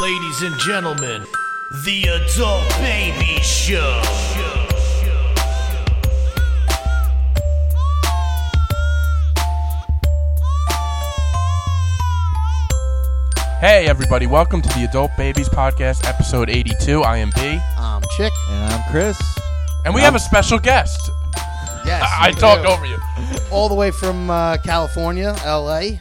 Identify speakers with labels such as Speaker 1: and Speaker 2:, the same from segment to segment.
Speaker 1: Ladies and gentlemen, the Adult Baby Show.
Speaker 2: Hey, everybody, welcome to the Adult Babies Podcast, episode 82. I am B.
Speaker 3: Um, chick.
Speaker 4: And I'm Chris.
Speaker 2: And we have a special guest.
Speaker 3: Yes.
Speaker 2: I, I
Speaker 3: you
Speaker 2: talked
Speaker 3: do.
Speaker 2: over you.
Speaker 3: all the way from uh, California, L.A.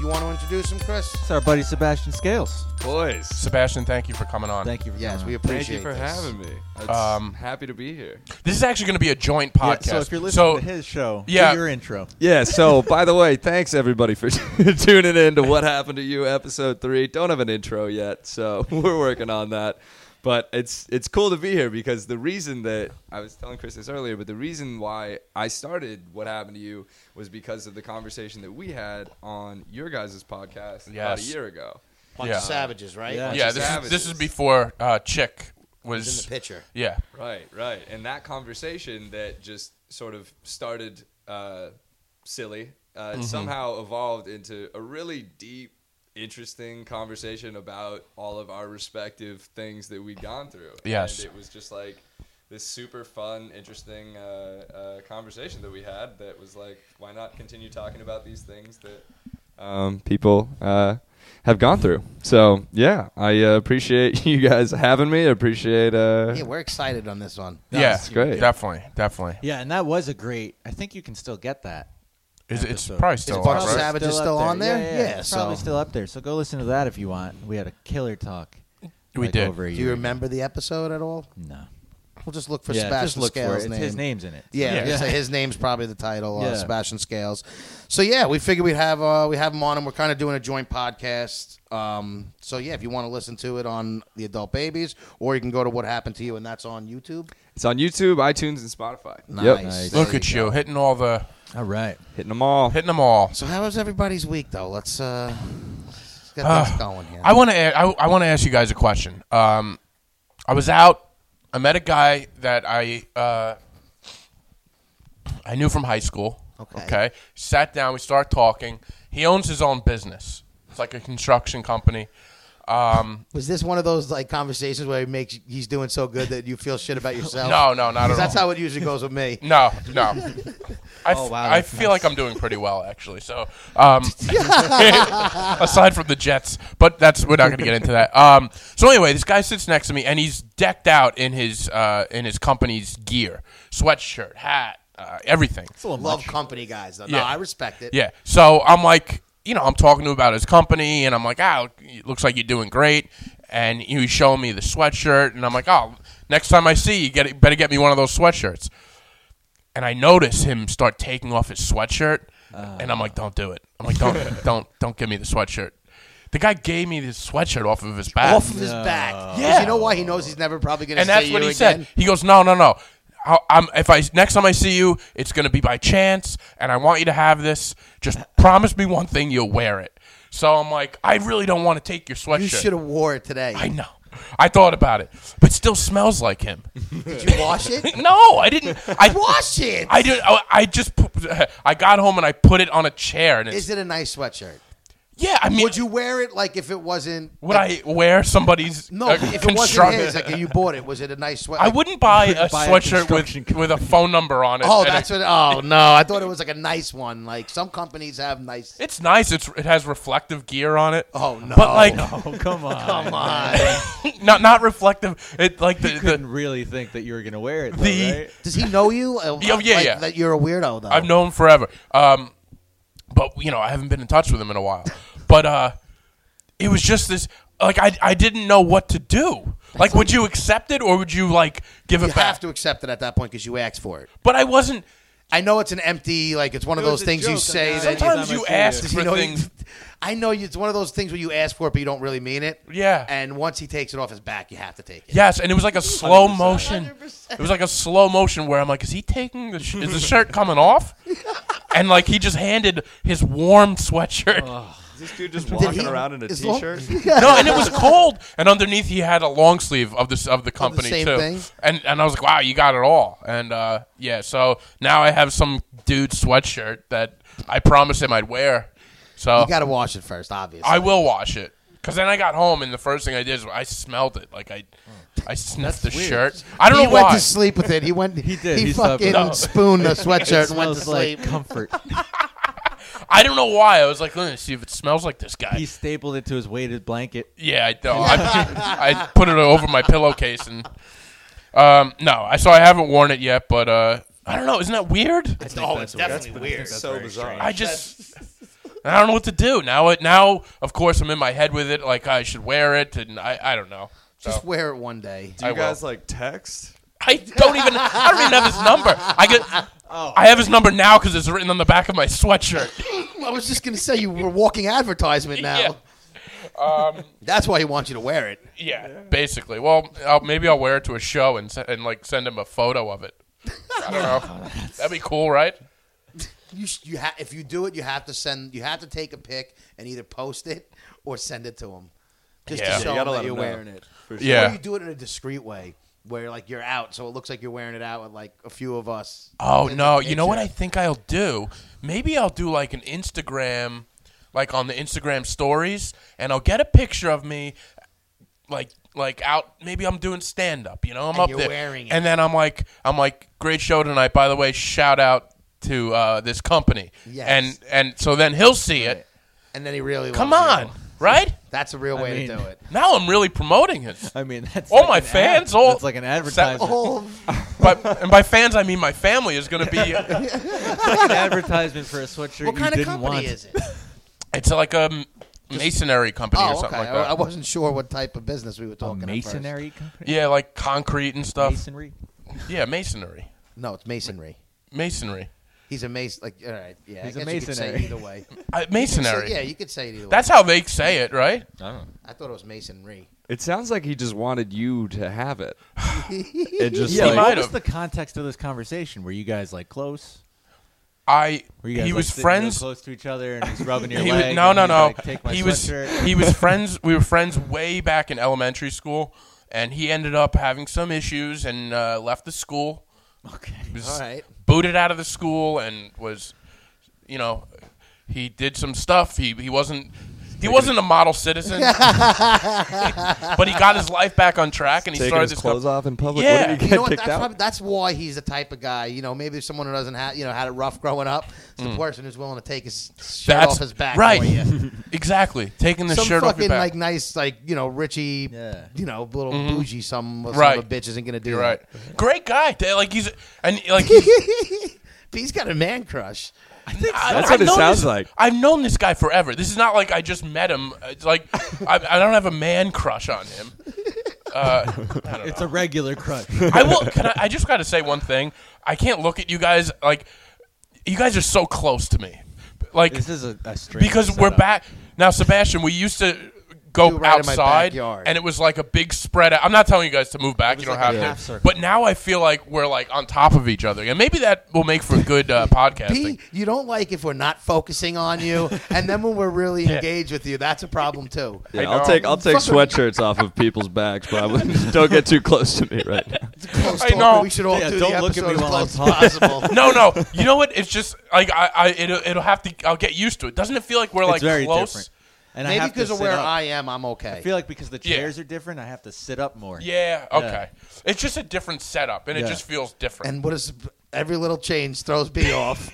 Speaker 3: You want to introduce him, Chris?
Speaker 4: It's our buddy Sebastian Scales.
Speaker 5: Boys,
Speaker 2: Sebastian, thank you for coming on.
Speaker 4: Thank you for
Speaker 3: Yes, we
Speaker 4: coming. on.
Speaker 5: thank you
Speaker 3: appreciate
Speaker 5: for
Speaker 3: this.
Speaker 5: having me. It's
Speaker 2: Um,
Speaker 5: happy to be here.
Speaker 2: This is actually going to be a joint podcast.
Speaker 4: Yeah, so if you're listening
Speaker 2: So-
Speaker 4: to his show,
Speaker 2: Yeah.
Speaker 4: do your intro.
Speaker 5: Yeah. So, by the way, thanks everybody for tuning in to What Happened to You, episode three. Don't have an intro yet, so we're working on that. But it's it's cool to be here because the reason that I was telling Chris this earlier, but the reason why I started What Happened to You was because of the conversation that we had on your guys' podcast about a
Speaker 2: Yes.
Speaker 5: year ago.
Speaker 3: Bunch
Speaker 2: Yeah.
Speaker 3: of savages, right?
Speaker 4: Yeah.
Speaker 3: Bunch
Speaker 2: yeah,
Speaker 3: of
Speaker 2: this is,
Speaker 5: savages.
Speaker 2: this is before uh, Chick
Speaker 3: savages in
Speaker 2: was.
Speaker 3: the picture.
Speaker 2: Yeah.
Speaker 5: Right, right. And that conversation that just sort of started uh, silly uh, somehow evolved into a really deep, interesting conversation about all of our respective things that we'd gone through.
Speaker 2: Yes.
Speaker 5: And it was just like this super fun, interesting uh, uh, conversation that we had that was like, why not continue talking about these things that um, people. Uh, have gone through. So, yeah, I uh, appreciate you guys having me. I appreciate uh,
Speaker 3: Yeah, we're excited on this one.
Speaker 2: yeah.
Speaker 5: it's great.
Speaker 2: Definitely. Definitely.
Speaker 4: Yeah, and that was a great. I think you can still get that.
Speaker 2: It's, it's
Speaker 4: Episode.
Speaker 2: probably
Speaker 3: Is
Speaker 2: still
Speaker 3: it
Speaker 2: up,
Speaker 3: Bunch of
Speaker 2: right?
Speaker 3: Savage is
Speaker 4: up
Speaker 3: still on there?
Speaker 4: Yeah, yeah,
Speaker 3: Yeah,
Speaker 4: it's probably
Speaker 3: so-
Speaker 4: still up there. So go listen to that if you want. We had a killer talk.
Speaker 2: We
Speaker 4: like,
Speaker 2: did.
Speaker 4: Over a
Speaker 3: Do
Speaker 4: year.
Speaker 3: you remember the episode at all?
Speaker 4: No.
Speaker 3: We'll just look for
Speaker 4: yeah,
Speaker 3: Sebastian
Speaker 4: just look for
Speaker 3: Scales'
Speaker 4: it. It's
Speaker 3: name.
Speaker 4: His name's in it.
Speaker 3: Yeah,
Speaker 2: Yeah.
Speaker 3: yeah. So his name's probably the title, uh,
Speaker 4: Yeah.
Speaker 3: Sebastian Scales. So yeah, we figured we'd have uh, we have him on, and we're kind of doing a joint podcast. Um, so yeah, if you want to listen to it on the Adult Babies, or you can go to What Happened to You, and that's on YouTube.
Speaker 5: It's on YouTube, iTunes, and Spotify.
Speaker 3: Nice.
Speaker 2: Look
Speaker 3: There
Speaker 2: at you, hitting all the.
Speaker 4: All right.
Speaker 5: Hitting them all.
Speaker 2: Hitting them all.
Speaker 3: So how was everybody's week though? Let's uh, let's get things going here.
Speaker 2: Uh, I want to. I, I want to ask you guys a question. Um, I was out. I met a guy that I uh, I knew from high school.
Speaker 3: Okay.
Speaker 2: Okay. Sat down. We started talking. He owns his own business. It's like a construction company. Um,
Speaker 3: was this one of those like conversations where he makes he's doing so good that you feel shit about yourself?
Speaker 2: no, no, not
Speaker 3: 'Cause
Speaker 2: at
Speaker 3: that's
Speaker 2: all.
Speaker 3: how it usually goes with me.
Speaker 2: no, no. I, f-
Speaker 4: Oh, wow,
Speaker 2: I
Speaker 4: that's
Speaker 2: feel like I'm doing pretty well actually. So, um, aside from the Jets, but that's we're not going to get into that. Um, so anyway, this guy sits next to me and he's decked out in his uh, in his company's gear, sweatshirt, hat, uh, everything.
Speaker 3: Love company guys. Though. No,
Speaker 2: Yeah.
Speaker 3: I respect it.
Speaker 2: Yeah. So I'm like, you know, I'm talking to him about his company, and I'm like, ah, it looks like you're doing great. And he was showing me the sweatshirt, and I'm like, oh, next time I see you, get better get me one of those sweatshirts. And I notice him start taking off his sweatshirt, and I'm like, don't do it. I'm like, don't, don't, don't give me the sweatshirt. The guy gave me this sweatshirt off of his back.
Speaker 3: Off of his back. 'Cause
Speaker 2: Yeah.
Speaker 3: You know why? He knows he's never probably going to
Speaker 2: and
Speaker 3: see
Speaker 2: that's
Speaker 3: you
Speaker 2: what he
Speaker 3: again.
Speaker 2: said. He goes, "No, no, no. I, I'm if I next time I see you, it's gonna be by chance, and I want you to have this. Just promise me one thing, you'll wear it." So I'm like, "I really don't want to take your
Speaker 3: You should
Speaker 2: sweatshirt."
Speaker 3: have wore it today.
Speaker 2: I know. I thought about it, but still smells like him.
Speaker 3: Did you wash it?
Speaker 2: no, I didn't. I
Speaker 3: wash it.
Speaker 2: I did. I, I just. pu- I got home and I put it on a chair, and it's,
Speaker 3: Is it a nice sweatshirt?
Speaker 2: yeah. I mean,
Speaker 3: Would you wear it like if it wasn't?
Speaker 2: Would I wear somebody's
Speaker 3: No,
Speaker 2: uh,
Speaker 3: if it wasn't
Speaker 2: construct-
Speaker 3: his, like if you bought it, was it a nice sweat?
Speaker 2: I
Speaker 3: like-
Speaker 2: wouldn't buy a
Speaker 4: buy a
Speaker 2: sweatshirt
Speaker 4: construction
Speaker 2: with, with a phone number on it.
Speaker 3: Oh,
Speaker 2: and a-
Speaker 3: that's what. Oh no, I thought it was like a nice one. Like some companies have nice.
Speaker 2: It's nice. It's it has reflective gear on it.
Speaker 3: Oh no!
Speaker 2: But like
Speaker 4: Oh, come on.
Speaker 3: come on.
Speaker 2: not not reflective. It like the,
Speaker 4: You
Speaker 2: the
Speaker 4: couldn't really think that you were going to wear it, though,
Speaker 2: The-
Speaker 4: right?
Speaker 3: Does he know you? Uh,
Speaker 2: Yeah, Oh, yeah,
Speaker 3: like,
Speaker 2: yeah.
Speaker 3: That you're a weirdo though.
Speaker 2: I've known him forever. Um, but you know I haven't been in touch with him in a while. But uh, it was just this. Like I I didn't know what to do. Like would you accept it or would you like give
Speaker 3: You
Speaker 2: it back?
Speaker 3: have to accept it at that point because you asked for it.
Speaker 2: But I wasn't.
Speaker 3: I know it's an empty. Like it's one of
Speaker 4: It
Speaker 3: those
Speaker 4: was a
Speaker 3: things you
Speaker 4: joke,
Speaker 3: say
Speaker 4: I mean,
Speaker 3: that.
Speaker 4: I-
Speaker 2: Sometimes
Speaker 4: time I
Speaker 2: you
Speaker 4: see
Speaker 2: ask
Speaker 4: you.
Speaker 3: Does he
Speaker 2: for
Speaker 3: know you-
Speaker 2: things.
Speaker 3: I know you, it's one of those things where you ask for it, but you don't really mean it.
Speaker 2: Yeah.
Speaker 3: And once he takes it off his back, you have to take it.
Speaker 2: Yes, and it was like a slow motion. It was like a slow motion where I'm like, is he taking the sh- is the shirt coming off? And like he just handed his warm sweatshirt.
Speaker 3: Oh.
Speaker 5: Is this dude just
Speaker 3: he-
Speaker 5: walking around in a
Speaker 3: as long-
Speaker 5: t-shirt?
Speaker 2: No, and it was cold. And underneath, he had a long sleeve of this of the company
Speaker 3: same
Speaker 2: too.
Speaker 3: thing?
Speaker 2: And and I was like, wow, you got it all. And uh, yeah, so now I have some dude sweatshirt that I promised him I'd wear. So Uh,
Speaker 3: You got to wash it first, obviously.
Speaker 2: I will wash it Because then I got home and the first thing I did is I smelled it. Like I, I sniffed the
Speaker 4: That's weird.
Speaker 2: shirt. I don't
Speaker 3: he
Speaker 2: know
Speaker 3: went
Speaker 2: why.
Speaker 3: to sleep with it. He went. he
Speaker 4: did.
Speaker 3: He,
Speaker 4: He slept
Speaker 3: fucking
Speaker 4: with it. No.
Speaker 3: spooned a sweatshirt
Speaker 4: It
Speaker 3: and went to
Speaker 4: smells like
Speaker 3: sleep.
Speaker 4: comfort.
Speaker 2: I don't know why. I was like, let me see if it smells like this guy.
Speaker 4: he stapled it to his weighted blanket.
Speaker 2: Yeah, I don't. I, I put it over my pillowcase and um, no, I so I haven't worn it yet, but uh, I don't know. Isn't that weird?
Speaker 1: oh, it's definitely weird.
Speaker 5: so bizarre.
Speaker 2: I just I don't know what to do now. It now of course I'm in my head with it. Like I should wear it, and I I don't know. So,
Speaker 3: Just wear it one day.
Speaker 5: Do you
Speaker 2: I will.
Speaker 5: guys like text?
Speaker 2: I don't even I don't even have his number. I get I have his number now because it's written on the back of my sweatshirt.
Speaker 3: I was just gonna say you were walking advertisement now.
Speaker 2: Yeah. Um,
Speaker 3: That's why he wants you to wear it.
Speaker 2: Yeah, basically. Well, I'll, maybe I'll wear it to a show and se- and like send him a photo of it. I don't know. That'd be cool, right?
Speaker 3: You sh- you ha- if you do it, you have to send. You have to take a pic and either post it or send it to him, just
Speaker 2: Yeah. Yeah,
Speaker 3: to
Speaker 2: you
Speaker 3: show him
Speaker 5: gotta
Speaker 3: that
Speaker 5: let
Speaker 3: you're
Speaker 5: him know.
Speaker 3: wearing it.
Speaker 5: For
Speaker 2: Yeah.
Speaker 3: Or you do it in a discreet way where like you're out, so it looks like you're wearing it out with like a few of us.
Speaker 2: Oh
Speaker 3: in the
Speaker 2: no! You know what I
Speaker 3: picture.
Speaker 2: think I'll do? Maybe I'll do like an Instagram, like on the Instagram stories, and I'll get a picture of me, like like out. Maybe I'm doing stand up. You know, I'm
Speaker 3: And
Speaker 2: up
Speaker 3: you're
Speaker 2: there,
Speaker 3: wearing it.
Speaker 2: and then I'm like, I'm like, great show tonight. By the way, shout out to uh, this company.
Speaker 3: Yes.
Speaker 2: And and so then he'll see it.
Speaker 3: And then he really
Speaker 2: Come
Speaker 3: loves you.
Speaker 2: on, right?
Speaker 3: That's a real way
Speaker 4: mean-
Speaker 3: to do it.
Speaker 2: Now I'm really promoting it.
Speaker 4: I mean, that's
Speaker 2: All
Speaker 4: like
Speaker 2: my
Speaker 4: an ad-
Speaker 2: fans, all-
Speaker 4: that's like an advertisement.
Speaker 3: Oh,
Speaker 2: But and by fans I mean my family is going to be.
Speaker 4: an advertisement for a sweatshirt
Speaker 3: what
Speaker 4: you
Speaker 3: kind of
Speaker 4: didn't
Speaker 3: company
Speaker 4: want.
Speaker 3: is it?
Speaker 2: It's like a m- masonry company or
Speaker 3: Oh,
Speaker 2: something
Speaker 3: okay.
Speaker 2: like
Speaker 3: I- I
Speaker 2: that.
Speaker 3: wasn't sure what type of business we were talking about.
Speaker 4: Masonry company.
Speaker 2: Yeah, like concrete and stuff.
Speaker 4: Masonry.
Speaker 2: Yeah, masonry.
Speaker 3: No, it's masonry.
Speaker 2: Masonry.
Speaker 3: He's a mason. Like, all right, yeah.
Speaker 4: He's
Speaker 3: I
Speaker 4: a
Speaker 3: guess you could say
Speaker 4: masonry.
Speaker 3: either way. You
Speaker 2: I,
Speaker 3: could say-
Speaker 2: masonry.
Speaker 3: yeah, you could say it either way.
Speaker 2: That's how they say it, right?
Speaker 3: I thought it was masonry.
Speaker 5: It sounds like he just wanted you to have it. and just
Speaker 4: Yeah.
Speaker 2: He might
Speaker 5: like,
Speaker 4: what was
Speaker 2: have.
Speaker 4: the context of this conversation? Were you guys like close?
Speaker 2: I.
Speaker 4: Were you guys
Speaker 2: He
Speaker 4: like,
Speaker 2: was
Speaker 4: sitting real
Speaker 2: friends.
Speaker 4: close to each other, and he's rubbing your
Speaker 2: He was,
Speaker 4: leg.
Speaker 2: no,
Speaker 4: and
Speaker 2: no,
Speaker 4: he's
Speaker 2: no.
Speaker 4: like, Take my
Speaker 2: he was.
Speaker 4: sweatshirt.
Speaker 2: He was friends. We were friends way back in elementary school, and he ended up having some issues and uh, left the school.
Speaker 4: Okay.
Speaker 2: Was
Speaker 3: All right.
Speaker 2: Booted out of the school and was, you know, he did some stuff. He he wasn't. He wasn't a model citizen, but he got his life back on track, and he
Speaker 5: taking
Speaker 2: started
Speaker 5: his
Speaker 2: this.
Speaker 5: clothes
Speaker 2: company.
Speaker 5: off in public.
Speaker 2: Yeah.
Speaker 5: What did he
Speaker 2: You
Speaker 5: get
Speaker 3: You know what?
Speaker 5: kicked
Speaker 3: That's,
Speaker 5: out?
Speaker 3: probably, that's why he's the type of guy. You know, maybe someone who doesn't have, you know, had it rough growing up. It's the person who's willing to take his shirt
Speaker 2: Mm. That's
Speaker 3: off his back.
Speaker 2: right.
Speaker 3: For you.
Speaker 2: exactly. Taking the
Speaker 3: Some
Speaker 2: shirt off your
Speaker 3: fucking
Speaker 2: back. Mm-hmm.
Speaker 3: like nice, like you know, Richie,
Speaker 4: Yeah.
Speaker 3: you know, little bougie, some son
Speaker 2: Right.
Speaker 3: of a bitch isn't gonna do
Speaker 2: You're right.
Speaker 3: that.
Speaker 2: Great guy. They- Like he's and like he-
Speaker 3: but he's got a man crush.
Speaker 2: I-
Speaker 5: That's
Speaker 2: I've
Speaker 5: what it
Speaker 2: known
Speaker 5: sounds
Speaker 2: this-
Speaker 5: like.
Speaker 2: I've known this guy forever. This is not like I just met him. It's like I, I don't have a man crush on him. Uh, I don't know.
Speaker 4: It's a regular crush.
Speaker 2: I will. Can I, I just got to say one thing. I can't look at you guys like you guys are so close to me. Like
Speaker 4: this is a, a strange
Speaker 2: because we're
Speaker 4: setup.
Speaker 2: back now sebastian we used to go
Speaker 3: Do right in my
Speaker 2: outside
Speaker 3: backyard.
Speaker 2: and it was like a big spread out. i'm not telling you guys to move back you
Speaker 4: was
Speaker 2: don't
Speaker 4: like a
Speaker 2: have
Speaker 4: half
Speaker 2: to
Speaker 4: circle.
Speaker 2: but now i feel like we're like on top of each other and maybe that will make for good uh, podcasting
Speaker 3: P, you don't like if we're not focusing on you, and then when we're really engaged with you, that's a problem too.
Speaker 5: Yeah,
Speaker 2: know.
Speaker 5: I'll take I'll take
Speaker 3: Fucking-
Speaker 5: sweatshirts off of people's backs, Bob. Don't get too close to me right now.
Speaker 3: Close
Speaker 2: I
Speaker 3: talk,
Speaker 2: know.
Speaker 3: We should all
Speaker 4: Yeah,
Speaker 3: do
Speaker 4: don't
Speaker 3: the
Speaker 4: look at
Speaker 3: episode
Speaker 4: me while I'm
Speaker 3: as close as possible.
Speaker 2: no no you know what it's just like i, I it'll, it'll have to i'll get used to it doesn't it feel like we're
Speaker 4: It's
Speaker 2: like
Speaker 4: very
Speaker 2: close
Speaker 4: different. And I
Speaker 3: Maybe
Speaker 4: have to
Speaker 3: because of
Speaker 4: sit
Speaker 3: where
Speaker 4: up.
Speaker 3: I am, I'm okay.
Speaker 4: I feel like because the
Speaker 2: Yeah.
Speaker 4: chairs are different, I have to sit up more.
Speaker 2: yeah okay it's just a different setup and
Speaker 4: Yeah.
Speaker 2: it just feels different
Speaker 3: and what is every little change throws B off.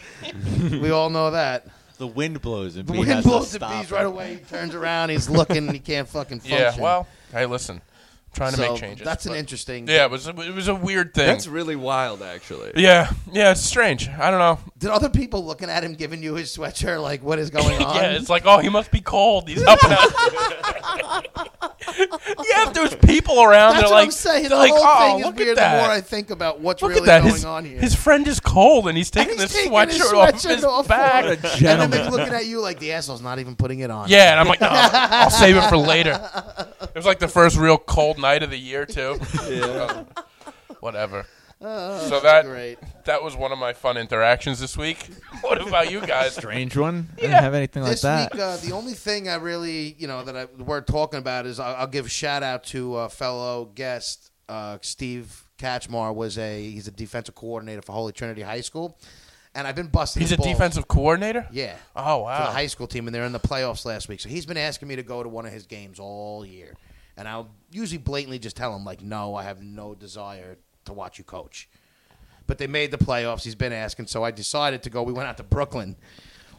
Speaker 3: we all know that.
Speaker 4: The wind blows and
Speaker 3: The
Speaker 4: Bea
Speaker 3: wind
Speaker 4: has to
Speaker 3: blows at
Speaker 4: stop
Speaker 3: B's right
Speaker 4: it.
Speaker 3: away. He turns around, he's looking, and he can't fucking function.
Speaker 2: yeah well hey listen I'm trying to
Speaker 3: So
Speaker 2: make changes
Speaker 3: That's an
Speaker 2: but-
Speaker 3: interesting.
Speaker 2: yeah it was a, it was a weird thing
Speaker 5: That's really wild, actually.
Speaker 2: yeah yeah it's strange i don't know
Speaker 3: Did other people looking at him giving you his sweatshirt like what is going on?
Speaker 2: Yeah, it's like, oh, he must be cold. He's helping out. yeah, if there's people around,
Speaker 3: That's
Speaker 2: they're
Speaker 3: what
Speaker 2: like,
Speaker 3: I'm saying. The
Speaker 2: they're like,
Speaker 3: whole
Speaker 2: oh,
Speaker 3: thing
Speaker 2: look
Speaker 3: is
Speaker 2: at
Speaker 3: weird.
Speaker 2: that.
Speaker 3: The more I think about what's
Speaker 2: look
Speaker 3: really
Speaker 2: at that.
Speaker 3: going
Speaker 2: his,
Speaker 3: on here,
Speaker 2: his friend is cold, and he's taking
Speaker 3: And he's
Speaker 2: this
Speaker 3: taking
Speaker 2: sweatshirt,
Speaker 3: his
Speaker 2: off
Speaker 3: sweatshirt
Speaker 2: his
Speaker 3: off.
Speaker 2: back.
Speaker 4: What a
Speaker 3: and then
Speaker 4: gentleman.
Speaker 3: they're looking at you like the asshole's not even putting it on.
Speaker 2: Yeah, and I'm like, no, I'll save it for later. It was like the first real cold night of the year, too. Yeah. Whatever.
Speaker 3: Oh,
Speaker 2: so that
Speaker 3: great.
Speaker 2: that was one of my fun interactions this week. What about you guys?
Speaker 4: Strange one. I didn't have anything like
Speaker 3: This
Speaker 4: that.
Speaker 3: week, uh, the only thing I really, you know, that I, we're talking about is I'll, I'll give a shout out to uh, fellow guest uh, Steve Catchmar was a he's a defensive coordinator for Holy Trinity High School, and I've been busting.
Speaker 2: He's
Speaker 3: his
Speaker 2: a
Speaker 3: balls.
Speaker 2: defensive coordinator.
Speaker 3: Yeah.
Speaker 2: Oh
Speaker 3: For the
Speaker 2: wow.
Speaker 3: high school team, and they're in the playoffs last week. So he's been asking me to go to one of his games all year, and I'll usually blatantly just tell him like, "No, I have no desire to watch you coach." But they made the playoffs. He's been asking, so I decided to go. We went out to Brooklyn,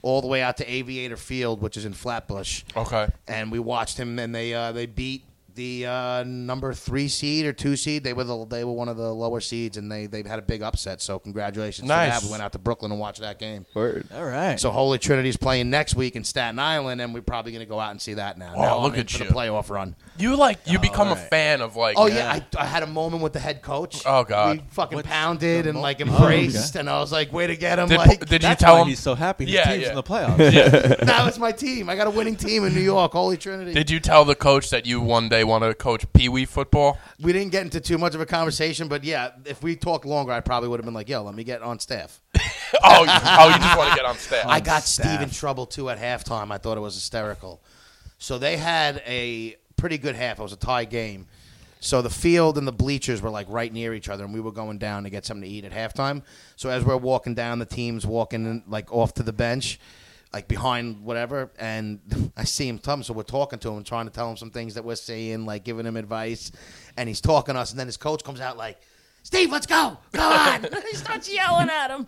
Speaker 3: all the way out to Aviator Field, which is in Flatbush.
Speaker 2: Okay.
Speaker 3: And we watched him, and they uh, they beat the uh, number three seed or two seed. They were the, they were one of the lower seeds, and they they had a big upset. So congratulations to
Speaker 2: Nice.
Speaker 3: that. We went out to Brooklyn and watched that game.
Speaker 5: Word.
Speaker 4: All right.
Speaker 3: So Holy Trinity's playing next week in Staten Island, and we're probably going to go out and see that now.
Speaker 2: Oh,
Speaker 3: Now I'm
Speaker 2: look
Speaker 3: in
Speaker 2: at
Speaker 3: for
Speaker 2: you.
Speaker 3: the playoff run.
Speaker 2: You like you become a
Speaker 4: right.
Speaker 2: fan of like.
Speaker 3: Oh yeah, I, I had a moment with the head coach.
Speaker 2: Oh, God.
Speaker 3: we fucking
Speaker 4: What's
Speaker 3: pounded
Speaker 4: the
Speaker 3: and
Speaker 4: mo-
Speaker 3: like
Speaker 4: Oh, okay.
Speaker 3: embraced, and I was like, "Way to get him!"
Speaker 2: Did,
Speaker 3: like
Speaker 2: did you
Speaker 4: That's
Speaker 2: tell
Speaker 4: why
Speaker 2: him?
Speaker 4: he's so happy. His
Speaker 2: Yeah,
Speaker 4: team's
Speaker 2: yeah.
Speaker 4: in the playoffs.
Speaker 3: that was my team. I got a winning team in New York. Holy Trinity.
Speaker 2: Did you tell the coach that you one day want to coach Pee Wee football?
Speaker 3: we didn't get into too much of a conversation, but yeah, if we talked longer, I probably would have been like, "Yo, let me get on staff."
Speaker 2: oh, you, oh, you just want to get on staff.
Speaker 3: I got
Speaker 4: staff.
Speaker 3: Steve in trouble too at halftime. I thought it was hysterical. So they had a pretty good half. It was a tie game. So the field and the bleachers were like right near each other, and we were going down to get something to eat at halftime. So as we're walking down, the team's walking in, like off to the bench, like behind whatever, and I see him come. So we're talking to him, trying to tell him some things that we're seeing, like giving him advice, and he's talking to us. And then his coach comes out like, Steve, let's go. Come on. he starts yelling at him.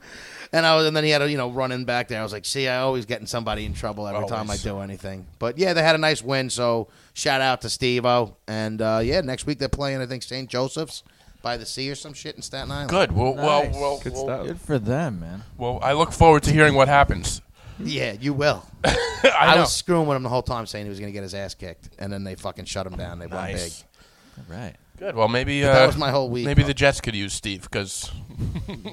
Speaker 3: And I was, and then he had a, you know, running back there. I was like, see, I always getting somebody in trouble every time I
Speaker 2: Always.
Speaker 3: do anything. But yeah, they had a nice win. So shout out to Steve O. And uh, yeah, next week they're playing, I think, St. Joseph's by the sea or some shit in Staten Island.
Speaker 2: Good. Well,
Speaker 4: Nice.
Speaker 2: well,
Speaker 5: Good
Speaker 2: well, well,
Speaker 5: stuff.
Speaker 4: Good for them, man.
Speaker 2: well, I look forward to hearing what happens.
Speaker 3: Yeah, you will.
Speaker 2: I,
Speaker 3: I,
Speaker 2: know.
Speaker 3: was screwing with him the whole time saying he was going to get his ass kicked. And then they fucking shut him down. They won big.
Speaker 2: nice.
Speaker 4: All right.
Speaker 2: Good. Well, maybe uh,
Speaker 3: that was my whole week.
Speaker 2: Maybe the Jets could use Steve because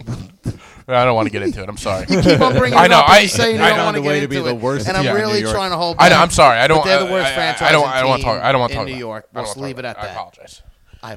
Speaker 2: I don't want to get into it. I'm sorry.
Speaker 3: Keep on bringing
Speaker 2: I
Speaker 3: it
Speaker 2: know,
Speaker 3: up
Speaker 2: I-
Speaker 3: and you're saying you
Speaker 2: I
Speaker 3: don't
Speaker 2: know
Speaker 3: want
Speaker 4: the
Speaker 3: get
Speaker 4: way to
Speaker 3: into
Speaker 4: be the
Speaker 3: it.
Speaker 4: worst
Speaker 3: and I'm
Speaker 4: team in
Speaker 3: really
Speaker 4: New York.
Speaker 3: trying to hold.
Speaker 2: I
Speaker 3: Back.
Speaker 2: know. I'm sorry. I don't.
Speaker 3: But they're the worst
Speaker 2: I, I,
Speaker 3: franchise
Speaker 2: I don't.
Speaker 3: in
Speaker 2: I don't want to
Speaker 3: team
Speaker 2: talk. I don't want to
Speaker 3: in
Speaker 2: talk
Speaker 3: New
Speaker 2: about it.
Speaker 3: York.
Speaker 2: I don't
Speaker 3: Let's
Speaker 2: wanna
Speaker 3: leave
Speaker 2: talk
Speaker 3: it at
Speaker 2: about
Speaker 3: that.
Speaker 2: I apologize.
Speaker 3: I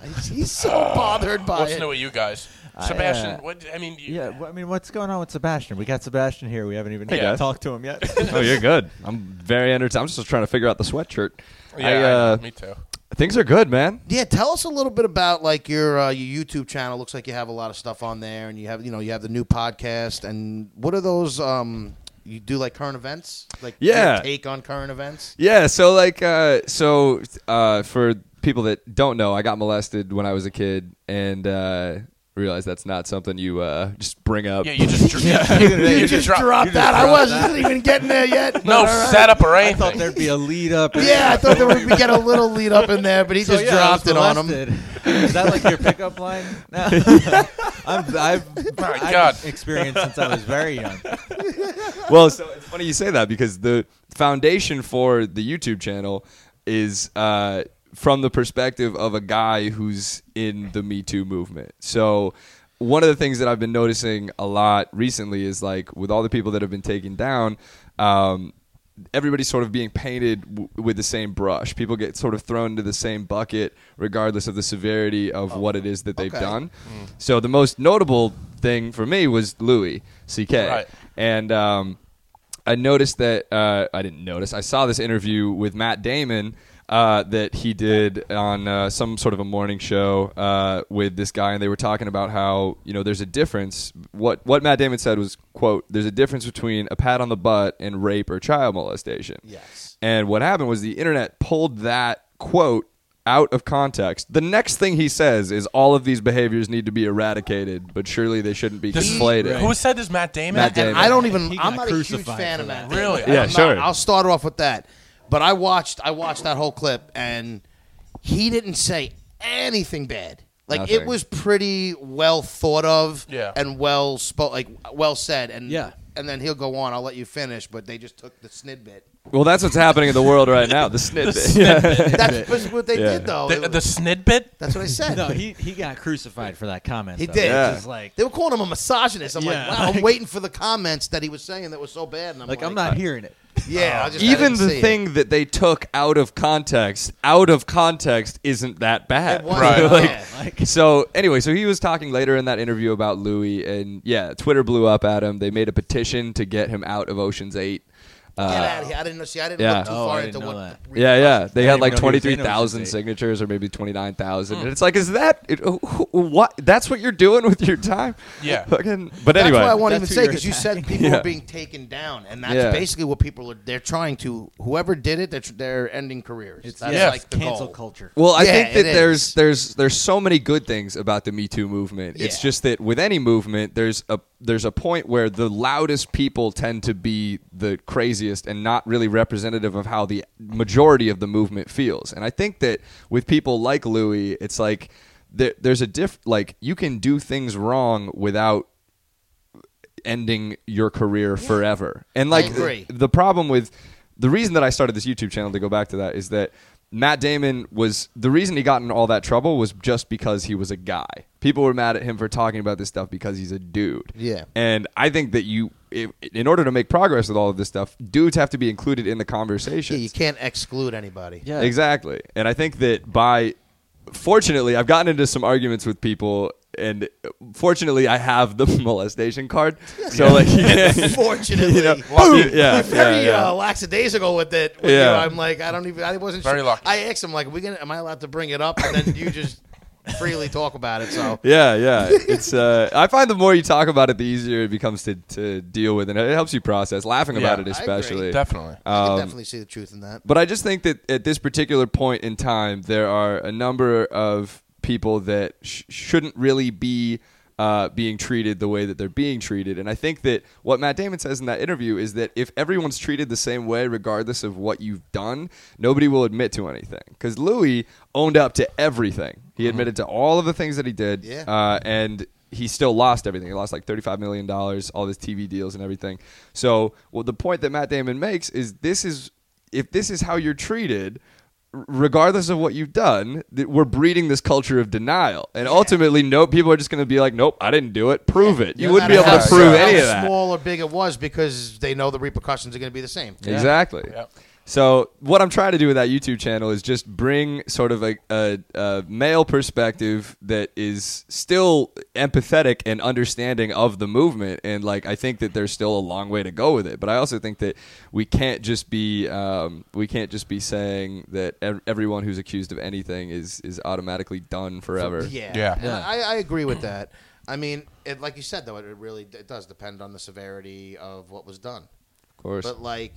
Speaker 3: apologize. He's so bothered by
Speaker 2: What's
Speaker 3: it.
Speaker 2: new with you guys,
Speaker 4: I,
Speaker 2: Sebastian?
Speaker 4: uh,
Speaker 2: what I mean, you,
Speaker 4: Yeah, well, I mean, what's going on with Sebastian? We got Sebastian here. We haven't even
Speaker 5: Hey, guys.
Speaker 4: talked to him yet.
Speaker 5: oh, you're good. I'm very entertained. I'm just trying to figure out the sweatshirt.
Speaker 2: yeah,
Speaker 5: I,
Speaker 2: I
Speaker 5: uh,
Speaker 2: know, me too.
Speaker 5: things are good, man.
Speaker 3: Yeah, tell us a little bit about like your uh, your YouTube channel. Looks like you have a lot of stuff on there, and you have you know you have the new podcast. And what are those? Um, you do like current events, like your
Speaker 5: Yeah.
Speaker 3: take on current events.
Speaker 5: Yeah, so like uh so uh for people that don't know, I got molested when I was a kid and uh realize that's not something you uh just bring up.
Speaker 2: Yeah, you just. Dr- you just drop.
Speaker 3: that I wasn't even getting there yet.
Speaker 2: no setup or
Speaker 4: I
Speaker 2: anything.
Speaker 4: thought there'd be a lead up.
Speaker 3: Yeah, I thought there would be get a little lead up in there, but he just dropped it on him.
Speaker 4: Is that like your pickup line? No. I've, I've,
Speaker 2: My
Speaker 4: I've
Speaker 2: God.
Speaker 4: experienced since I was very young.
Speaker 5: well, so it's funny you say that because the foundation for the YouTube channel is uh, from the perspective of a guy who's in the Me Too movement. So one of the things that I've been noticing a lot recently is like with all the people that have been taken down. Um, Everybody's sort of being painted w- with the same brush. People get sort of thrown into the same bucket, regardless of the severity of what it is that they've
Speaker 3: okay.
Speaker 5: done. So the most notable thing for me was Louis C.K.
Speaker 2: Right.
Speaker 5: And um, I noticed that uh, I didn't notice. I saw this interview with Matt Damon uh, that he did on uh, some sort of a morning show uh, with this guy, and they were talking about how you know there's a difference. What what Matt Damon said was quote There's a difference between a pat on the butt and rape or child molestation.
Speaker 3: Yes.
Speaker 5: And what happened was the internet pulled that quote out of context. The next thing he says is all of these behaviors need to be eradicated, but surely they shouldn't be
Speaker 2: This-
Speaker 5: conflated.
Speaker 2: Who said this? Matt Damon.
Speaker 5: Matt Damon.
Speaker 3: And I don't even.
Speaker 4: He got
Speaker 3: I'm not a huge
Speaker 4: crucified
Speaker 3: fan
Speaker 4: for
Speaker 3: of
Speaker 4: that.
Speaker 3: that.
Speaker 2: Really?
Speaker 5: Yeah,
Speaker 3: I'm not-
Speaker 5: sure.
Speaker 3: I'll start off with that. But I watched. I watched that whole clip, and he didn't say anything bad. Like it
Speaker 5: Nothing.
Speaker 3: was pretty well thought of,
Speaker 2: Yeah.
Speaker 3: and well spoke, like well said, and
Speaker 4: Yeah.
Speaker 3: And then he'll go on. I'll let you finish, but they just took the snidbit.
Speaker 5: Well, that's what's happening in the world right now. The snid. yeah.
Speaker 3: That's was what they
Speaker 5: Yeah.
Speaker 3: did, though.
Speaker 2: The,
Speaker 3: It was-
Speaker 2: the snidbit.
Speaker 3: that's what I said.
Speaker 4: No, he, he got crucified for that comment.
Speaker 3: He
Speaker 4: though,
Speaker 3: did.
Speaker 4: which
Speaker 5: Yeah.
Speaker 4: is like,
Speaker 3: they were calling him a misogynist. I'm
Speaker 4: Yeah.
Speaker 3: like, wow. I'm waiting for the comments that he was saying that was so bad. And I'm like,
Speaker 4: like I'm not hearing it.
Speaker 3: Yeah, I just I
Speaker 5: Even
Speaker 3: didn't
Speaker 5: the
Speaker 3: see it.
Speaker 5: thing that they took out of context, out of context, isn't that bad.
Speaker 3: It wasn't
Speaker 2: Right.
Speaker 3: bad.
Speaker 5: Like,
Speaker 3: Yeah.
Speaker 4: Like,
Speaker 5: so anyway, so he was talking later in that interview about Louis, and yeah, Twitter blew up at him. They made a petition to get him out of Ocean's Eight. Uh,
Speaker 3: Get out of here! I didn't know. See, I didn't
Speaker 5: yeah.
Speaker 3: look too
Speaker 4: Oh, I
Speaker 3: far
Speaker 4: didn't
Speaker 3: into
Speaker 4: know
Speaker 3: what.
Speaker 4: that.
Speaker 3: the real
Speaker 5: Yeah, yeah.
Speaker 3: question-
Speaker 5: They
Speaker 4: I
Speaker 5: had
Speaker 4: didn't even
Speaker 5: like
Speaker 4: know he
Speaker 5: twenty
Speaker 4: was in
Speaker 5: three
Speaker 4: it, it was
Speaker 5: thousand
Speaker 4: insane.
Speaker 5: signatures, or maybe twenty nine thousand. And it's like, is that it, wh- wh- what? That's what you're doing with your time?
Speaker 2: Yeah.
Speaker 5: Fucking. But
Speaker 3: That's
Speaker 5: anyway,
Speaker 3: why I want to even
Speaker 4: That's who
Speaker 3: say
Speaker 4: you're
Speaker 3: because you said people
Speaker 5: Yeah.
Speaker 3: are being taken down, and that's
Speaker 5: Yeah.
Speaker 3: basically what people are. They're trying to. Whoever did it, they're, tr- they're ending careers.
Speaker 4: It's
Speaker 3: that's
Speaker 2: yeah,
Speaker 3: like the
Speaker 4: cancel
Speaker 3: goal.
Speaker 4: culture.
Speaker 5: Well, I
Speaker 3: Yeah,
Speaker 5: think that
Speaker 3: it
Speaker 5: there's
Speaker 3: is.
Speaker 5: there's there's so many good things about the Me Too movement. It's
Speaker 3: Yeah.
Speaker 5: just that with any movement, there's a there's a point where the loudest people tend to be the craziest and not really representative of how the majority of the movement feels. And I think that with people like Louis, it's like there, there's a diff like you can do things wrong without ending your career forever. And like
Speaker 3: agree.
Speaker 5: the problem with the reason that I started this YouTube channel to go back to that is that Matt Damon was the reason he got in all that trouble was just because he was a guy. People were mad at him for talking about this stuff because he's a dude.
Speaker 3: Yeah.
Speaker 5: And I think that you if, in order to make progress with all of this stuff, dudes have to be included in the conversation.
Speaker 3: Yeah, you can't exclude anybody.
Speaker 4: Yeah.
Speaker 5: Exactly. And I think that by fortunately I've gotten into some arguments with people and fortunately I have the molestation card. So like
Speaker 3: Fortunately,
Speaker 5: You know,
Speaker 3: boom.
Speaker 5: yeah,
Speaker 3: We're very
Speaker 5: yeah, yeah.
Speaker 3: Uh, lackadaisical with it. With
Speaker 5: Yeah.
Speaker 3: you. I'm like, I don't even. I wasn't
Speaker 2: Very
Speaker 3: sure.
Speaker 2: lucky.
Speaker 3: I asked him like, "We gonna? Am I allowed to bring it up?" And then you just freely talk about it. So
Speaker 5: Yeah, yeah. It's uh, I find the more you talk about it, the easier it becomes to, to deal with, and it helps you process. Laughing about
Speaker 2: Yeah,
Speaker 5: it,
Speaker 2: I
Speaker 3: agree.
Speaker 5: especially.
Speaker 2: Definitely.
Speaker 3: I
Speaker 5: Um,
Speaker 3: can definitely see the truth in that.
Speaker 5: But I just think that at this particular point in time, there are a number of people that sh- shouldn't really be uh, being treated the way that they're being treated. And I think that what Matt Damon says in that interview is that if everyone's treated the same way, regardless of what you've done, nobody will admit to anything. Because Louis owned up to everything. He admitted to all of the things that he did.
Speaker 3: Yeah.
Speaker 5: Uh, and he still lost everything. He lost like $35 million, all his TV deals and everything. So, well, the point that Matt Damon makes is this is if this is how you're treated, r- regardless of what you've done, that we're breeding this culture of denial. And ultimately, no people are just going to be like, "Nope, I didn't do it. Prove it." You
Speaker 3: No
Speaker 5: wouldn't be
Speaker 3: matter
Speaker 5: able to
Speaker 3: how-
Speaker 5: prove
Speaker 3: how
Speaker 5: any of that.
Speaker 3: Small or big it was because they know the repercussions are going to be the same.
Speaker 5: Exactly.
Speaker 2: Yep.
Speaker 5: So what I'm trying to do with that YouTube channel is just bring sort of a, a, a male perspective that is still empathetic and understanding of the movement, and like I think that there's still a long way to go with it. But I also think that we can't just be um, we can't just be saying that ev- everyone who's accused of anything is is automatically done forever.
Speaker 3: Yeah,
Speaker 2: Yeah.
Speaker 3: And
Speaker 4: Yeah.
Speaker 3: I, I agree with that. I mean, it, like you said though, it really it does depend on the severity of what was done.
Speaker 5: Of course.
Speaker 3: But like,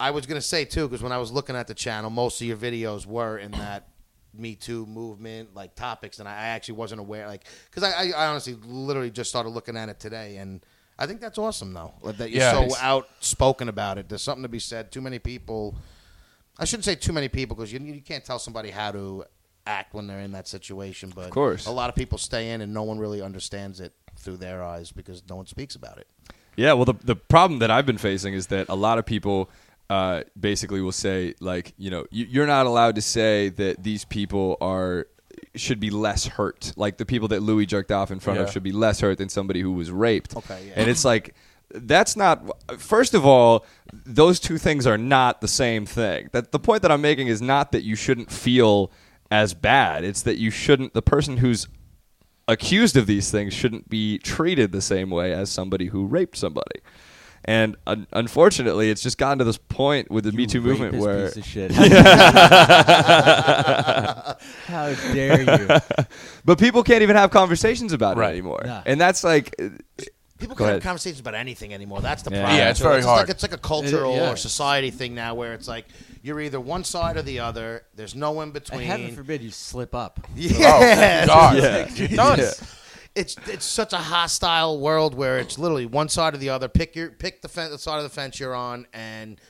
Speaker 3: I was gonna say too, because when I was looking at the channel, most of your videos were in that Me Too movement like topics, and I I actually wasn't aware. Like, because I, I, I honestly literally just started looking at it today, and I think that's awesome though like, that you're
Speaker 2: Yeah,
Speaker 3: so
Speaker 2: it's-
Speaker 3: outspoken about it. There's something to be said. Too many people. I shouldn't say too many people because you, you can't tell somebody how to act when they're in that situation. But of
Speaker 5: course.
Speaker 3: a lot of people stay in, and no one really understands it through their eyes because no one speaks about it.
Speaker 5: Yeah, well, the the problem that I've been facing is that a lot of people uh, basically will say like, you know, you, you're not allowed to say that these people are should be less hurt. Like the people that Louis jerked off in front
Speaker 2: Yeah.
Speaker 5: of should be less hurt than somebody who was raped.
Speaker 3: Okay, yeah.
Speaker 5: And it's like that's not first of all those two things are not the same thing that the point that i'm making is not that you shouldn't feel as bad it's that you shouldn't the person who's accused of these things shouldn't be treated the same way as somebody who raped somebody. And un- unfortunately, it's just gotten to this point with the Me Too movement
Speaker 4: Rapist
Speaker 5: where
Speaker 4: piece of shit. How dare you?
Speaker 5: but people can't even have conversations about
Speaker 2: Right.
Speaker 5: it anymore.
Speaker 4: Nah.
Speaker 5: And that's like
Speaker 3: People
Speaker 5: Go
Speaker 3: can't
Speaker 5: ahead.
Speaker 3: have conversations about anything anymore. That's the
Speaker 5: Yeah.
Speaker 3: problem.
Speaker 2: Yeah, it's
Speaker 3: So
Speaker 2: very
Speaker 3: like-
Speaker 2: hard.
Speaker 3: it's like a cultural
Speaker 4: It- yeah.
Speaker 3: or society thing now, where it's like you're either one side or the other. There's no in
Speaker 4: And
Speaker 3: between.
Speaker 4: heaven forbid you slip up.
Speaker 2: Oh,
Speaker 3: Yeah,
Speaker 2: God. You're done.
Speaker 3: it's it's such a hostile world where it's literally one side or the other. Pick your pick the, fence, the side of the fence you're on, and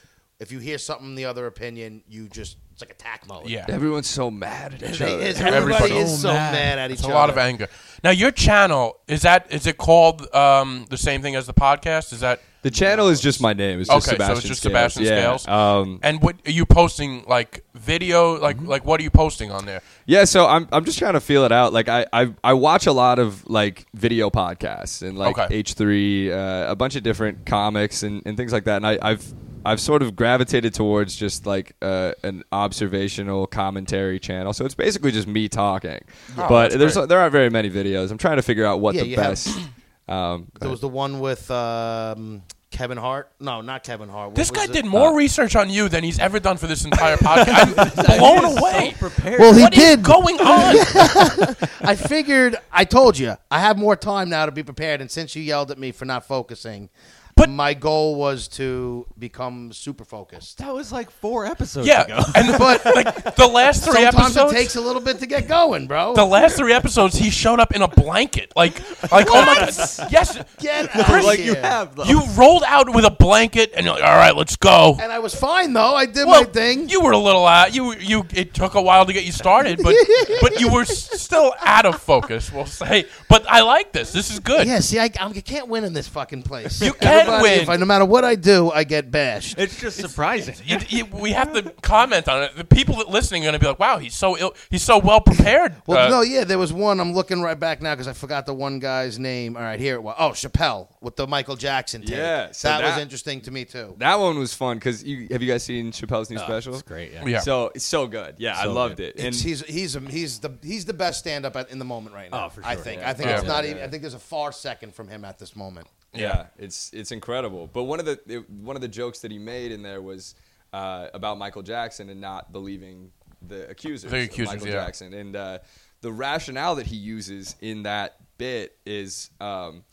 Speaker 3: if you hear something the other opinion, you just it's like attack mode.
Speaker 2: Yeah.
Speaker 5: everyone's so mad at each
Speaker 3: They-
Speaker 5: other.
Speaker 3: it's- everybody
Speaker 2: Everybody-
Speaker 3: is so
Speaker 4: So
Speaker 3: mad,
Speaker 4: mad.
Speaker 3: at each
Speaker 2: It's a
Speaker 3: other.
Speaker 2: lot of anger. Now, your channel is that? Is it called um, the same thing as the podcast? Is that?
Speaker 5: The channel is just my name. It's just
Speaker 2: Okay, so it's
Speaker 5: Sebastian
Speaker 2: just
Speaker 5: Scales.
Speaker 2: Sebastian
Speaker 5: yeah.
Speaker 2: Scales?
Speaker 5: Um,
Speaker 2: And what are you posting? Like video? Like
Speaker 3: Mm-hmm.
Speaker 2: like what are you posting on there?
Speaker 5: Yeah, so I'm I'm just trying to feel it out. Like I I, I watch a lot of like video podcasts and like
Speaker 2: Okay.
Speaker 5: H3, uh, a bunch of different comics and, and things like that. And I, I've I've sort of gravitated towards just like uh, an observational commentary channel. So it's basically just me talking.
Speaker 2: Oh,
Speaker 5: but
Speaker 2: that's
Speaker 5: there's
Speaker 2: great.
Speaker 5: there aren't very many videos. I'm trying to figure out what
Speaker 3: Yeah,
Speaker 5: the
Speaker 3: you have-
Speaker 5: best. um,
Speaker 3: There was the one with um, Kevin Hart. No, not Kevin Hart. What
Speaker 2: This
Speaker 3: was
Speaker 2: guy
Speaker 3: it?
Speaker 2: did more research on you than he's ever done for this entire podcast. I'm blown away.
Speaker 4: prepared.
Speaker 3: Well, he
Speaker 2: What is
Speaker 3: did.
Speaker 2: going on?
Speaker 3: I figured. I told you. I have more time now to be prepared. And since you yelled at me for not focusing,
Speaker 2: But-
Speaker 3: my goal was to become super focused.
Speaker 4: that was like four episodes ago.
Speaker 2: yeah, and but like the last three
Speaker 3: Sometimes
Speaker 2: episodes,
Speaker 3: it takes a little bit to get going, bro.
Speaker 2: the last three episodes, he showed up in a blanket. Like, like oh my god, yes,
Speaker 3: get out
Speaker 2: Chris,
Speaker 3: of
Speaker 4: like
Speaker 3: here.
Speaker 4: you have though.
Speaker 2: you rolled out with a blanket, and you're like, all right, let's go.
Speaker 3: And I was fine though. I did
Speaker 2: Well,
Speaker 3: my thing.
Speaker 2: you were a little out. You you. It took a while to get you started, but but you were s- still out of focus. We'll say. But I like this. This is good.
Speaker 3: yeah, see, I, I'm- I can't win in this fucking place.
Speaker 2: You can't
Speaker 3: Everybody,
Speaker 2: win.
Speaker 3: If I, no matter what I do, I get bashed.
Speaker 4: it's just surprising.
Speaker 2: You, you, we have to comment on it. The people that listening are going to be like, "Wow, he's so Ill, he's so well prepared."
Speaker 3: Well,
Speaker 2: Uh,
Speaker 3: no, yeah, there was one. I'm looking right back now because I forgot the one guy's name. All right, here it was. Oh, Chappelle with the Michael Jackson tape.
Speaker 5: Yeah, so
Speaker 3: that, was
Speaker 5: that-
Speaker 3: interesting to me too.
Speaker 5: That one was fun because you have you guys seen Chappelle's new special?
Speaker 4: It's great. Yeah.
Speaker 2: Uh, Yeah.
Speaker 5: So it's so good. Yeah, I loved it. And
Speaker 3: It's- he's he's he's the he's the best stand up in the moment right now.
Speaker 4: Oh, for
Speaker 3: I
Speaker 4: sure,
Speaker 3: think
Speaker 4: yeah.
Speaker 3: I think
Speaker 2: Yeah.
Speaker 3: it's not
Speaker 5: Yeah,
Speaker 3: even. I think there's a far second from him at this moment.
Speaker 5: yeah, it's it's incredible. But one of the it, one of the jokes that he made in there was uh, about Michael Jackson and not believing the accusers.
Speaker 2: The
Speaker 5: of
Speaker 2: accusers,
Speaker 5: Michael
Speaker 2: yeah.
Speaker 5: Jackson, and uh, the rationale that he uses in that bit is. Um,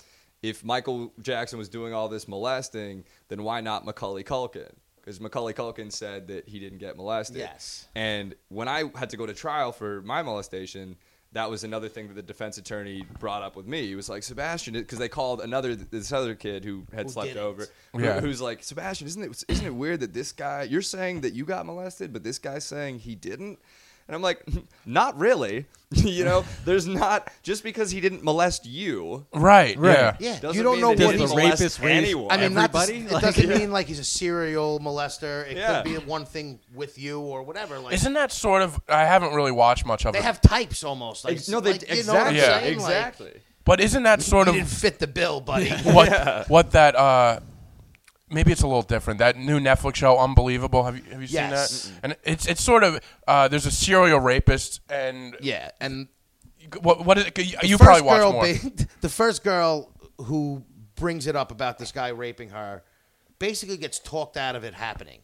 Speaker 5: if Michael Jackson was doing all this molesting, then why not Macaulay Culkin? Because Macaulay Culkin said that he didn't get molested.
Speaker 3: Yes.
Speaker 5: And when I had to go to trial for my molestation, that was another thing that the defense attorney brought up with me. He was like, Sebastian, because they called another this other kid who had slept
Speaker 3: did it?
Speaker 5: over, who-
Speaker 2: Yeah.
Speaker 5: who's like, Sebastian, isn't it isn't it weird that this guy you're saying that you got molested, but this guy's saying he didn't? And I'm like, not really. you know, there's not just because he didn't molest you.
Speaker 2: right, Yeah.
Speaker 3: Yeah, you
Speaker 5: doesn't
Speaker 3: don't
Speaker 5: mean
Speaker 3: know
Speaker 5: that he
Speaker 3: what
Speaker 5: didn't
Speaker 3: he's.
Speaker 4: the
Speaker 5: molest
Speaker 4: rapist rape-
Speaker 5: anyone.
Speaker 3: I mean, not to s-
Speaker 4: everybody,
Speaker 3: it
Speaker 4: like-
Speaker 3: doesn't mean like he's a serial molester. It
Speaker 5: Yeah.
Speaker 3: could be one thing with you or whatever. Like
Speaker 2: Isn't that sort of? I haven't really watched much of
Speaker 3: they
Speaker 2: it,
Speaker 3: have types almost. Like,
Speaker 5: Ex- no, they
Speaker 3: like, you know what I'm
Speaker 5: exactly,
Speaker 2: Yeah.
Speaker 3: saying? Like,
Speaker 5: exactly.
Speaker 2: but isn't that sort
Speaker 3: you
Speaker 2: of
Speaker 3: didn't fit the bill, buddy.
Speaker 2: what what that? Uh, maybe it's a little different. That new Netflix show, Unbelievable. Have you have you
Speaker 3: Yes.
Speaker 2: seen that? And it's it's sort of uh, there's a serial rapist and
Speaker 3: yeah, and
Speaker 2: what what is it? You, you
Speaker 3: first
Speaker 2: probably watch
Speaker 3: girl
Speaker 2: more.
Speaker 3: ba- the first girl who brings it up about this guy raping her basically gets talked out of it happening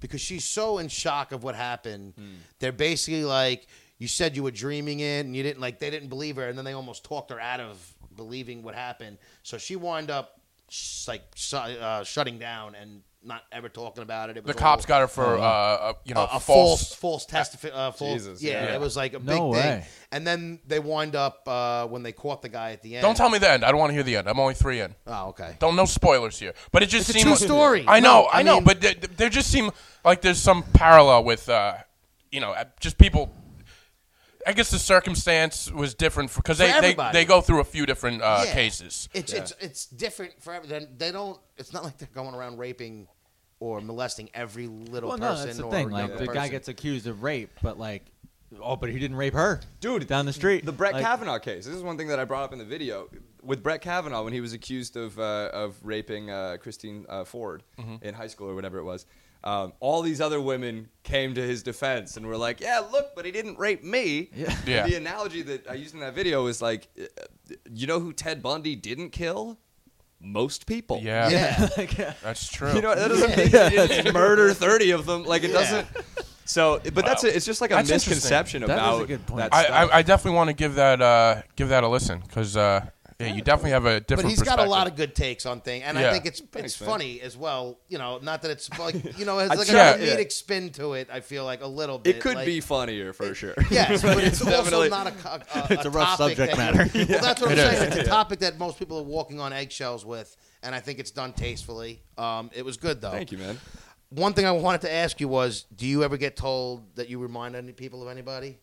Speaker 3: because she's so in shock of what happened.
Speaker 2: Hmm.
Speaker 3: They're basically like, "You said you were dreaming it, and you didn't like." They didn't believe her, and then they almost talked her out of believing what happened. So she wound up sh- like sh- uh, shutting down and not ever talking about it. it
Speaker 2: the
Speaker 3: was a
Speaker 2: cops
Speaker 3: whole-
Speaker 2: got her for
Speaker 5: Uh-huh.
Speaker 2: uh, a, you know
Speaker 3: a, a false
Speaker 2: false.
Speaker 3: false test uh, false
Speaker 5: Jesus,
Speaker 3: yeah,
Speaker 5: yeah.
Speaker 3: it was like a
Speaker 4: No
Speaker 3: big thing
Speaker 4: way.
Speaker 3: and then they wind up uh, when they caught the guy at the end
Speaker 2: Don't tell me the end. I don't want to hear the end. I'm only three in.
Speaker 3: oh okay
Speaker 2: Don't no spoilers here, but it just
Speaker 3: It's a
Speaker 2: seems
Speaker 3: true story.
Speaker 2: I know,
Speaker 3: No,
Speaker 2: I,
Speaker 3: I
Speaker 2: know,
Speaker 3: mean-
Speaker 2: but there, there just seem like there's some parallel with, uh, you know, uh, just people. I guess the circumstance was different because they, they
Speaker 3: everybody.
Speaker 2: they go through a few different uh,
Speaker 3: Yeah.
Speaker 2: cases.
Speaker 3: it's it's it's different for every they- they don't it's not like they're going around raping or molesting every little
Speaker 4: Well, no,
Speaker 3: person
Speaker 4: that's the
Speaker 3: or
Speaker 4: thing.
Speaker 3: young
Speaker 4: Like the guy
Speaker 3: person.
Speaker 4: gets accused of rape, but like, oh, but he didn't rape her, dude, down the street.
Speaker 5: The Brett
Speaker 4: Like,
Speaker 5: Kavanaugh case. This is one thing that I brought up in the video with Brett Kavanaugh when he was accused of uh, of raping uh, Christine uh, Ford
Speaker 4: Mm-hmm.
Speaker 5: in high school or whatever it was. Um, all these other women came to his defense and were like, "Yeah, look, but he didn't rape me."
Speaker 4: Yeah.
Speaker 2: Yeah.
Speaker 5: The analogy that I used in that video is like, uh, you know who Ted Bundy didn't kill? Most people.
Speaker 2: Yeah,
Speaker 3: yeah
Speaker 4: like, yeah.
Speaker 2: that's true.
Speaker 5: You know that doesn't mean he didn't murder thirty of them. Like it doesn't. So, but that's a, it's just like a
Speaker 2: That's interesting.
Speaker 5: misconception
Speaker 4: That is a
Speaker 5: about
Speaker 4: good point.
Speaker 5: that
Speaker 2: I,
Speaker 5: stuff.
Speaker 2: I, I definitely want to give that uh, give that a listen because uh, yeah, you definitely have a different.
Speaker 3: but he's got a
Speaker 2: perspective.
Speaker 3: lot of good takes on things, and
Speaker 2: Yeah.
Speaker 3: I think it's it's
Speaker 5: man.
Speaker 3: funny as well. You know, not that it's like you know, it's
Speaker 5: I'd
Speaker 3: like
Speaker 5: say-
Speaker 3: a
Speaker 5: Yeah.
Speaker 3: comedic spin to it. I feel like a little bit.
Speaker 5: it could
Speaker 3: like-
Speaker 5: be funnier for sure.
Speaker 3: Yes, but it's, also
Speaker 5: definitely-
Speaker 3: not a, co- a,
Speaker 4: It's a rough
Speaker 3: topic
Speaker 4: subject
Speaker 3: that-
Speaker 4: matter.
Speaker 3: well, that's what I'm
Speaker 2: It is.
Speaker 3: saying. It's a topic that most people are walking on eggshells with, and I think it's done tastefully. Um, it was good though.
Speaker 5: Thank you, man.
Speaker 3: One thing I wanted to ask you was, do you ever get told that you remind any people of anybody?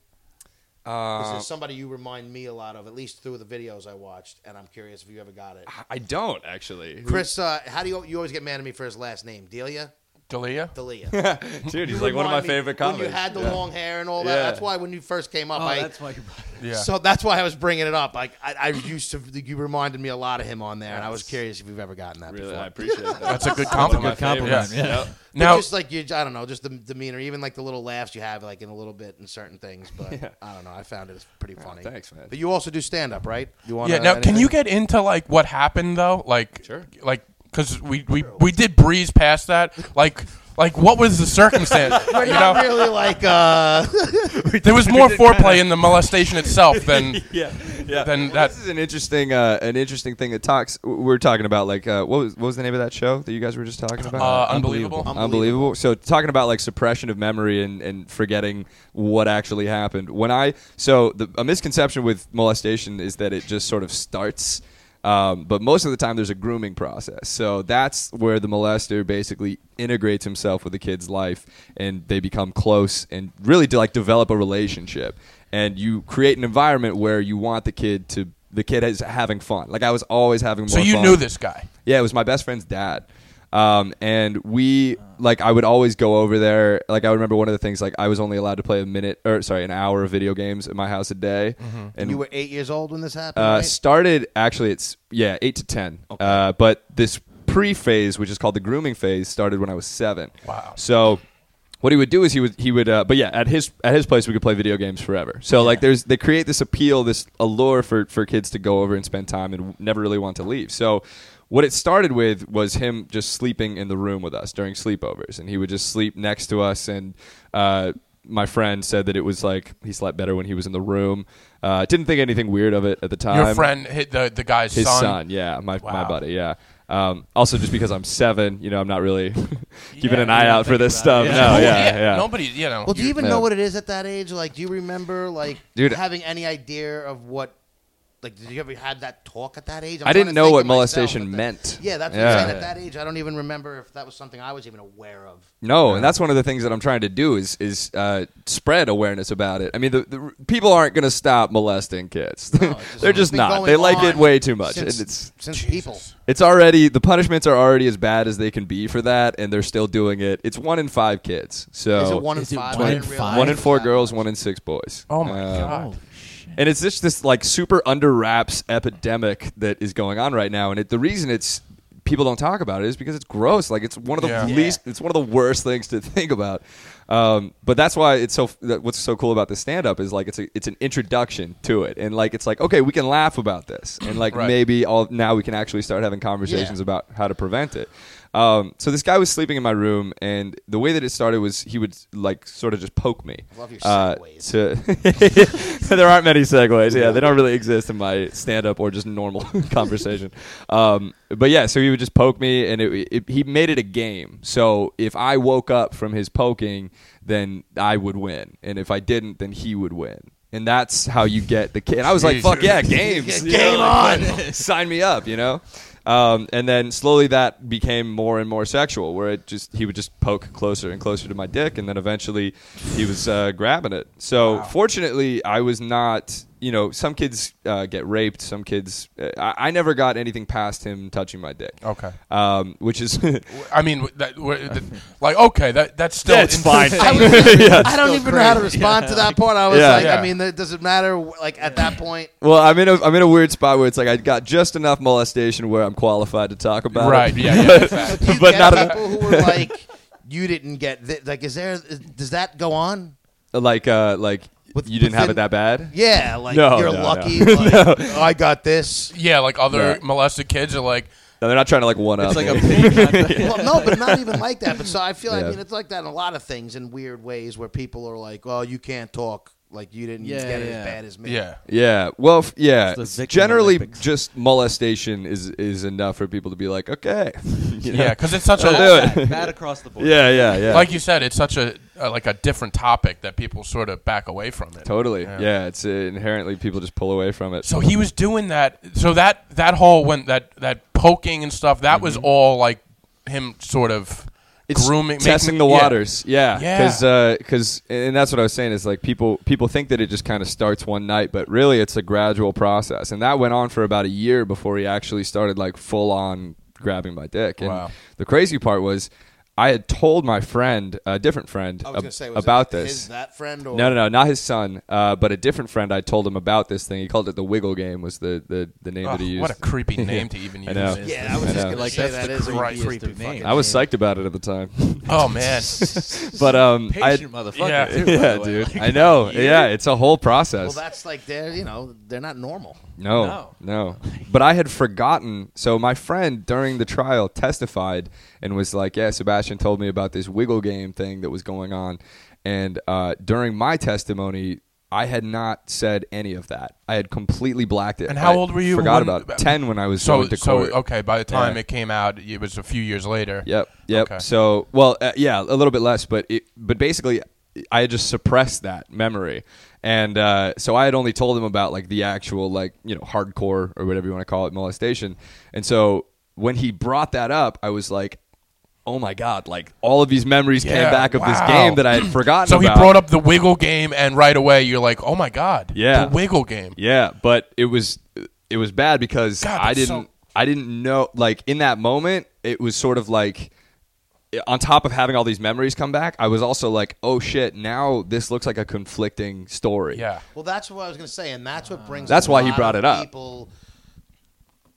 Speaker 3: Because
Speaker 5: Uh,
Speaker 3: there's somebody you remind me a lot of, at least through the videos I watched, and I'm curious if you ever got it.
Speaker 5: I don't actually.
Speaker 3: Chris, uh, how do you you always get mad at me for his last name? Delia,
Speaker 2: Delia.
Speaker 3: Delia.
Speaker 5: Dude, he's
Speaker 3: You
Speaker 5: like one of my
Speaker 3: remind me
Speaker 5: favorite comics.
Speaker 3: When you had the long hair and all that,
Speaker 5: Yeah.
Speaker 3: that's why when you first came up,
Speaker 4: Oh,
Speaker 3: I
Speaker 4: that's why you.
Speaker 2: Yeah.
Speaker 3: So that's why I was bringing it up. Like I, I used to, you reminded me a lot of him on there, and I was curious if you've ever gotten that
Speaker 5: really,
Speaker 3: before.
Speaker 5: I appreciate that.
Speaker 2: that's a good
Speaker 5: One of my
Speaker 2: compliment.
Speaker 4: compliment,
Speaker 5: favorites.
Speaker 4: yeah.
Speaker 5: Yep.
Speaker 3: But
Speaker 2: Now,
Speaker 3: just like you, I don't know, just the demeanor, even like the little laughs you have, like in a little bit in certain things. But I don't know, I found it pretty funny.
Speaker 5: Oh, thanks, man.
Speaker 3: But you also do stand up, right? You want?
Speaker 2: yeah. Now, can you get into like what happened though? Like,
Speaker 5: Sure.
Speaker 2: Like because we, we we did breeze past that. Like like what was the circumstance? you know,
Speaker 3: Not really like uh,
Speaker 2: there was more foreplay in the molestation itself than
Speaker 5: yeah, yeah.
Speaker 2: than
Speaker 5: Well,
Speaker 2: that.
Speaker 5: this is an interesting, uh, an interesting thing that talks. w- We're talking about like uh, what was what was the name of that show that you guys were just talking about?
Speaker 2: Uh, Unbelievable.
Speaker 5: unbelievable, Unbelievable. So talking about like suppression of memory and, and forgetting what actually happened. When I so the, a misconception with molestation is that it just sort of starts. Um, but most of the time, there's a grooming process. So that's where the molester basically integrates himself with the kid's life, and they become close and really to like develop a relationship. And you create an environment where you want the kid to the kid is having fun. Like I was always having. More
Speaker 2: So you
Speaker 5: fun.
Speaker 2: knew this guy.
Speaker 5: Yeah, it was my best friend's dad. Um, and we like I would always go over there. Like I remember one of the things like I was only allowed to play a minute or sorry an hour of video games at my house a day, and
Speaker 3: Mm-hmm. you were eight years old when this happened.
Speaker 5: uh,
Speaker 3: right?
Speaker 5: started actually it's yeah eight to ten. Uh, but this pre phase, which is called the grooming phase, started when I was seven.
Speaker 2: Wow.
Speaker 5: So what he would do is he would he would uh, but yeah at his at his place we could play video games forever. So like there's they create this appeal this allure for for kids to go over and spend time and never really want to leave. So. What it started with was him just sleeping in the room with us during sleepovers, and he would just sleep next to us. And uh, my friend said that it was like he slept better when he was in the room. Uh, didn't think anything weird of it at the time
Speaker 2: Your friend hit the the guy's
Speaker 5: his son. yeah, my my
Speaker 2: Wow.
Speaker 5: buddy, yeah. Um, also, just because I'm seven, you know, I'm not really keeping
Speaker 4: Yeah,
Speaker 5: an
Speaker 4: you
Speaker 5: eye
Speaker 4: don't
Speaker 5: out for
Speaker 4: think
Speaker 5: this
Speaker 4: about
Speaker 5: stuff.
Speaker 4: it.
Speaker 5: No,
Speaker 2: Oh,
Speaker 5: yeah, yeah.
Speaker 2: Nobody, you know.
Speaker 3: well, do you even
Speaker 5: yeah.
Speaker 3: know what it is at that age? Like, do you remember like
Speaker 5: Dude,
Speaker 3: having any idea of what? Like, did you ever had that talk at that age? I'm
Speaker 5: I
Speaker 3: trying
Speaker 5: didn't
Speaker 3: to
Speaker 5: know
Speaker 3: think
Speaker 5: what
Speaker 3: of myself
Speaker 5: molestation
Speaker 3: at that-
Speaker 5: meant.
Speaker 3: Yeah, that's what
Speaker 5: Yeah.
Speaker 3: I'm saying. At that age, I don't even remember if that was something I was even aware of.
Speaker 5: No, and that's one of the things that I'm trying to do is is uh, spread awareness about it. I mean, the, the people aren't going to stop molesting kids.
Speaker 3: just-
Speaker 5: They're just
Speaker 3: been
Speaker 5: not.
Speaker 3: going
Speaker 5: They like
Speaker 3: on
Speaker 5: it way too much.
Speaker 3: since-
Speaker 5: and it's
Speaker 3: Since people,
Speaker 5: it's already the punishments are already as bad as they can be for that, and they're still doing it. It's one in five kids. So
Speaker 3: is it one in
Speaker 4: Is it
Speaker 3: five?
Speaker 4: one
Speaker 3: I
Speaker 4: in
Speaker 3: didn't
Speaker 4: five?
Speaker 3: realize
Speaker 5: one in
Speaker 3: it was
Speaker 5: four
Speaker 3: that
Speaker 5: girls,
Speaker 3: much.
Speaker 5: one in six boys.
Speaker 2: Oh my
Speaker 5: Uh,
Speaker 2: god.
Speaker 5: and it's just this like super under wraps epidemic that is going on right now and it, the reason it's people don't talk about it is because it's gross like it's one of the
Speaker 2: Yeah.
Speaker 5: least it's one of the worst things to think about um, but that's why it's so that- what's so cool about the stand up is like it's a, it's an introduction to it and like it's like okay we can laugh about this and like
Speaker 2: Right.
Speaker 5: maybe all now we can actually start having conversations about how to prevent it um, so this guy was sleeping in my room and the way that it started was he would like sort of just poke me Uh,
Speaker 3: Love your segues.
Speaker 5: to there aren't many segues. Yeah, they don't really exist in my stand-up or just normal conversation. Um, but yeah, so he would just poke me, and it, it, he made it a game. So if I woke up from his poking, then I would win, and if I didn't, then he would win. And that's how you get the kid. And I was like, "Fuck yeah, games, game on, sign me up," you know. Um, and then slowly that became more and more sexual, where it just he would just poke closer and closer to my dick, and then eventually he was uh, grabbing it. So fortunately, I was not. You know, some kids uh, get raped. Some kids. Uh, I, I never got anything past him touching my dick.
Speaker 2: Okay.
Speaker 5: Um, which is
Speaker 2: I mean, that, that, like, okay, that that's still
Speaker 5: That's fine.
Speaker 3: I, was, I don't even know how to respond to that point. I was
Speaker 5: Yeah.
Speaker 3: like,
Speaker 2: Yeah.
Speaker 3: I mean, it doesn't matter. Like at that point,
Speaker 5: well, I'm in a I'm in a weird spot where it's like I got just enough molestation where I'm qualified to talk about it.
Speaker 2: Right? Yeah, yeah.
Speaker 3: do you
Speaker 5: But
Speaker 3: get
Speaker 5: not enough-
Speaker 3: people who were like, you didn't get thi- like, is there? is- does that go on?
Speaker 5: Like uh, like
Speaker 3: With-
Speaker 5: you didn't have it
Speaker 3: within-
Speaker 5: that bad.
Speaker 3: Yeah, like
Speaker 5: No,
Speaker 3: you're
Speaker 5: no, no.
Speaker 3: lucky. Like, "Oh, I got this.
Speaker 2: Yeah, like other
Speaker 5: Yeah.
Speaker 2: molested kids are like,
Speaker 5: No, they're not trying to like one up.
Speaker 4: It's like
Speaker 5: me.
Speaker 4: a pig. contest.
Speaker 3: Well, no, but not even like that. But so I feel.
Speaker 5: Yeah.
Speaker 3: I mean, it's like that in a lot of things in weird ways where people are like, well, you can't talk. Like you didn't
Speaker 4: Yeah,
Speaker 3: get it
Speaker 4: yeah.
Speaker 3: as bad as me.
Speaker 2: yeah,
Speaker 5: Yeah. Well, f- yeah.
Speaker 4: It's the victim
Speaker 5: Generally,
Speaker 4: Olympics.
Speaker 5: just molestation is is enough for people to be like, okay. You know?
Speaker 2: yeah, because it's such
Speaker 5: They'll
Speaker 2: a,
Speaker 5: do
Speaker 4: Bad-
Speaker 5: it.
Speaker 4: Bad across the board.
Speaker 5: Yeah, yeah, yeah.
Speaker 2: like you said, it's such a, uh like a different topic that people sort of back away from it.
Speaker 5: totally. Yeah. it's uh, inherently people just pull away from it.
Speaker 2: So he was doing that. So that that whole when that that poking and stuff that was all like him sort of
Speaker 5: Mm-hmm. it's
Speaker 2: grooming,
Speaker 5: testing
Speaker 2: making-
Speaker 5: the
Speaker 2: yeah.
Speaker 5: waters. Yeah,
Speaker 2: Yeah.
Speaker 5: because and that's what I was saying is like people people think that it just kind of starts one night, but really it's a gradual process, and that went on for about a year before he actually started like full on grabbing my dick. And
Speaker 2: Wow.
Speaker 5: the crazy part was. I had told my friend, a different friend,
Speaker 3: I was
Speaker 5: ab-
Speaker 3: gonna say was
Speaker 5: about
Speaker 3: it
Speaker 5: this.
Speaker 3: His, that friend or
Speaker 5: No, no, no, not his son, uh, but a different friend. I told him about this thing. He called it the Wiggle Game. Was the the, the name that he
Speaker 2: Ugh,
Speaker 5: used.
Speaker 2: what a creepy name to even use.
Speaker 5: I know.
Speaker 3: Yeah, I was
Speaker 5: I
Speaker 3: just
Speaker 5: know.
Speaker 3: gonna
Speaker 4: Like,
Speaker 3: say that
Speaker 4: that's the
Speaker 3: is a
Speaker 4: creepiest
Speaker 3: creepy
Speaker 4: of names.
Speaker 3: fucking
Speaker 5: I was
Speaker 3: name.
Speaker 5: psyched about it at the time,
Speaker 2: Oh man,
Speaker 5: but um, I
Speaker 4: Patient motherfucker.
Speaker 2: Yeah.
Speaker 4: too, by
Speaker 5: yeah,
Speaker 4: the way.
Speaker 5: dude, I know. Yeah, it's a whole process.
Speaker 3: Well, that's like they're you know they're not normal.
Speaker 5: No,
Speaker 4: No.
Speaker 5: no, But I had forgotten. So my friend during the trial testified and was like, "Yeah, Sebastian told me about this wiggle game thing that was going on." And uh, during my testimony, I had not said any of that. I had completely blacked it.
Speaker 2: And how
Speaker 5: I
Speaker 2: old were you
Speaker 5: Forgot
Speaker 2: when-
Speaker 5: about it. ten when I was
Speaker 2: so
Speaker 5: going to court.
Speaker 2: so okay. By the time
Speaker 5: Yeah.
Speaker 2: it came out, it was a few years later.
Speaker 5: Yep. Yep.
Speaker 2: Okay.
Speaker 5: So, well, uh, yeah, a little bit less, but it, but basically, I had just suppressed that memory, and uh, so I had only told him about like the actual like you know hardcore or whatever you want to call it molestation, and so when he brought that up, I was like. Oh my God! Like all of these memories
Speaker 2: Yeah,
Speaker 5: came back of this
Speaker 2: wow.
Speaker 5: game that I had forgotten.
Speaker 2: So he
Speaker 5: about.
Speaker 2: brought up the wiggle game, and right away you're like, "Oh my god,
Speaker 5: Yeah.
Speaker 2: the wiggle game."
Speaker 5: Yeah, but it was it was bad because
Speaker 2: God,
Speaker 5: I
Speaker 2: that's
Speaker 5: didn't
Speaker 2: so-
Speaker 5: I didn't know like in that moment it was sort of like on top of having all these memories come back, I was also like, "Oh shit, now this looks like a conflicting story."
Speaker 2: Yeah.
Speaker 3: Well, that's what I was going to say, and that's what brings.
Speaker 5: That's
Speaker 3: a
Speaker 5: why he
Speaker 3: lot
Speaker 5: brought
Speaker 3: of
Speaker 5: it up.
Speaker 3: People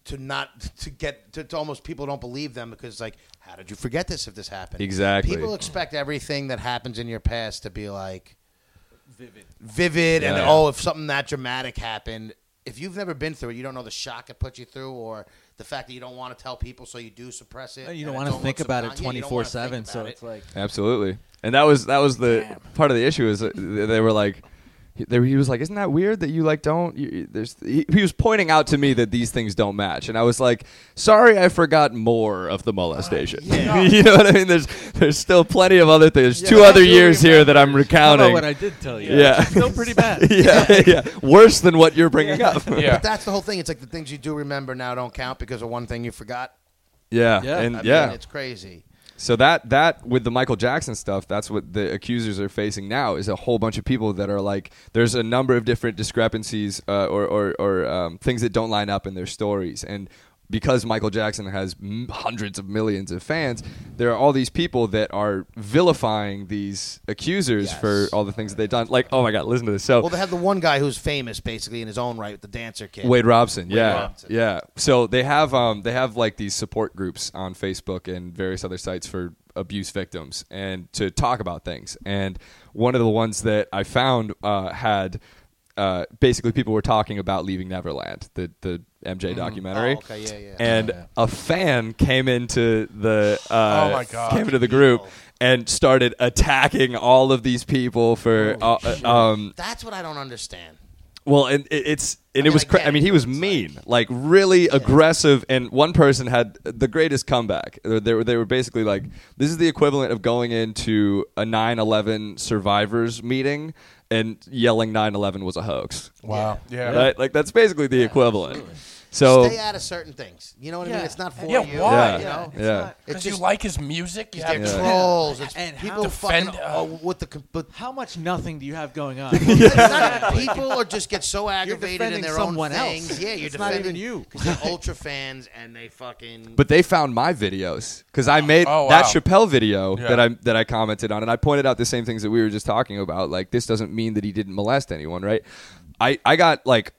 Speaker 3: to not to get to, to almost people don't believe them because like, how did you forget this if this happened?
Speaker 5: Exactly.
Speaker 3: People expect everything that happens in your past to be like vivid, vivid, and
Speaker 5: Yeah.
Speaker 3: oh, if something that dramatic happened. If you've never been through it, you don't know the shock it put you through, or the fact that you don't want to tell people, so you do suppress it.
Speaker 4: No,
Speaker 3: and
Speaker 4: you don't
Speaker 3: it's
Speaker 4: want to
Speaker 3: almost
Speaker 4: think about it
Speaker 3: subcon- yeah, you
Speaker 4: twenty
Speaker 3: don't wanna
Speaker 4: four
Speaker 3: think
Speaker 4: seven. So
Speaker 3: about
Speaker 4: it's
Speaker 3: it.
Speaker 4: like
Speaker 5: Absolutely. And that was that was the part of the issue is that they were like he- they, he was like, "Isn't that weird that you like don't?" You, you- there's he, he was pointing out to me that these things don't match, and I was like, "Sorry, I forgot more of the molestation."
Speaker 4: Uh,
Speaker 5: you know what I mean? There's there's still plenty of other things. There's two
Speaker 4: I
Speaker 5: other
Speaker 4: do
Speaker 5: years here that I'm
Speaker 4: how about
Speaker 5: recounting.
Speaker 4: what I did tell you?
Speaker 5: Yeah.
Speaker 4: It's still pretty bad.
Speaker 5: yeah, yeah, worse than what you're bringing up.
Speaker 2: Yeah.
Speaker 3: But that's the whole thing. It's like the things you do remember now don't count because of one thing you forgot.
Speaker 5: yeah,
Speaker 4: Yeah.
Speaker 5: and
Speaker 3: I
Speaker 5: yeah,
Speaker 3: mean, it's crazy.
Speaker 5: So that that with the Michael Jackson stuff, that's what the accusers are facing now is a whole bunch of people that are like, there's a number of different discrepancies uh, or or, or um, things that don't line up in their stories, and because Michael Jackson has m- hundreds of millions of fans, there are all these people that are vilifying these accusers for all the things that they've done. Like, oh my God, listen to this. So
Speaker 3: Well, they have the one guy who's famous, basically in his own right, the dancer kid.
Speaker 5: Wade Robson, yeah,
Speaker 3: Robson.
Speaker 5: yeah. So they have um they have like these support groups on Facebook and various other sites for abuse victims and to talk about things. And one of the ones that I found uh, had uh, basically people were talking about leaving Neverland, the the MJ documentary.
Speaker 3: Oh, okay, yeah, yeah.
Speaker 5: And a fan came into the uh,
Speaker 2: Oh, my God.
Speaker 5: came into the group. And started attacking all of these people for uh, uh, um,
Speaker 3: That's what I don't understand.
Speaker 5: well, and it, it's and
Speaker 3: I
Speaker 5: it was.
Speaker 3: mean, I
Speaker 5: Cra-
Speaker 3: get
Speaker 5: I mean,
Speaker 3: it,
Speaker 5: he was
Speaker 3: but it's
Speaker 5: mean, like, really aggressive. And one person had the greatest comeback. They were, they were basically like, "This is the equivalent of going into a 9/11 survivors meeting and yelling 9/11 was a hoax."
Speaker 2: Wow. Yeah.
Speaker 5: Right? Like that's basically the equivalent. So
Speaker 3: Stay out of certain things. You know what I mean?
Speaker 4: Yeah.
Speaker 3: It's not for
Speaker 2: Yeah,
Speaker 3: you.
Speaker 2: why?
Speaker 3: You know?
Speaker 5: yeah, yeah,
Speaker 3: It's
Speaker 2: Because you
Speaker 3: just
Speaker 2: like his music, you have
Speaker 3: they're
Speaker 2: to-
Speaker 3: trolls. It's
Speaker 4: And how-
Speaker 3: people
Speaker 2: Defend-
Speaker 3: fucking uh, with the. com- But
Speaker 4: How much nothing do you have going on?
Speaker 3: it's not, people are just get so aggravated in
Speaker 4: defending
Speaker 3: their own
Speaker 4: someone else.
Speaker 3: things. Yeah, you're
Speaker 4: It's not
Speaker 3: defending
Speaker 4: even you.
Speaker 3: 'cause they're ultra fans and they fucking.
Speaker 5: But they found my videos because I made
Speaker 2: Mm. Oh, wow.
Speaker 5: that Chappelle video
Speaker 2: Yeah.
Speaker 5: that I that I commented on, and I pointed out the same things that we were just talking about. Like this doesn't mean that he didn't molest anyone, right? I I got like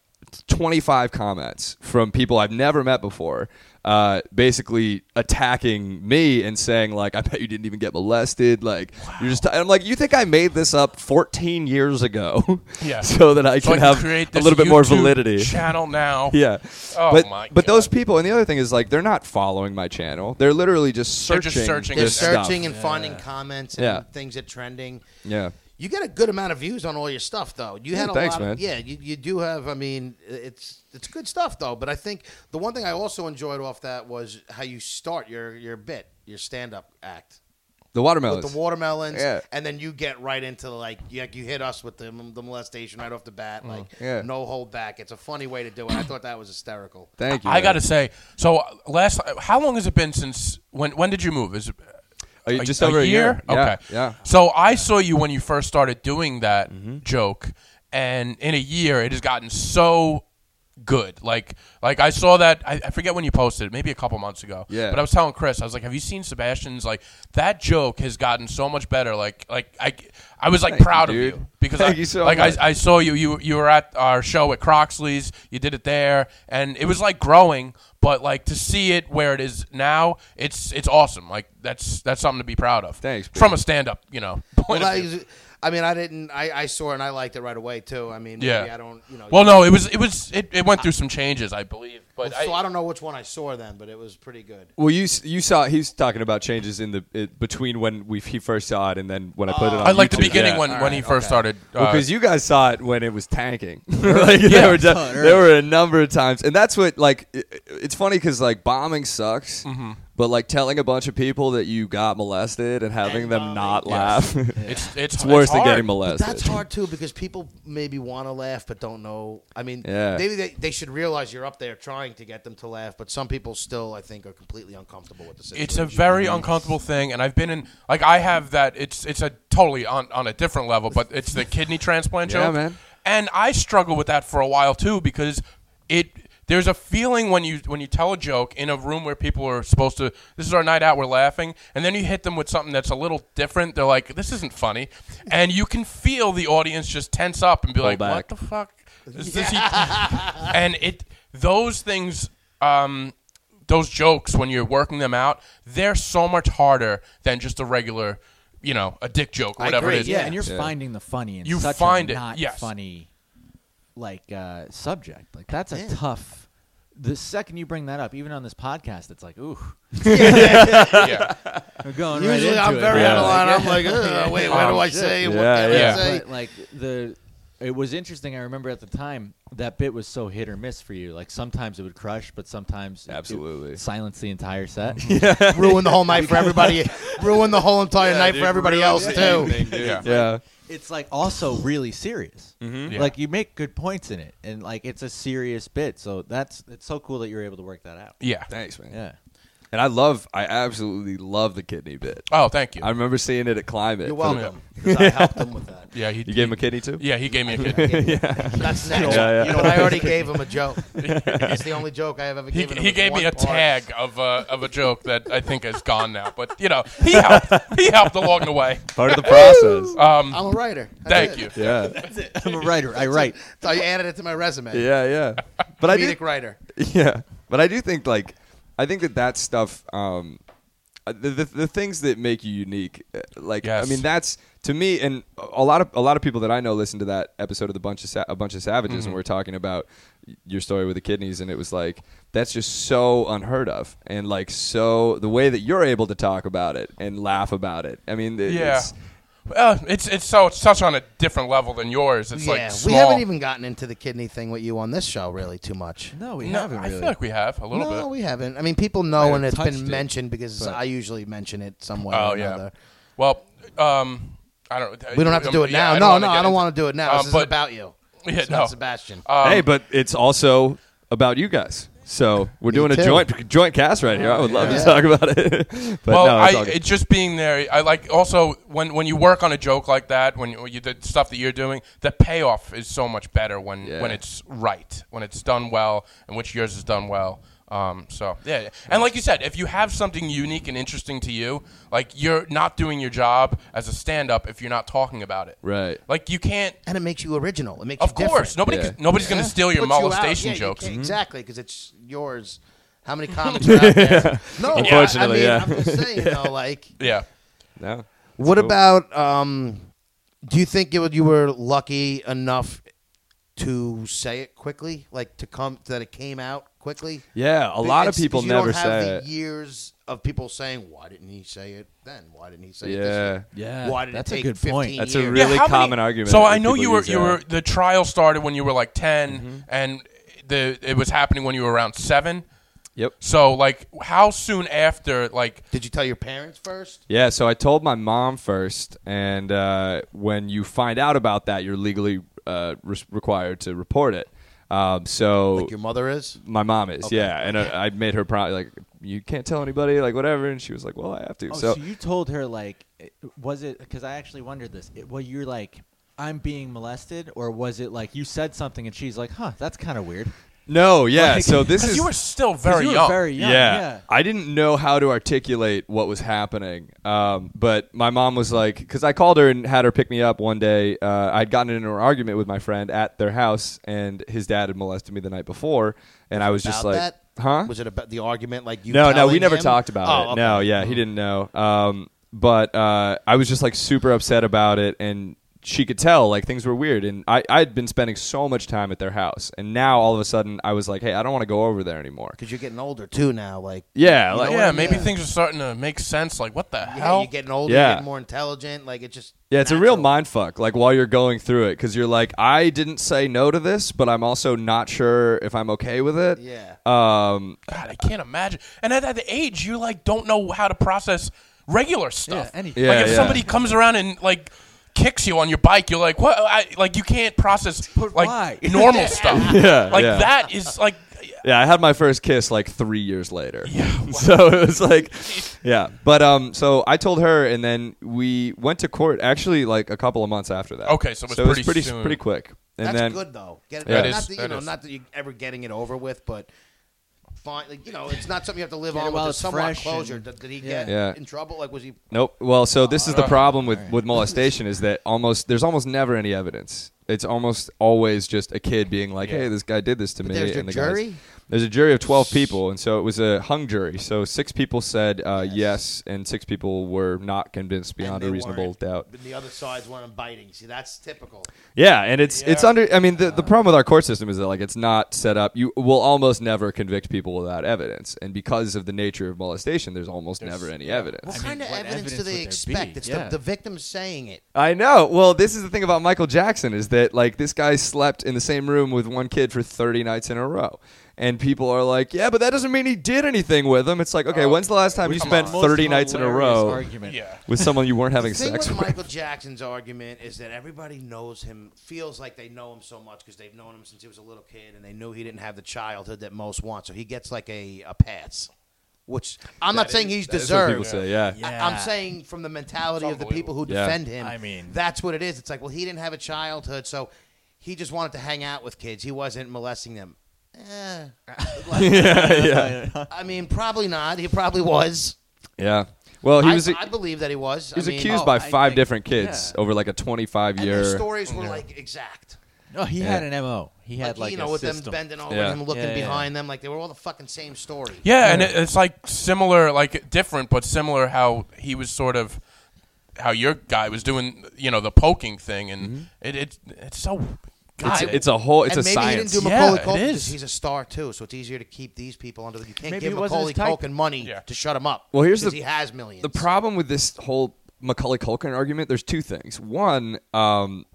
Speaker 5: 25 comments from people I've never met before, uh, basically attacking me and saying like, "I bet you didn't even get molested." Like you're just. and I'm like, you think I made this up 14 years ago?
Speaker 2: Yeah.
Speaker 5: so that I
Speaker 2: So
Speaker 5: can
Speaker 2: I
Speaker 5: have
Speaker 2: create
Speaker 5: a
Speaker 2: this
Speaker 5: little bit more
Speaker 2: YouTube
Speaker 5: validity.
Speaker 2: Channel now.
Speaker 5: Yeah.
Speaker 2: Oh
Speaker 5: but,
Speaker 2: my
Speaker 5: But those
Speaker 2: God.
Speaker 5: people, and the other thing is like they're not following my channel. They're literally just
Speaker 2: They're
Speaker 5: searching.
Speaker 2: just searching
Speaker 3: they're
Speaker 5: this stuff.
Speaker 3: searching and finding comments and
Speaker 5: Yeah.
Speaker 3: things that trending.
Speaker 5: Yeah.
Speaker 3: You get a good amount of views on all your stuff, though. You had
Speaker 5: Yeah,
Speaker 3: a
Speaker 5: thanks,
Speaker 3: lot, Of,
Speaker 5: man.
Speaker 3: yeah. You, you do have. I mean, it's it's good stuff, though. But I think the one thing I also enjoyed off that was how you start your your bit, your stand up act
Speaker 5: The watermelons.
Speaker 3: with the watermelons,
Speaker 5: Yeah.
Speaker 3: and then you get right into like you, like, you hit us with the, the molestation right off the bat, like
Speaker 5: Mm, Yeah.
Speaker 3: no hold back. It's a funny way to do it. I thought that was hysterical.
Speaker 5: Thank you.
Speaker 2: I
Speaker 5: man.
Speaker 2: gotta say, so uh, last, how long has it been since when? When did you move? Is it
Speaker 5: Uh, just over a year. Yeah,
Speaker 2: Okay,
Speaker 5: yeah. Mm-hmm.
Speaker 2: So I saw you when you first started doing that joke, and in a year, it has gotten so good. Like like I saw that I, I forget when you posted it, maybe a couple months ago.
Speaker 5: Yeah.
Speaker 2: But I was telling Chris, I was like, "Have you seen Sebastian's? Like that joke has gotten so much better. Like like I I was like
Speaker 5: Thank you,
Speaker 2: proud of
Speaker 5: dude.
Speaker 2: you because
Speaker 5: Thank
Speaker 2: I,
Speaker 5: you so
Speaker 2: like
Speaker 5: much.
Speaker 2: I I saw you you you were at our show at Croxley's. You did it there, and it was like growing. But like to see it where it is now, it's it's awesome. Like that's that's something to be proud of.
Speaker 5: Thanks,
Speaker 2: From
Speaker 5: baby.
Speaker 2: a stand up, you know.
Speaker 3: Well,
Speaker 2: point of
Speaker 3: that
Speaker 2: view.
Speaker 3: is- I mean, I didn't. I, I saw it and I liked it right away too. I mean, maybe
Speaker 2: Yeah.
Speaker 3: I don't. You know.
Speaker 2: Well, no, it was it was it, it went through some changes, I believe. But
Speaker 3: so
Speaker 2: I,
Speaker 3: I don't know which one I saw then, but it was pretty good.
Speaker 5: Well, you s- you saw he's talking about changes in the it, between when we he first saw it and then when I put it on.
Speaker 2: Uh, I like the
Speaker 5: YouTube.
Speaker 2: beginning
Speaker 5: Yeah.
Speaker 2: when, when he first started. Uh,
Speaker 5: because you guys saw it when it was tanking. like there were de-
Speaker 4: ton,
Speaker 5: there were a number of times, and that's what like i i- it's funny because like bombing sucks, but like telling a bunch of people that you got molested and having them not laugh,
Speaker 2: it's it's,
Speaker 5: it's worse than
Speaker 2: hard.
Speaker 5: getting
Speaker 3: But
Speaker 5: molested.
Speaker 3: that's hard too because people maybe want to laugh but don't know. I mean,
Speaker 5: Yeah.
Speaker 3: maybe they, they should realize you're up there trying to get them to laugh, but some people still, I think, are completely uncomfortable with the situation.
Speaker 2: It's a very uncomfortable thing, and I've been in like I have that. It's it's a totally on on a different level, but it's the kidney transplant
Speaker 5: Yeah,
Speaker 2: joke.
Speaker 5: man.
Speaker 2: And I struggle with that for a while too because it there's a feeling when you when you tell a joke in a room where people are supposed to this is our night out we're laughing and then you hit them with something that's a little different they're like this isn't funny and you can feel the audience just tense up and be like what
Speaker 5: back.
Speaker 2: the fuck is this he- and it those things um those jokes when you're working them out they're so much harder than just a regular you know a dick joke or
Speaker 3: I
Speaker 2: whatever
Speaker 3: agree,
Speaker 2: it is
Speaker 4: yeah,
Speaker 3: Yeah.
Speaker 4: and you're
Speaker 5: Yeah.
Speaker 4: finding the funny in
Speaker 2: You
Speaker 4: such
Speaker 2: find
Speaker 4: a
Speaker 2: it,
Speaker 4: not
Speaker 2: yes.
Speaker 4: funny like uh, subject. Like that's a
Speaker 3: Yeah.
Speaker 4: tough. The second you bring that up, even on this podcast, it's like, ooh,
Speaker 2: yeah.
Speaker 4: we're going right
Speaker 3: Usually, I'm
Speaker 4: into it,
Speaker 3: very
Speaker 4: right?
Speaker 3: out of line. I'm
Speaker 4: Like,
Speaker 3: like, Ugh, wait, what
Speaker 2: Oh,
Speaker 3: do I say? What
Speaker 5: Yeah,
Speaker 3: can
Speaker 5: yeah.
Speaker 3: I say?
Speaker 4: But like the, it was interesting. I remember at the time that bit was so hit or miss for you. Like sometimes it would crush, but sometimes it- it
Speaker 5: Absolutely.
Speaker 4: silenced the entire set.
Speaker 3: ruin the whole night for everybody. ruin the whole entire night for everybody else too.
Speaker 2: yeah
Speaker 5: yeah,
Speaker 4: it's like also really serious.
Speaker 3: Mm-hmm.
Speaker 2: Yeah.
Speaker 4: Like you make good points in it, and like it's a serious bit. So that's it's so cool that you're able to work that out.
Speaker 2: yeah
Speaker 5: thanks, man.
Speaker 4: Yeah.
Speaker 5: And I love, I absolutely love the kidney bit.
Speaker 2: oh thank you
Speaker 5: I remember seeing it at Climate.
Speaker 3: You're welcome. 'cause I helped him with that.
Speaker 2: yeah he,
Speaker 5: You gave him a kidney too.
Speaker 2: yeah he gave me a kid
Speaker 3: That's next.
Speaker 5: yeah.
Speaker 3: You know, I already gave him a joke. It's the only joke I have ever
Speaker 2: he,
Speaker 3: given him.
Speaker 2: he
Speaker 3: is
Speaker 2: gave me
Speaker 3: one
Speaker 2: a
Speaker 3: part.
Speaker 2: tag of uh, of a joke that I think is gone now but you know he helped he helped along the way
Speaker 5: Part of the process.
Speaker 2: um
Speaker 3: I'm a writer. I
Speaker 2: thank
Speaker 3: did.
Speaker 2: you
Speaker 5: yeah,
Speaker 4: I'm a writer. I write.
Speaker 3: So I added it to my resume.
Speaker 5: yeah, yeah. But I did,
Speaker 3: Comedic writer.
Speaker 5: yeah but i do think like i think that that stuff um the, the, the things that make you unique uh, like
Speaker 2: Yes.
Speaker 5: i mean that's to me and a lot of a lot of people that i know listen to that episode of the bunch of Sa- a bunch of savages
Speaker 2: Mm-hmm.
Speaker 5: and we are talking about your story with the kidneys and it was like that's just so unheard of and like so the way that you're able to talk about it and laugh about it i mean it-
Speaker 2: yeah
Speaker 5: it's,
Speaker 2: well it's it's so it's such on a different level than yours it's
Speaker 3: yeah,
Speaker 2: like
Speaker 3: we
Speaker 2: small.
Speaker 3: haven't even gotten into the kidney thing with you on this show really too much.
Speaker 4: No, Oh, we
Speaker 2: No,
Speaker 4: haven't
Speaker 2: I
Speaker 4: really.
Speaker 2: feel like we have a little
Speaker 3: no,
Speaker 2: bit
Speaker 3: we haven't. I mean, people know, and
Speaker 4: haven't
Speaker 3: it's been
Speaker 4: touched it,
Speaker 3: mentioned because
Speaker 4: but-
Speaker 3: I usually mention it some way.
Speaker 2: Oh
Speaker 3: or
Speaker 2: yeah.
Speaker 3: another.
Speaker 2: Well, um, I don't.
Speaker 3: We don't have to do it
Speaker 2: yeah,
Speaker 3: now.
Speaker 2: I don't
Speaker 3: no,
Speaker 2: wanna
Speaker 3: no,
Speaker 2: get
Speaker 3: I don't
Speaker 2: into-
Speaker 3: want to do it now.
Speaker 2: Uh,
Speaker 3: this is
Speaker 2: but-
Speaker 3: about you.
Speaker 2: Yeah,
Speaker 3: it's not
Speaker 2: no.
Speaker 3: Sebastian.
Speaker 2: Um,
Speaker 5: hey but it's also about you guys so we're doing a
Speaker 3: too.
Speaker 5: joint joint cast right here i would love
Speaker 3: Yeah.
Speaker 5: to talk about it but
Speaker 2: well,
Speaker 5: no, it's all
Speaker 2: I,
Speaker 5: good.
Speaker 2: it just being there. I like also when when you work on a joke like that, when you, when you the stuff that you're doing, the payoff is so much better when
Speaker 5: Yeah.
Speaker 2: when it's right, when it's done well, and which yours is done well. Um, so yeah, yeah. and like you said, if you have something unique and interesting to you, like you're not doing your job as a stand-up if you're not talking about it.
Speaker 5: Right.
Speaker 2: Like you can't.
Speaker 3: and it makes you original. It makes
Speaker 2: Of
Speaker 3: you
Speaker 2: course,
Speaker 3: different.
Speaker 2: nobody
Speaker 5: Yeah.
Speaker 2: c- nobody's going to steal your
Speaker 3: Puts you out.
Speaker 2: molestation
Speaker 3: Yeah, you
Speaker 2: jokes. Mm-hmm.
Speaker 3: can't- Exactly, because it's yours. How many comics are out there? No,
Speaker 5: Unfortunately,
Speaker 3: I,
Speaker 5: yeah.
Speaker 3: I mean, I'm just saying, though, like,
Speaker 2: Yeah.
Speaker 5: No.
Speaker 3: what
Speaker 5: Cool.
Speaker 3: about? Um, do you think it would, you were lucky enough to say it quickly, like to come that it came out quickly?
Speaker 5: Yeah, a lot of
Speaker 3: It's-
Speaker 5: people
Speaker 3: 'cause you don't
Speaker 5: never
Speaker 3: have
Speaker 5: say
Speaker 3: the
Speaker 5: it.
Speaker 3: years of people saying, "Why didn't he say it then? Why didn't he say it?"
Speaker 5: Yeah.
Speaker 3: This year?
Speaker 4: Yeah,
Speaker 3: Why did
Speaker 4: that's
Speaker 3: it
Speaker 4: a
Speaker 3: take
Speaker 4: good
Speaker 3: 15
Speaker 4: point.
Speaker 5: That's a
Speaker 3: years?
Speaker 5: really
Speaker 2: how
Speaker 5: common
Speaker 2: many-
Speaker 5: argument
Speaker 2: So
Speaker 5: that
Speaker 2: I know
Speaker 5: people
Speaker 2: you were
Speaker 5: use,
Speaker 2: you
Speaker 5: yeah. Mm-hmm.
Speaker 2: were the trial started when you were like 10 and the it was happening when you were around seven.
Speaker 5: Yep.
Speaker 2: So like how soon after like
Speaker 3: Did you tell your parents first?
Speaker 5: Yeah, so I told my mom first, and uh, when you find out about that, you're legally uh, res- required to report it. Um, so
Speaker 3: Like your mother is.
Speaker 5: my mom is, yeah, and uh, I made her probably like you can't tell anybody, like whatever, and she was like, well, I have to.
Speaker 4: Oh,
Speaker 5: so
Speaker 4: so, you told her like, it- was it? Because I actually wondered this. It, well, you're like, I'm being molested, or was it like you said something and she's like, huh, that's kind of weird.
Speaker 5: No, yeah.
Speaker 4: Like-
Speaker 5: so this
Speaker 2: 'Cause
Speaker 5: is
Speaker 2: you were still very
Speaker 4: you were
Speaker 2: young.
Speaker 4: very young.
Speaker 5: yeah.
Speaker 4: yeah.
Speaker 5: I didn't know how to articulate what was happening. Um, but my mom was like, because I called her and had her pick me up one day. Uh, I'd gotten into an argument with my friend at their house, and his dad had molested me the night before. And I was just
Speaker 3: About
Speaker 5: like,
Speaker 3: that?
Speaker 5: huh?
Speaker 3: Was it about the argument? Like you?
Speaker 5: no, no, we
Speaker 3: telling
Speaker 5: never
Speaker 3: him?
Speaker 5: talked about
Speaker 3: Oh,
Speaker 5: it.
Speaker 3: okay.
Speaker 5: No, yeah, he didn't know. Um, but uh, I was just like super upset about it, and she could tell like things were weird. And I I had been spending so much time at their house, and now all of a sudden I was like, hey, I don't want to go over there anymore.
Speaker 3: because you're getting older too now. Like
Speaker 5: Yeah,
Speaker 3: You
Speaker 5: like
Speaker 3: know
Speaker 2: yeah,
Speaker 3: what?
Speaker 2: maybe
Speaker 3: Yeah.
Speaker 2: things are starting to make sense. Like, what the
Speaker 3: yeah,
Speaker 2: hell?
Speaker 3: you're getting older,
Speaker 5: Yeah.
Speaker 3: you're getting more intelligent. Like it's just
Speaker 5: Yeah, it's a real mind fuck. Like while you're going through it, because you're like, I didn't say no to this, but I'm also not sure if I'm okay with it.
Speaker 3: Yeah.
Speaker 5: Um.
Speaker 2: God, I can't imagine. And at that age, you like don't know how to process regular stuff.
Speaker 4: Yeah, anything.
Speaker 5: Yeah,
Speaker 2: like if
Speaker 5: yeah.
Speaker 2: somebody comes around and like kicks you on your bike, you're like, what? I, like you can't process
Speaker 4: But
Speaker 2: like
Speaker 4: why?
Speaker 2: normal stuff.
Speaker 5: Yeah.
Speaker 2: Like
Speaker 5: yeah.
Speaker 2: that is like,
Speaker 5: Yeah, I had my first kiss like three years later.
Speaker 2: Yeah, wow.
Speaker 5: so it was like, yeah. But um, so I told her, and then we went to court. Actually, like a couple of months after that.
Speaker 2: Okay, so it was
Speaker 5: it was
Speaker 2: pretty
Speaker 5: pretty
Speaker 2: soon.
Speaker 5: pretty quick. And
Speaker 3: that's
Speaker 5: then
Speaker 3: good though. Get it,
Speaker 5: Yeah.
Speaker 3: not
Speaker 5: That
Speaker 2: is-
Speaker 3: that, you
Speaker 2: that
Speaker 3: know,
Speaker 2: is.
Speaker 3: not that you're ever getting it over with, but fine. Like, you know, it's not something you have to live
Speaker 4: Get it
Speaker 3: on with.
Speaker 4: while
Speaker 3: There's
Speaker 4: it's
Speaker 3: somewhat
Speaker 4: fresh
Speaker 3: closure.
Speaker 4: and-
Speaker 3: Did, did he
Speaker 4: Yeah.
Speaker 3: get
Speaker 5: Yeah.
Speaker 3: in trouble? Like was he?
Speaker 5: Nope. Well, so this is the problem with, with molestation is that almost there's almost never any evidence. It's almost always just a kid being like, "Hey, this guy did this to me."
Speaker 3: there's
Speaker 5: and
Speaker 3: your
Speaker 5: the guys-
Speaker 3: jury?
Speaker 5: There's a jury of twelve people, and so it was a hung jury. So six people said uh, yes. and six people were not convinced
Speaker 3: and
Speaker 5: beyond
Speaker 3: they
Speaker 5: a reasonable
Speaker 3: weren't-
Speaker 5: doubt.
Speaker 3: and The other sides weren't biting. See, that's typical.
Speaker 5: Yeah, and it's it's
Speaker 2: Yeah.
Speaker 5: under. I mean, the, the problem with our court system is that like it's not set up. You will almost never convict people without evidence, and because of the nature of molestation, there's almost never any evidence.
Speaker 3: What
Speaker 4: I mean,
Speaker 3: kind of
Speaker 4: what
Speaker 3: evidence, do
Speaker 4: evidence would
Speaker 3: they
Speaker 4: there
Speaker 3: expect?
Speaker 4: be?
Speaker 3: It's
Speaker 4: Yeah.
Speaker 3: the, the victim saying it.
Speaker 5: I know. Well, this is the thing about Michael Jackson is that like this guy slept in the same room with one kid for 30 nights in a row. And people are like, "Yeah, but that doesn't mean he did anything with him." It's like,
Speaker 3: Oh,
Speaker 5: "Okay, when's the last time you
Speaker 4: It's the
Speaker 5: spent
Speaker 4: most
Speaker 5: 30 nights in a
Speaker 4: hilarious
Speaker 5: row
Speaker 4: Argument.
Speaker 2: yeah.
Speaker 5: with someone you weren't having
Speaker 3: The thing
Speaker 5: sex
Speaker 3: with
Speaker 5: with?"
Speaker 3: Michael Jackson's argument is that everybody knows him, feels like they know him so much because they've known him since he was a little kid, and they knew he didn't have the childhood that most want, so he gets like a, a pass. Which I'm not saying he's
Speaker 5: That's what
Speaker 3: deserved.
Speaker 5: people say, yeah.
Speaker 4: Yeah.
Speaker 3: I- I'm saying from the mentality
Speaker 2: It's
Speaker 3: of the people who
Speaker 5: Yeah.
Speaker 3: defend him.
Speaker 4: I mean-
Speaker 3: that's what it is. It's like, well, he didn't have a childhood, so he just wanted to hang out with kids. He wasn't molesting them. Eh. I mean, probably not. He probably was.
Speaker 5: Yeah. Well, he was
Speaker 3: I, I believe that he was.
Speaker 5: he was
Speaker 3: I mean,
Speaker 5: accused
Speaker 4: oh,
Speaker 5: by
Speaker 4: I
Speaker 5: 5
Speaker 4: think-
Speaker 5: different kids
Speaker 4: yeah.
Speaker 5: over like a 25
Speaker 3: And
Speaker 5: year
Speaker 3: their stories were like exact.
Speaker 4: No, he had an mo. He had
Speaker 3: Like,
Speaker 4: like
Speaker 3: you know,
Speaker 4: a
Speaker 3: with
Speaker 4: system.
Speaker 3: them bending over
Speaker 5: Yeah.
Speaker 3: him, looking
Speaker 4: Yeah, yeah,
Speaker 3: behind them, like they were all the fucking same story.
Speaker 2: Yeah, and it, it's like similar, like different, but similar how he was sort of how your guy was doing, you know, the poking thing, and it, it it's so. God,
Speaker 5: it's, it's a whole it's
Speaker 3: and
Speaker 5: a
Speaker 3: maybe
Speaker 5: science.
Speaker 3: he didn't do
Speaker 2: Yeah,
Speaker 3: Macaulay
Speaker 2: it is.
Speaker 3: Culkin because he's a star too, so it's easier to keep these people under the. You can't
Speaker 4: Maybe
Speaker 3: give
Speaker 4: it wasn't
Speaker 3: Macaulay
Speaker 4: his type.
Speaker 3: Culkin money
Speaker 2: Yeah.
Speaker 3: to shut him up.
Speaker 5: Well, here's
Speaker 3: 'cause
Speaker 5: the-
Speaker 3: he has millions.
Speaker 5: The problem with this whole Macaulay Culkin argument, there's two things. One, um,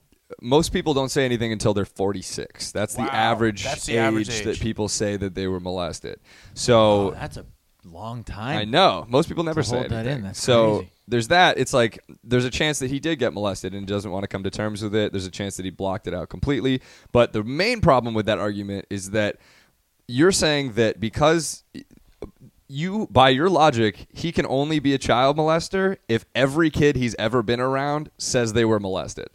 Speaker 5: most people don't say anything until they're 46. That's
Speaker 2: Wow,
Speaker 5: the average
Speaker 2: that's the
Speaker 5: age,
Speaker 2: average age.
Speaker 5: that people say that they were molested. So
Speaker 4: Oh, that's a long
Speaker 5: I
Speaker 4: time.
Speaker 5: know most people never
Speaker 4: To
Speaker 5: say
Speaker 4: hold that
Speaker 5: anything.
Speaker 4: in, that's
Speaker 5: so
Speaker 4: crazy.
Speaker 5: there's that. It's like there's a chance that he did get molested and doesn't want to come to terms with it. There's a chance that he blocked it out completely. But the main problem with that argument is that you're saying that because you by your logic he can only be a child molester if every kid he's ever been around says they were molested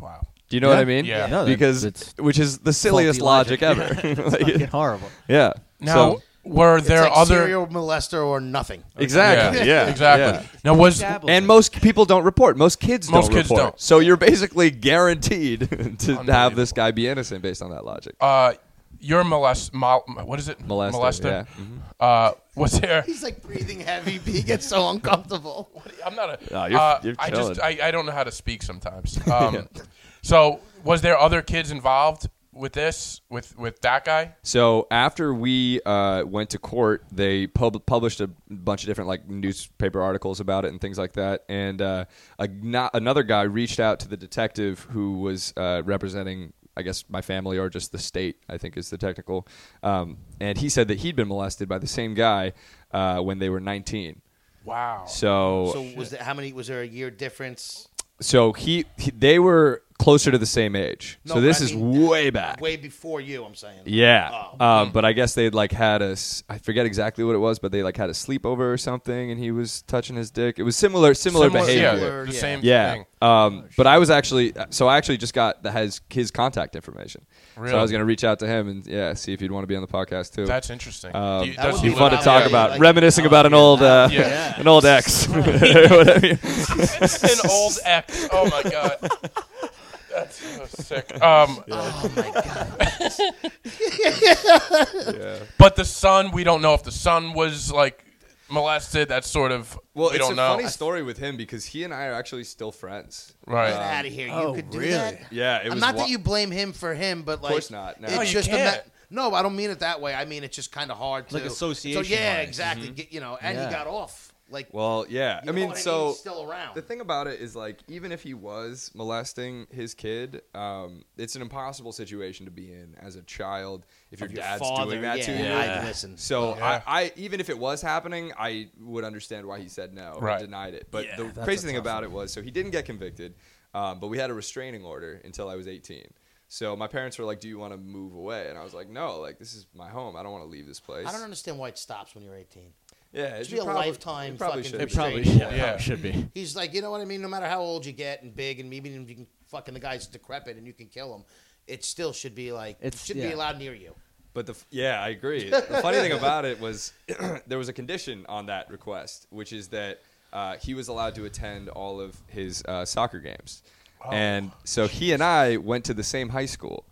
Speaker 2: wow.
Speaker 5: do you know what i mean
Speaker 2: Yeah. No,
Speaker 4: that-
Speaker 5: because
Speaker 4: that's
Speaker 5: which is the silliest
Speaker 4: faulty
Speaker 5: logic,
Speaker 4: logic.
Speaker 5: ever Like,
Speaker 4: Fucking horrible.
Speaker 5: yeah
Speaker 2: Now,
Speaker 5: So-
Speaker 2: were
Speaker 3: It's
Speaker 2: there
Speaker 3: like
Speaker 2: other
Speaker 3: serial molester or nothing.
Speaker 5: exactly yeah,
Speaker 2: exactly?
Speaker 5: yeah.
Speaker 2: Now was
Speaker 4: Dabble.
Speaker 5: And most people don't report. Most kids
Speaker 2: Most
Speaker 5: don't
Speaker 2: kids
Speaker 5: report.
Speaker 2: don't.
Speaker 5: So you're basically guaranteed to have this guy be innocent based on that logic.
Speaker 2: uh, your molest mol, what is it
Speaker 5: Molester,
Speaker 2: molester?
Speaker 5: yeah. Mhm.
Speaker 2: Uh, was there?
Speaker 3: He's like breathing heavy. He gets so uncomfortable.
Speaker 2: I'm not a.
Speaker 5: No, you're-
Speaker 2: uh,
Speaker 5: you're
Speaker 2: I
Speaker 5: chilling.
Speaker 2: just I, I don't know how to speak sometimes. Um, So was there other kids involved with this with with that guy?
Speaker 5: So after we uh, went to court, they pub- published a bunch of different like newspaper articles about it and things like that. And uh, a, not, another guy reached out to the detective who was uh, representing. I guess my family or just the state, I think is the technical. Um, and he said that he'd been molested by the same guy uh, when they were 19.
Speaker 2: Wow.
Speaker 5: So,
Speaker 3: So was there, how many? Was there a year difference?
Speaker 5: so he, he they were closer to the same age.
Speaker 3: No,
Speaker 5: so
Speaker 3: but
Speaker 5: this
Speaker 3: I
Speaker 5: is
Speaker 3: mean,
Speaker 5: way back.
Speaker 3: way before you. I'm saying.
Speaker 5: Yeah.
Speaker 3: Oh.
Speaker 5: Um, but I guess they'd like had a, s- I forget exactly what it was, but they like had a sleepover or something and he was touching his dick. It was similar, similar,
Speaker 2: Yeah,
Speaker 5: behavior.
Speaker 2: the
Speaker 3: Yeah.
Speaker 2: same
Speaker 5: Yeah.
Speaker 2: thing.
Speaker 5: Um, but I was actually, so I actually just got the, has his contact information. So
Speaker 2: Really?
Speaker 5: I was going to reach out to him and yeah, see if he'd want to be on the podcast too.
Speaker 2: That's interesting.
Speaker 5: Um,
Speaker 2: Do you-
Speaker 3: That
Speaker 2: does
Speaker 3: would
Speaker 2: he
Speaker 5: be
Speaker 3: what
Speaker 5: fun
Speaker 2: live
Speaker 5: to
Speaker 2: out
Speaker 3: I
Speaker 5: talk
Speaker 2: there?
Speaker 3: would
Speaker 5: about,
Speaker 3: like.
Speaker 5: reminiscing about an old, uh,
Speaker 2: Yeah.
Speaker 5: an old ex. Whatever you-
Speaker 2: an old ex. Oh my god. That's so sick. Um,
Speaker 3: Oh my god.
Speaker 2: But the son, we don't know if the son was like molested. That's sort of
Speaker 5: Well,
Speaker 2: we
Speaker 5: it's
Speaker 2: don't
Speaker 5: a
Speaker 2: know.
Speaker 5: funny story with him because he and I are actually still friends.
Speaker 2: right.
Speaker 3: Get out of here. You could do that.
Speaker 5: Um, Yeah, it was
Speaker 3: not
Speaker 5: wa-
Speaker 3: that you blame him for him, but like,
Speaker 5: course not, no.
Speaker 3: It's
Speaker 5: No,
Speaker 2: you
Speaker 3: just a
Speaker 2: can't.
Speaker 3: no, I don't mean it that way. I mean it's just kind of hard to
Speaker 4: Like association
Speaker 3: So yeah,
Speaker 4: wise.
Speaker 3: exactly. Get- You know, and
Speaker 4: Yeah.
Speaker 3: he got off. Like,
Speaker 5: Well, yeah.
Speaker 3: you
Speaker 5: I
Speaker 3: know
Speaker 5: mean,
Speaker 3: what
Speaker 5: so
Speaker 3: he's still around.
Speaker 5: the thing about it is like even if he was molesting his kid, um, it's an impossible situation to be in as a child if your
Speaker 3: Of your
Speaker 5: dad's
Speaker 3: father,
Speaker 5: doing that
Speaker 3: yeah,
Speaker 5: to you.
Speaker 3: Yeah. I'd listen.
Speaker 5: So
Speaker 2: Yeah.
Speaker 5: I, I even if it was happening, I would understand why he said no
Speaker 2: Right.
Speaker 5: or denied it. But
Speaker 1: Yeah,
Speaker 5: the crazy thing about it was so he didn't get convicted, um, but we had a restraining order until I was 18. So my parents were like, "Do you want to move away?" And I was like, "No, like this is my home. I don't want to leave this place."
Speaker 3: I don't understand why it stops when you're 18.
Speaker 5: Yeah, it
Speaker 3: should be a
Speaker 5: probably-
Speaker 3: lifetime
Speaker 5: it probably
Speaker 3: fucking
Speaker 5: should
Speaker 4: It
Speaker 5: be.
Speaker 4: probably
Speaker 3: Shame.
Speaker 4: should,
Speaker 2: Yeah.
Speaker 4: should be.
Speaker 3: He's like, you know what I mean. No matter how old you get and big, and maybe even if you can fucking the guy's decrepit and you can kill him, it still should be like it
Speaker 4: It's-
Speaker 3: should be
Speaker 4: yeah.
Speaker 3: allowed near you.
Speaker 5: But the f- yeah, I agree. the funny thing about it was there was a condition on that request, which is that uh, he was allowed to attend all of his uh, soccer games,
Speaker 3: Oh,
Speaker 5: and so he and I went to the same high school.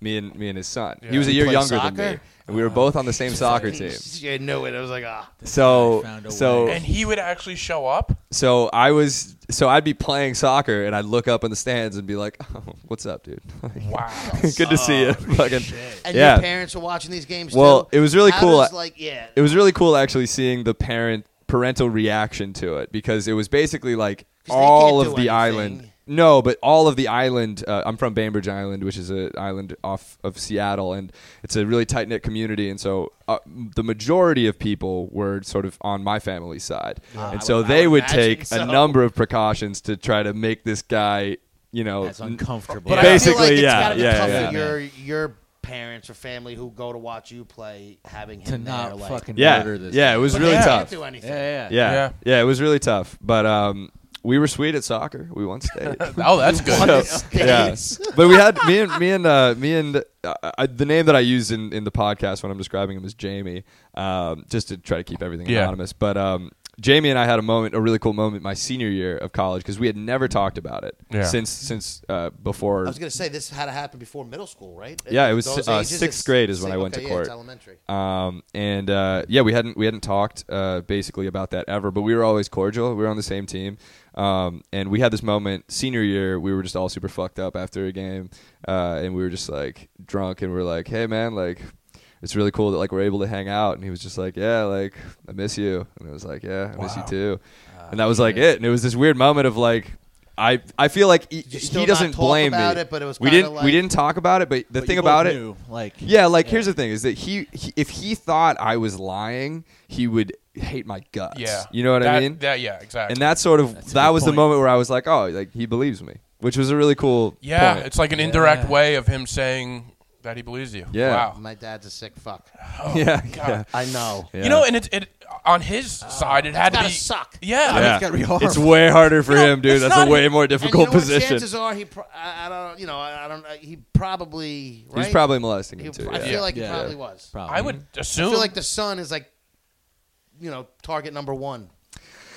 Speaker 5: Me and me and his son. He was a
Speaker 3: You
Speaker 5: year
Speaker 3: play
Speaker 5: younger than me,
Speaker 3: soccer?
Speaker 5: and we were both on the same soccer team.
Speaker 3: yeah, no, it. I was like, ah,
Speaker 5: So
Speaker 4: guy found a
Speaker 5: so
Speaker 4: way.
Speaker 2: And he would actually show up.
Speaker 5: so I was so I'd be playing soccer, and I'd look up in the stands and be like, oh, "What's up, dude?
Speaker 2: Wow.
Speaker 5: Good to see you." Fucking
Speaker 3: and
Speaker 5: yeah.
Speaker 3: your parents are watching these games.
Speaker 5: Well,
Speaker 3: too?
Speaker 5: it was really
Speaker 3: How
Speaker 5: cool.
Speaker 3: does,
Speaker 5: I-
Speaker 3: like, yeah,
Speaker 5: it was really cool actually seeing the parent parental reaction to it because it was basically like
Speaker 3: 'Cause they
Speaker 5: all
Speaker 3: can't
Speaker 5: of the
Speaker 3: do
Speaker 5: island
Speaker 3: anything.
Speaker 5: no but all of the island uh, i'm from bainbridge island which is an island off of seattle and it's a really tight-knit community and so uh, the majority of people were sort of on my family's side and so
Speaker 3: would- Ah, I
Speaker 5: they
Speaker 3: would
Speaker 5: would
Speaker 3: imagine
Speaker 5: take a
Speaker 3: so.
Speaker 5: number of precautions to try to make this guy you know
Speaker 4: That's uncomfortable.
Speaker 3: But
Speaker 5: Basi-
Speaker 3: I feel like
Speaker 5: Basically,
Speaker 3: it's
Speaker 5: yeah,
Speaker 3: gotta be
Speaker 5: yeah,
Speaker 3: tough
Speaker 5: yeah.
Speaker 3: for your your parents or family who go to watch you play having him
Speaker 4: to
Speaker 3: there,
Speaker 4: not
Speaker 3: like,
Speaker 4: fucking
Speaker 5: yeah
Speaker 4: murder this.
Speaker 5: yeah it was
Speaker 3: but
Speaker 5: really
Speaker 3: they
Speaker 5: tough
Speaker 3: Can't do anything.
Speaker 4: Yeah, yeah.
Speaker 5: yeah.
Speaker 2: Yeah.
Speaker 5: yeah it was really tough but um we were sweet at soccer we won state
Speaker 2: Oh, that's good.
Speaker 5: So, yeah.
Speaker 3: States.
Speaker 5: but we had me and me and uh, me and uh, I, the name that I used in, in the podcast when I'm describing him is Jamie, um, just to try to keep everything
Speaker 2: Yeah.
Speaker 5: anonymous. But um, Jamie and I had a moment, a really cool moment, my senior year of college because we had never talked about it
Speaker 2: Yeah.
Speaker 5: since since uh, before.
Speaker 3: I was gonna say this had to happen before middle school, right?
Speaker 5: Yeah, it was,
Speaker 3: Those
Speaker 5: uh,
Speaker 3: ages,
Speaker 5: sixth
Speaker 3: it's-
Speaker 5: grade is when
Speaker 3: si-
Speaker 5: I went
Speaker 3: okay,
Speaker 5: to
Speaker 3: yeah, it's
Speaker 5: court.
Speaker 3: elementary.
Speaker 5: um, and uh, yeah, we hadn't we hadn't talked uh, basically about that ever, but we were always cordial. We were on the same team, um, and we had this moment senior year. We were just all super fucked up after a game, uh, and we were just like drunk, and we are like, "Hey, man, like." It's really cool that like we're able to hang out, and he was just like, "Yeah, like I miss you," and I was like, "Yeah, I miss you too,"
Speaker 3: Ah,
Speaker 5: and that was like it. And it was this weird moment of like, I I feel like he,
Speaker 3: you
Speaker 5: he
Speaker 3: still not
Speaker 5: doesn't
Speaker 3: talk
Speaker 5: blame
Speaker 3: about
Speaker 5: me.
Speaker 3: it, but it was
Speaker 5: we
Speaker 3: kinda
Speaker 5: didn't we
Speaker 3: like-
Speaker 5: didn't talk about it, but the
Speaker 4: But
Speaker 5: thing
Speaker 4: you both
Speaker 5: about it,
Speaker 4: knew, like
Speaker 5: yeah, like here's the thing: is that he, he if he thought I was lying, he would hate my guts.
Speaker 2: Yeah.
Speaker 5: you know what I
Speaker 2: That-
Speaker 5: mean.
Speaker 2: That, yeah, exactly.
Speaker 5: and that's sort of
Speaker 4: That's a
Speaker 5: that
Speaker 4: good
Speaker 5: was the
Speaker 4: point.
Speaker 5: moment where I was like, oh, like he believes me, which was a really cool.
Speaker 2: yeah,
Speaker 5: point.
Speaker 2: it's like an indirect
Speaker 4: Yeah.
Speaker 2: way of him saying that he believes you.
Speaker 5: Yeah.
Speaker 2: Wow.
Speaker 3: My dad's a sick fuck.
Speaker 5: yeah,
Speaker 2: God.
Speaker 3: I know.
Speaker 5: yeah,
Speaker 2: You know, and it, it on his side, it had to
Speaker 3: gotta
Speaker 2: be
Speaker 3: suck.
Speaker 2: Yeah. I mean,
Speaker 5: yeah.
Speaker 4: it's gotta be horrible.
Speaker 5: It's way harder for
Speaker 2: know,
Speaker 5: him, dude.
Speaker 2: it's
Speaker 5: That's a
Speaker 2: not-
Speaker 5: way more
Speaker 3: And you know
Speaker 5: difficult
Speaker 3: what?
Speaker 5: position.
Speaker 3: Chances are he, pro- I, I don't, you know, I, I don't. He probably. Right?
Speaker 5: He's probably molesting
Speaker 3: He,
Speaker 5: him too.
Speaker 3: I
Speaker 5: yeah.
Speaker 3: feel like
Speaker 4: Yeah.
Speaker 3: he probably was.
Speaker 4: Probably.
Speaker 2: I would
Speaker 3: I
Speaker 2: assume.
Speaker 3: feel like the son is like, you know, target number one.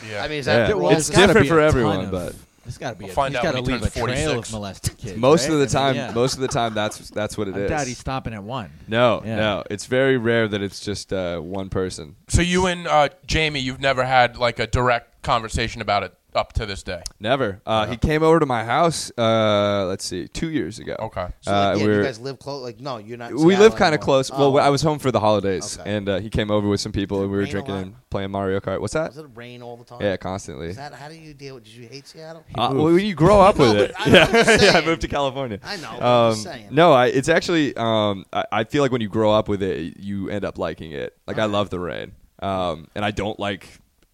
Speaker 2: yeah.
Speaker 3: I mean, is
Speaker 5: Yeah.
Speaker 3: that
Speaker 5: Well,
Speaker 3: rules?
Speaker 5: it's
Speaker 4: There's gotta
Speaker 5: different
Speaker 4: be
Speaker 5: for
Speaker 4: a ton
Speaker 5: everyone,
Speaker 4: of-
Speaker 5: but-
Speaker 4: there's got to be.
Speaker 2: We'll
Speaker 4: a,
Speaker 2: find
Speaker 4: he's
Speaker 2: out
Speaker 4: gotta
Speaker 2: when he
Speaker 4: leave a
Speaker 2: turns
Speaker 4: trail
Speaker 2: 46.
Speaker 4: of molested kids.
Speaker 5: most
Speaker 4: right?
Speaker 5: of
Speaker 4: I
Speaker 5: the
Speaker 4: mean,
Speaker 5: time,
Speaker 4: yeah.
Speaker 5: most of the time, that's that's what it is.
Speaker 4: I doubt he's stopping at one.
Speaker 5: no,
Speaker 4: Yeah.
Speaker 5: no, it's very rare that it's just uh, one person.
Speaker 2: so you and uh, Jamie, you've never had like a direct conversation about it up to this day.
Speaker 5: Never. Uh, He came over to my house. Uh, let's see, two years ago.
Speaker 2: Okay.
Speaker 3: So,
Speaker 5: uh,
Speaker 3: like, yeah,
Speaker 5: we
Speaker 3: you
Speaker 5: were-
Speaker 3: guys live close. Like, no, you're not. in
Speaker 5: we
Speaker 3: Seattle
Speaker 5: live kind of
Speaker 3: anymore.
Speaker 5: close.
Speaker 3: Oh,
Speaker 5: Well, I was home for the holidays,
Speaker 3: Okay.
Speaker 5: and uh, he came over with some people, and we were
Speaker 3: rain a
Speaker 5: drinking
Speaker 3: lot?
Speaker 5: and playing Mario Kart. What's that?
Speaker 3: Does it rain all the time?
Speaker 5: Yeah, constantly.
Speaker 3: Is that how do you deal with? Did you hate Seattle?
Speaker 5: Uh, well, when you grow up with
Speaker 3: No,
Speaker 5: it,
Speaker 3: but I know
Speaker 5: yeah.
Speaker 3: what you're
Speaker 5: yeah, I
Speaker 3: saying.
Speaker 5: moved to California.
Speaker 3: I know, but I'm
Speaker 5: Um,
Speaker 3: just saying.
Speaker 5: no, I, it's actually. Um, I, I feel like when you grow up with it, you end up liking it. Like I love the rain, um, and I don't like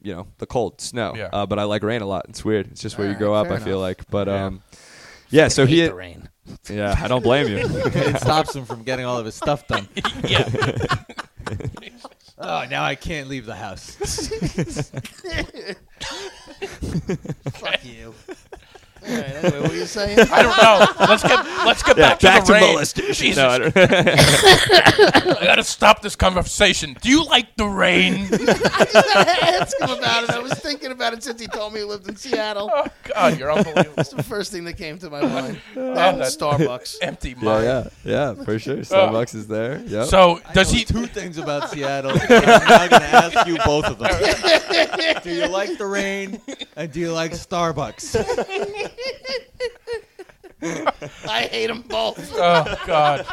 Speaker 5: you know the cold, snow.
Speaker 2: Yeah.
Speaker 5: Uh, but I like rain a lot. It's weird. It's just where you grow up. I feel like, but um, Yeah, so he.
Speaker 3: Hate the rain.
Speaker 5: Yeah, I don't blame you.
Speaker 4: it stops him from getting all of his stuff done. oh, now I can't leave the house.
Speaker 3: Fuck you. All right, anyway, what were you saying?
Speaker 2: I don't know. Let's get let's get
Speaker 5: Yeah,
Speaker 2: back, to
Speaker 5: back
Speaker 2: the
Speaker 5: to
Speaker 2: rain.
Speaker 5: molestation.
Speaker 2: Jesus,
Speaker 5: No, I don't-
Speaker 2: I gotta stop this conversation. Do you like the rain?
Speaker 3: ask him about it. I was thinking about it since he told me he lived in Seattle.
Speaker 2: oh God, you're unbelievable.
Speaker 3: It's the first thing that came to my mind. That and
Speaker 2: that-
Speaker 3: Starbucks.
Speaker 2: Empty
Speaker 5: yeah,
Speaker 2: mind.
Speaker 5: yeah, yeah, for sure. Starbucks is there. Yep.
Speaker 2: So does
Speaker 4: know
Speaker 2: he?
Speaker 4: Two things about Seattle. and I'm now going to ask you both of them. do you like the rain? And do you like Starbucks?
Speaker 3: I hate them both.
Speaker 2: Oh God.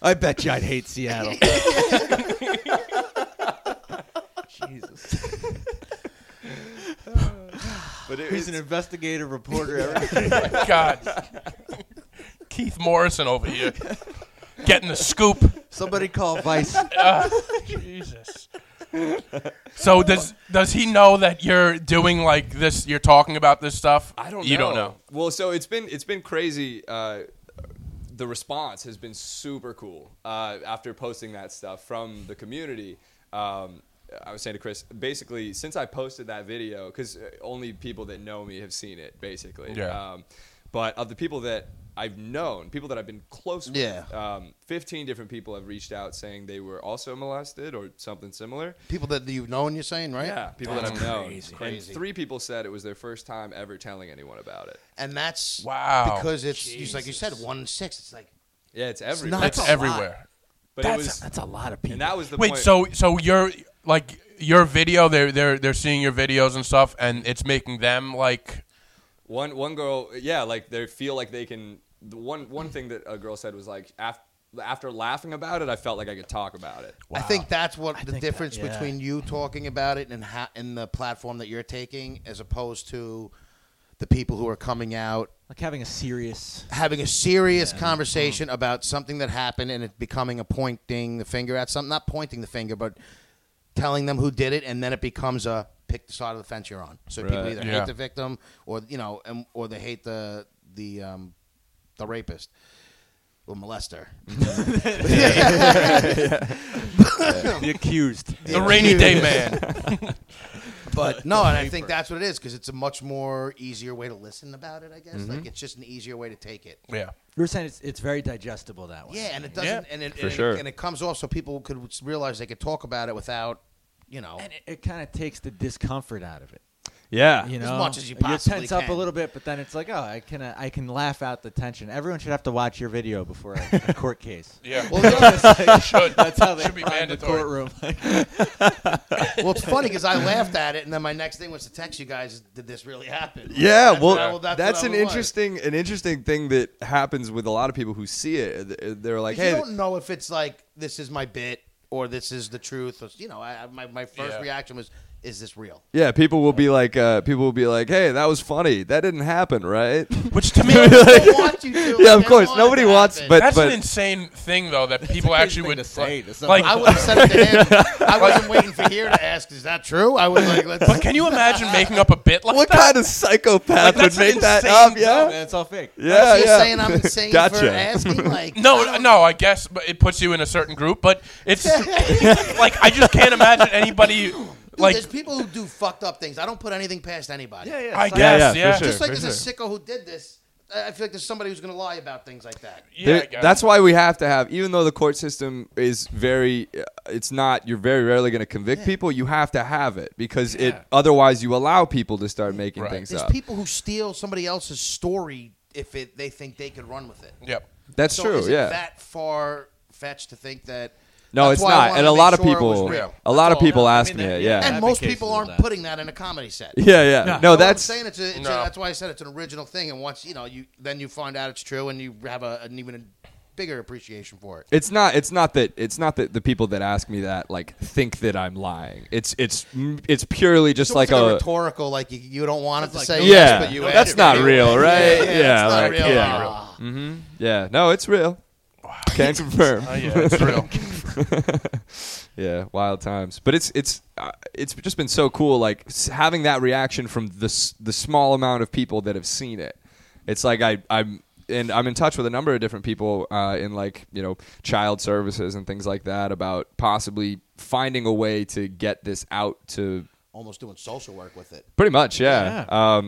Speaker 4: I bet you I'd hate Seattle. Jesus.
Speaker 5: but it,
Speaker 4: He's an investigative reporter. Every-
Speaker 2: God. Keith Morrison over here getting the scoop.
Speaker 4: Somebody call Vice.
Speaker 2: Jesus. So does does he know that you're doing like this? You're talking about this stuff.
Speaker 5: I don't.
Speaker 2: You don't know.
Speaker 5: Well, so it's been it's been crazy. Uh, the response has been super cool uh, after posting that stuff from the community. Um, I was saying to Chris, basically, since I posted that video, because only people that know me have seen it, basically.
Speaker 2: Yeah.
Speaker 5: Um, but of the people that I've known, people that I've been close with,
Speaker 3: Yeah.
Speaker 5: um, 15 different people have reached out saying they were also molested or something similar.
Speaker 3: People that you've known, you're saying, right?
Speaker 5: Yeah, people that
Speaker 2: That's
Speaker 5: I've known.
Speaker 2: crazy.
Speaker 5: And
Speaker 3: Crazy.
Speaker 5: three people said it was their first time ever telling anyone about it.
Speaker 3: And that's
Speaker 2: Wow.
Speaker 3: because it's just like you said, one in six. It's like
Speaker 5: Yeah, it's everywhere.
Speaker 3: not-
Speaker 2: That's
Speaker 3: That's a
Speaker 2: everywhere.
Speaker 5: but it
Speaker 2: That's
Speaker 5: was,
Speaker 2: that's a lot of people.
Speaker 5: and that was the
Speaker 2: Wait,
Speaker 5: point.
Speaker 2: so so you're like your video? They're they're they're seeing your videos and stuff, and it's making them like
Speaker 5: one one girl, yeah, like they feel like they can. The one one thing that a girl said was like after after laughing about it, I felt like I could talk about it.
Speaker 3: I think that's what the
Speaker 4: think that-
Speaker 3: difference
Speaker 4: yeah.
Speaker 3: between you talking about it and how, and the platform that you're taking, as opposed to the people who are coming out
Speaker 4: Like having a serious.
Speaker 3: having a serious conversation about something that happened and it becoming a pointing the finger at something not pointing the finger but telling them who did it and then it becomes a pick the side of the fence you're on so people
Speaker 5: Right.
Speaker 3: either
Speaker 2: Yeah.
Speaker 3: hate the victim or you know and, or they hate the the um, the rapist or molester
Speaker 4: The accused.
Speaker 2: the rainy day man.
Speaker 3: but no and i think that's what it is because it's a much more easier way to listen about it i guess
Speaker 5: Mm-hmm.
Speaker 3: like it's just an easier way to take it
Speaker 2: yeah.
Speaker 4: You were saying it's, it's very digestible that way.
Speaker 3: Yeah, and it doesn't, and it, and,
Speaker 5: sure.
Speaker 3: it, and it comes off so people could realize they could talk about it without, you know,
Speaker 4: And it, it kind of takes the discomfort out of it.
Speaker 5: Yeah,
Speaker 4: You
Speaker 3: As
Speaker 4: know,
Speaker 3: much as you
Speaker 4: You're
Speaker 3: possibly
Speaker 4: tense up a
Speaker 3: can.
Speaker 4: little bit, but then it's like, oh, I can uh, I can laugh out the tension. Everyone should have to watch your video before a, a court case.
Speaker 2: Yeah.
Speaker 3: Well, you know,
Speaker 2: should.
Speaker 4: That's how they
Speaker 2: should be
Speaker 4: find the
Speaker 2: mandatory.
Speaker 4: courtroom.
Speaker 3: well, it's funny because I laughed at it, and then my next thing was to text you guys, "Did this really happen?" Like,
Speaker 5: Yeah,
Speaker 3: that's
Speaker 5: well,
Speaker 3: what I-
Speaker 5: that's,
Speaker 3: what I
Speaker 5: an
Speaker 3: was.
Speaker 5: interesting an interesting thing that happens with a lot of people who see it. eh, They're like,
Speaker 3: 'Cause
Speaker 5: "Hey,
Speaker 3: you don't know if it's like this is my bit or this is the truth. Or, you know, I, I- my my first
Speaker 2: Yeah.
Speaker 3: reaction was, "Is this real?"
Speaker 5: yeah." People will be like, uh, "People will be like, hey, that was funny. That didn't happen, right?"
Speaker 2: Which to me,
Speaker 3: They don't want you to.
Speaker 5: Yeah, of
Speaker 3: They don't
Speaker 5: course.
Speaker 3: want
Speaker 5: Nobody
Speaker 3: it to
Speaker 5: wants-
Speaker 3: happen.
Speaker 5: but-
Speaker 2: that's an insane thing though that people actually
Speaker 4: thing
Speaker 2: would
Speaker 4: to say to
Speaker 2: like.
Speaker 4: someone.
Speaker 3: I would have said it to him. I wasn't waiting for here to ask, "Is that true?" I was like, "Let's."
Speaker 2: but can you imagine making up a bit like
Speaker 5: what
Speaker 2: that?
Speaker 5: kind of psychopath
Speaker 2: Like, that's
Speaker 5: would
Speaker 2: an
Speaker 5: make that
Speaker 2: insane
Speaker 5: up?
Speaker 4: Oh,
Speaker 5: Yeah,
Speaker 4: man, it's all fake.
Speaker 5: yeah,
Speaker 3: You're
Speaker 5: yeah.
Speaker 3: saying I'm insane for
Speaker 5: Gotcha.
Speaker 3: asking? Like,
Speaker 2: No, no, I guess but it puts you in a certain group, but it's like I just can't imagine anybody
Speaker 3: Dude,
Speaker 2: like
Speaker 3: there's people who do fucked up things. I don't put anything past anybody.
Speaker 4: Yeah, yeah.
Speaker 2: I
Speaker 4: psych-
Speaker 5: yeah,
Speaker 2: guess,
Speaker 5: for
Speaker 2: yeah.
Speaker 5: sure.
Speaker 3: Just like
Speaker 5: for
Speaker 3: there's a sicko who did this. I I feel like there's somebody who's gonna lie about things like that.
Speaker 2: Yeah,
Speaker 5: There-
Speaker 2: I guess.
Speaker 5: that's why we have to have, even though the court system is very, uh, it's not. You're very rarely going to convict people. You have to have it because it otherwise you allow people to start making
Speaker 2: Right.
Speaker 5: things
Speaker 3: There's
Speaker 5: up.
Speaker 3: people who steal somebody else's story if it, they think they could run with it.
Speaker 2: Yep.
Speaker 5: That's
Speaker 3: so
Speaker 5: true.
Speaker 3: Is it
Speaker 5: yeah.
Speaker 3: that far fetched to think that?
Speaker 5: no,
Speaker 3: that's
Speaker 5: it's
Speaker 3: why I
Speaker 5: not.
Speaker 3: wanted
Speaker 5: And
Speaker 3: to
Speaker 5: a
Speaker 3: make
Speaker 5: lot of
Speaker 3: sure it was
Speaker 5: people,
Speaker 3: real.
Speaker 5: a lot of
Speaker 3: That's all.
Speaker 5: people
Speaker 4: I
Speaker 5: ask
Speaker 4: mean,
Speaker 5: me,
Speaker 4: that-
Speaker 5: it,
Speaker 4: yeah.
Speaker 5: yeah.
Speaker 3: And
Speaker 4: I've
Speaker 3: most
Speaker 4: been
Speaker 3: people
Speaker 4: cases of
Speaker 3: aren't
Speaker 4: that.
Speaker 3: putting that in a comedy set.
Speaker 5: Yeah, yeah. No,
Speaker 3: what
Speaker 5: that's
Speaker 3: I'm saying it's, a, it's a-
Speaker 2: No.
Speaker 3: that's why I said it's an original thing, and once you know you then you find out it's true, and you have a, an even bigger appreciation for it.
Speaker 5: it's not it's not that it's not that the people that ask me that like think that I'm lying. It's it's it's purely just
Speaker 3: So
Speaker 5: like
Speaker 3: it's
Speaker 5: a
Speaker 3: rhetorical, like you, you don't want it to
Speaker 4: like,
Speaker 3: say
Speaker 4: no,
Speaker 5: yeah.
Speaker 3: yes, but you
Speaker 5: that's
Speaker 3: actually
Speaker 5: not
Speaker 3: do.
Speaker 5: real, right?
Speaker 3: Yeah, it's not
Speaker 5: like,
Speaker 3: real.
Speaker 5: yeah.
Speaker 3: Ah.
Speaker 5: Yeah, no, it's real. Can confirm.
Speaker 2: Oh, yeah, it's real.
Speaker 5: Yeah, wild times. But it's it's uh, it's just been so cool, like s- having that reaction from the s- the small amount of people that have seen it. it's like I I'm and I'm in touch with a number of different people uh, in like you know child services and things like that about possibly finding a way to get this out to
Speaker 3: Almost doing social work with it.
Speaker 5: Pretty much, yeah.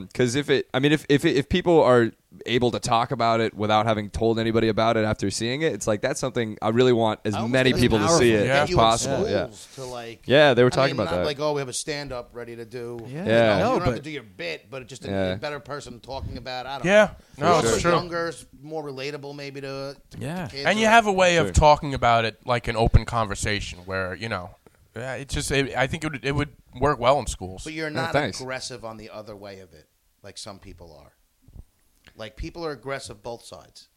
Speaker 5: Because if it, I mean, if if if people are able to talk about it without having told anybody about it after seeing it, it's like that's something I really want as
Speaker 3: I
Speaker 5: many
Speaker 3: almost
Speaker 5: people to
Speaker 3: think
Speaker 5: see it
Speaker 3: it's powerful. Get
Speaker 5: as
Speaker 3: you in
Speaker 5: possible. Yeah.
Speaker 3: schools To like,
Speaker 5: Yeah, they were
Speaker 3: I
Speaker 5: talking
Speaker 3: mean,
Speaker 5: about
Speaker 3: not
Speaker 5: that.
Speaker 3: Like, oh, we have a stand up ready to do.
Speaker 4: Yeah.
Speaker 5: Yeah.
Speaker 3: You, know,
Speaker 4: No,
Speaker 3: you don't have to
Speaker 4: but-
Speaker 3: do your bit, but just a,
Speaker 5: Yeah.
Speaker 3: a better person talking about. I don't
Speaker 2: Yeah.
Speaker 3: know.
Speaker 2: No,
Speaker 3: Also
Speaker 2: it's true.
Speaker 3: Younger, s- more relatable, maybe to, to
Speaker 4: Yeah.
Speaker 3: to kids
Speaker 2: and you
Speaker 3: or-
Speaker 2: have a way of talking about it like an open conversation where you know yeah, it's just it, i think it would, it would work well in schools
Speaker 3: But you're not
Speaker 5: Oh, thanks.
Speaker 3: aggressive on the other way of it, like some people are. Like people are aggressive both sides,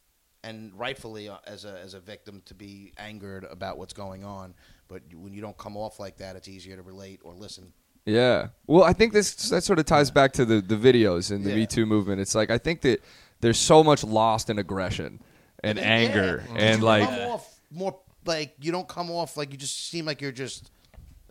Speaker 3: and rightfully uh, as a as a victim to be angered about what's going on. But when you don't come off like that, it's easier to relate or listen.
Speaker 5: Yeah. Well, I think this that sort of ties back to the the videos and the
Speaker 3: Yeah.
Speaker 5: Me Too movement. It's like I think that there's so much lost in aggression and
Speaker 3: Yeah,
Speaker 5: anger
Speaker 4: Mm-hmm.
Speaker 3: because
Speaker 5: and
Speaker 3: you
Speaker 5: like
Speaker 3: come off more like you don't come off like you just seem like you're just.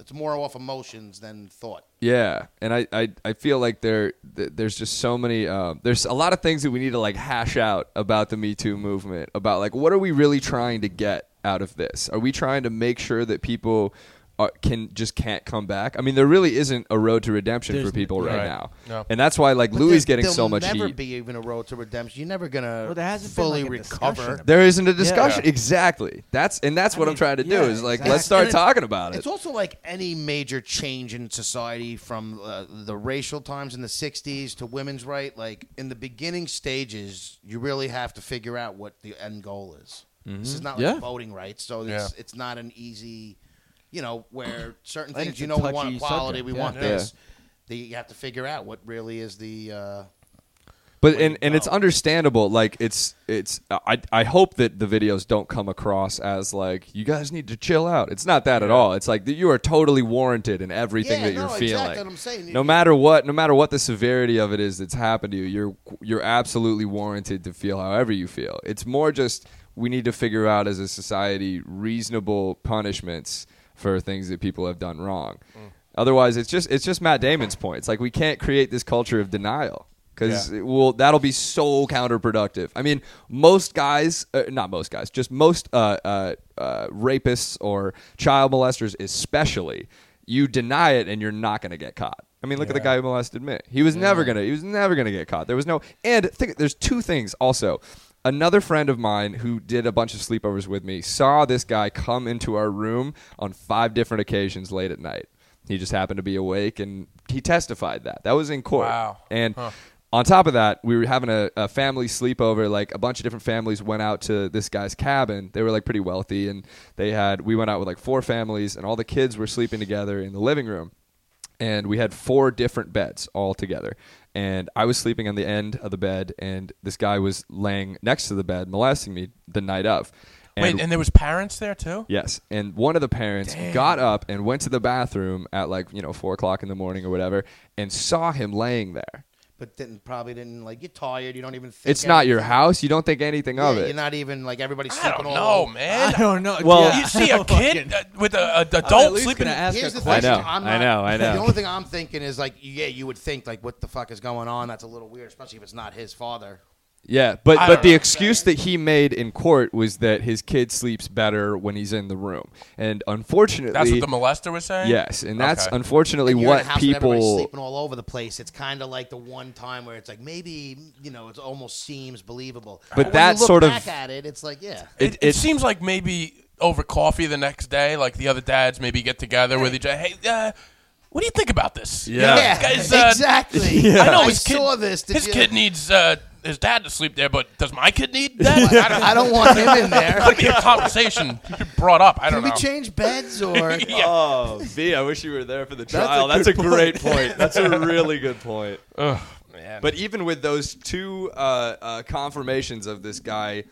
Speaker 3: It's more off emotions than thought.
Speaker 5: Yeah, and I, I, I feel like there th- there's just so many um, there's a lot of things that we need to like hash out about the Me Too movement about like what are we really trying to get out of this? Are we trying to make sure that people are, can just can't come back? I mean, there really isn't a road to redemption
Speaker 4: There's-
Speaker 5: for people right,
Speaker 2: Right.
Speaker 5: now,
Speaker 2: No.
Speaker 5: and that's why like
Speaker 3: But
Speaker 5: Louis is
Speaker 3: there-
Speaker 5: getting so much
Speaker 3: There'll never
Speaker 5: heat.
Speaker 3: be even a road to redemption. You're never gonna
Speaker 4: Well, there hasn't been,
Speaker 3: fully
Speaker 4: like, a discussion
Speaker 3: recover.
Speaker 4: about
Speaker 5: there isn't a discussion
Speaker 2: Yeah.
Speaker 5: exactly. That's and that's
Speaker 4: I
Speaker 5: what
Speaker 4: mean,
Speaker 5: I'm trying to do
Speaker 4: yeah,
Speaker 5: is like
Speaker 4: exactly.
Speaker 5: let's start
Speaker 3: And it-
Speaker 5: talking about it.
Speaker 3: It's also like any major change in society from uh, the racial times in the 60s to women's right. Like in the beginning stages, you really have to figure out what the end goal is. This
Speaker 4: Mm-hmm.
Speaker 3: is not like
Speaker 5: Yeah.
Speaker 3: voting rights, so it's,
Speaker 2: Yeah.
Speaker 3: it's not an easy, you know, where certain
Speaker 4: And
Speaker 3: things
Speaker 4: it's
Speaker 3: you
Speaker 4: a
Speaker 3: know we want
Speaker 4: touchy
Speaker 3: equality,
Speaker 4: subject,
Speaker 3: we
Speaker 4: yeah.
Speaker 3: want
Speaker 4: Yeah.
Speaker 3: this. The, you have to figure out what really is the. Uh,
Speaker 5: but
Speaker 3: way
Speaker 5: and,
Speaker 3: to
Speaker 5: and it's
Speaker 3: go.
Speaker 5: understandable like it's it's I, I hope that the videos don't come across as like you guys need to chill out it's not that at all it's like that you are totally warranted in everything
Speaker 3: Yeah,
Speaker 5: that you're
Speaker 3: no, exactly
Speaker 5: feeling
Speaker 3: what I'm saying.
Speaker 5: no matter what no matter what the severity of it is that's happened to you you're you're absolutely warranted to feel however you feel it's more just we need to figure out as a society reasonable punishments for things that people have done wrong
Speaker 3: Mm.
Speaker 5: otherwise it's just it's just Matt Damon's point it's like we can't create this culture of denial because
Speaker 2: Yeah.
Speaker 5: it will that'll be so counterproductive. I mean, most guys, uh, not most guys, just most uh, uh, uh, rapists or child molesters, especially, you deny it and you're not going to get caught. I mean, look at the guy who molested me. He was never gonna. He was never gonna get caught. There was no. And think, there's two things also. Another friend of mine who did a bunch of sleepovers with me saw this guy come into our room on five different occasions late at night. He just happened to be awake, and he testified that that was in court.
Speaker 2: Wow.
Speaker 5: And
Speaker 2: Huh.
Speaker 5: on top of that, we were having a, a family sleepover. Like a bunch of different families went out to this guy's cabin. They were like pretty wealthy, and they had we went out with like four families, and all the kids were sleeping together in the living room. And we had four different beds all together. And I was sleeping on the end of the bed, and this guy was laying next to the bed, molesting me the night of.
Speaker 2: wait and there was parents there too
Speaker 5: Yes, and one of the parents got up and went to the bathroom at like you know four o'clock in the morning or whatever, and saw him laying there.
Speaker 3: but didn't probably didn't like you're tired. You don't even. think
Speaker 5: It's not your
Speaker 3: anything.
Speaker 5: house. You don't think anything
Speaker 3: Yeah,
Speaker 5: of it.
Speaker 3: You're not even like everybody's
Speaker 2: i
Speaker 3: sleeping
Speaker 2: don't
Speaker 3: all
Speaker 2: know
Speaker 3: over.
Speaker 2: man
Speaker 4: don't know.
Speaker 5: Well-
Speaker 2: you see a kid uh, with a, a
Speaker 4: I'm at
Speaker 2: adult
Speaker 4: least
Speaker 2: sleeping
Speaker 4: gonna ask
Speaker 3: Here's
Speaker 4: a
Speaker 3: the
Speaker 4: question.
Speaker 3: thing.
Speaker 5: I
Speaker 3: I'm
Speaker 5: know, I
Speaker 3: not,
Speaker 5: know, I know.
Speaker 3: The only thing I'm thinking is like, yeah, you would think like, what the fuck is going on? That's a little weird, especially if it's not his father.
Speaker 5: Yeah, but
Speaker 2: I
Speaker 5: but
Speaker 2: don't
Speaker 5: the
Speaker 2: know.
Speaker 5: excuse that he made in court was that his kid sleeps better when he's in the room, and unfortunately,
Speaker 2: that's what the molester was saying
Speaker 5: yes, and that's
Speaker 2: Okay.
Speaker 5: unfortunately
Speaker 3: And you're
Speaker 5: what
Speaker 3: in a house with everybody
Speaker 5: people.
Speaker 3: sleeping all over the place. It's kind of like the one time where it's like maybe you know it almost seems believable.
Speaker 5: But
Speaker 3: when
Speaker 5: that
Speaker 3: you look
Speaker 5: sort of-
Speaker 3: back at it, it's like yeah,
Speaker 2: it,
Speaker 5: It-
Speaker 2: it
Speaker 5: it-
Speaker 2: seems like maybe over coffee the next day, like the other dads maybe get together with each other. Hey, uh, what do you think about this? You
Speaker 5: Yeah.
Speaker 2: know, guys, uh,
Speaker 3: exactly.
Speaker 2: I know his kid,
Speaker 3: saw this. Did
Speaker 2: his
Speaker 3: you-
Speaker 2: kid needs uh, his dad to sleep there, but does my kid need that? I don't,
Speaker 3: I don't want him in there.
Speaker 2: could be a conversation brought up. I don't
Speaker 3: Can we
Speaker 2: know.
Speaker 3: change beds or?
Speaker 2: Yeah.
Speaker 5: Oh, V, I wish you were there for the
Speaker 3: a
Speaker 5: trial. That's a, great point. That's a really good point.
Speaker 2: Man.
Speaker 5: But even with those two uh, uh, confirmations of this guy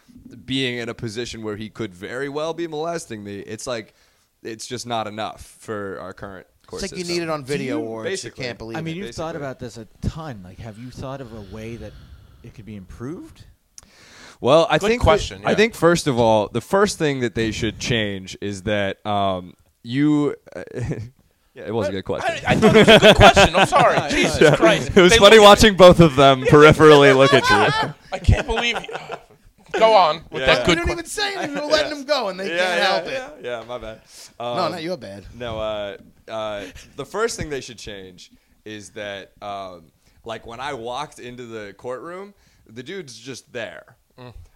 Speaker 5: being in a position where he could very well be molesting me, it's like it's just not enough for our current court
Speaker 3: It's like you
Speaker 5: system.
Speaker 3: need it on video,
Speaker 5: you-
Speaker 3: or
Speaker 5: basically.
Speaker 3: you can't believe
Speaker 4: I mean,
Speaker 3: it.
Speaker 4: you've thought
Speaker 5: basically.
Speaker 4: about this a ton. Like, have you thought of a way that it could be improved?
Speaker 5: Well, I
Speaker 2: Good
Speaker 5: think
Speaker 2: question,
Speaker 5: I
Speaker 2: yeah.
Speaker 5: think first of all, the first thing that they should change is that um, you. Yeah, it was a good question.
Speaker 2: I, I thought it was a good question. I'm sorry. Jesus Christ.
Speaker 5: it was
Speaker 2: They
Speaker 5: funny
Speaker 2: look at-
Speaker 5: watching both of them peripherally look at you.
Speaker 2: I can't believe you. Go on with that
Speaker 5: Yeah.
Speaker 2: good
Speaker 3: We didn't
Speaker 2: question.
Speaker 3: even say anything. We were letting them go, and they can't help it.
Speaker 5: Yeah, my bad.
Speaker 2: Um,
Speaker 5: Um,
Speaker 3: No, not your bad.
Speaker 5: No, uh, uh, the first thing they should change is that, um, like, when I walked into the courtroom, the dude's just there.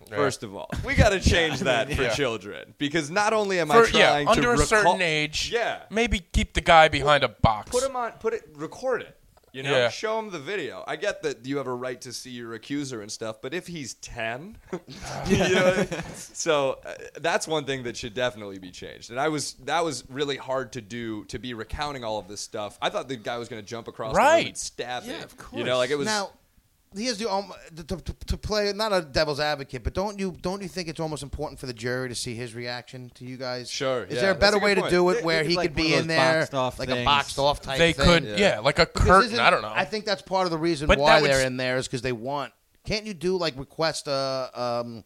Speaker 5: First of all, we got to change that for
Speaker 2: Mm, yeah.
Speaker 5: children because not only am I
Speaker 2: For, yeah,
Speaker 5: trying to
Speaker 2: under a
Speaker 5: recall-
Speaker 2: certain age,
Speaker 5: Yeah.
Speaker 2: maybe keep the guy behind a box.
Speaker 5: put him on, put it, record it. You know,
Speaker 2: Yeah.
Speaker 5: show him the video. I get that you have a right to see your accuser and stuff, but if he's ten, you know, what I mean? so uh, that's one thing that should definitely be changed. And I was that was really hard to do to be recounting all of this stuff. I thought the guy was going to jump across the room
Speaker 2: Right.
Speaker 5: and stab
Speaker 4: Yeah,
Speaker 5: him.
Speaker 4: of
Speaker 5: You know, like it was
Speaker 3: Now, here's the um, to, to, to play not a devil's advocate, but don't you don't you think it's almost important for the jury to see his reaction to you guys?
Speaker 5: Sure,
Speaker 3: Is
Speaker 5: yeah,
Speaker 3: there a
Speaker 5: that's
Speaker 3: better
Speaker 5: a good
Speaker 3: way to
Speaker 5: point.
Speaker 3: do
Speaker 5: They-
Speaker 3: it
Speaker 5: they
Speaker 3: where
Speaker 4: did
Speaker 3: he
Speaker 4: like
Speaker 3: could
Speaker 4: one
Speaker 3: be
Speaker 4: of
Speaker 3: in
Speaker 4: those
Speaker 3: there,
Speaker 4: boxed off
Speaker 3: like a
Speaker 4: things.
Speaker 3: boxed off type?
Speaker 2: they
Speaker 3: thing?
Speaker 2: could,
Speaker 5: Yeah.
Speaker 2: yeah. like a
Speaker 3: Because
Speaker 2: curtain.
Speaker 3: isn't-
Speaker 2: I don't know.
Speaker 3: I think that's part of the reason
Speaker 2: But
Speaker 3: why
Speaker 2: that would
Speaker 3: they're
Speaker 2: s-
Speaker 3: in there is because they want. Can't you do like request a um,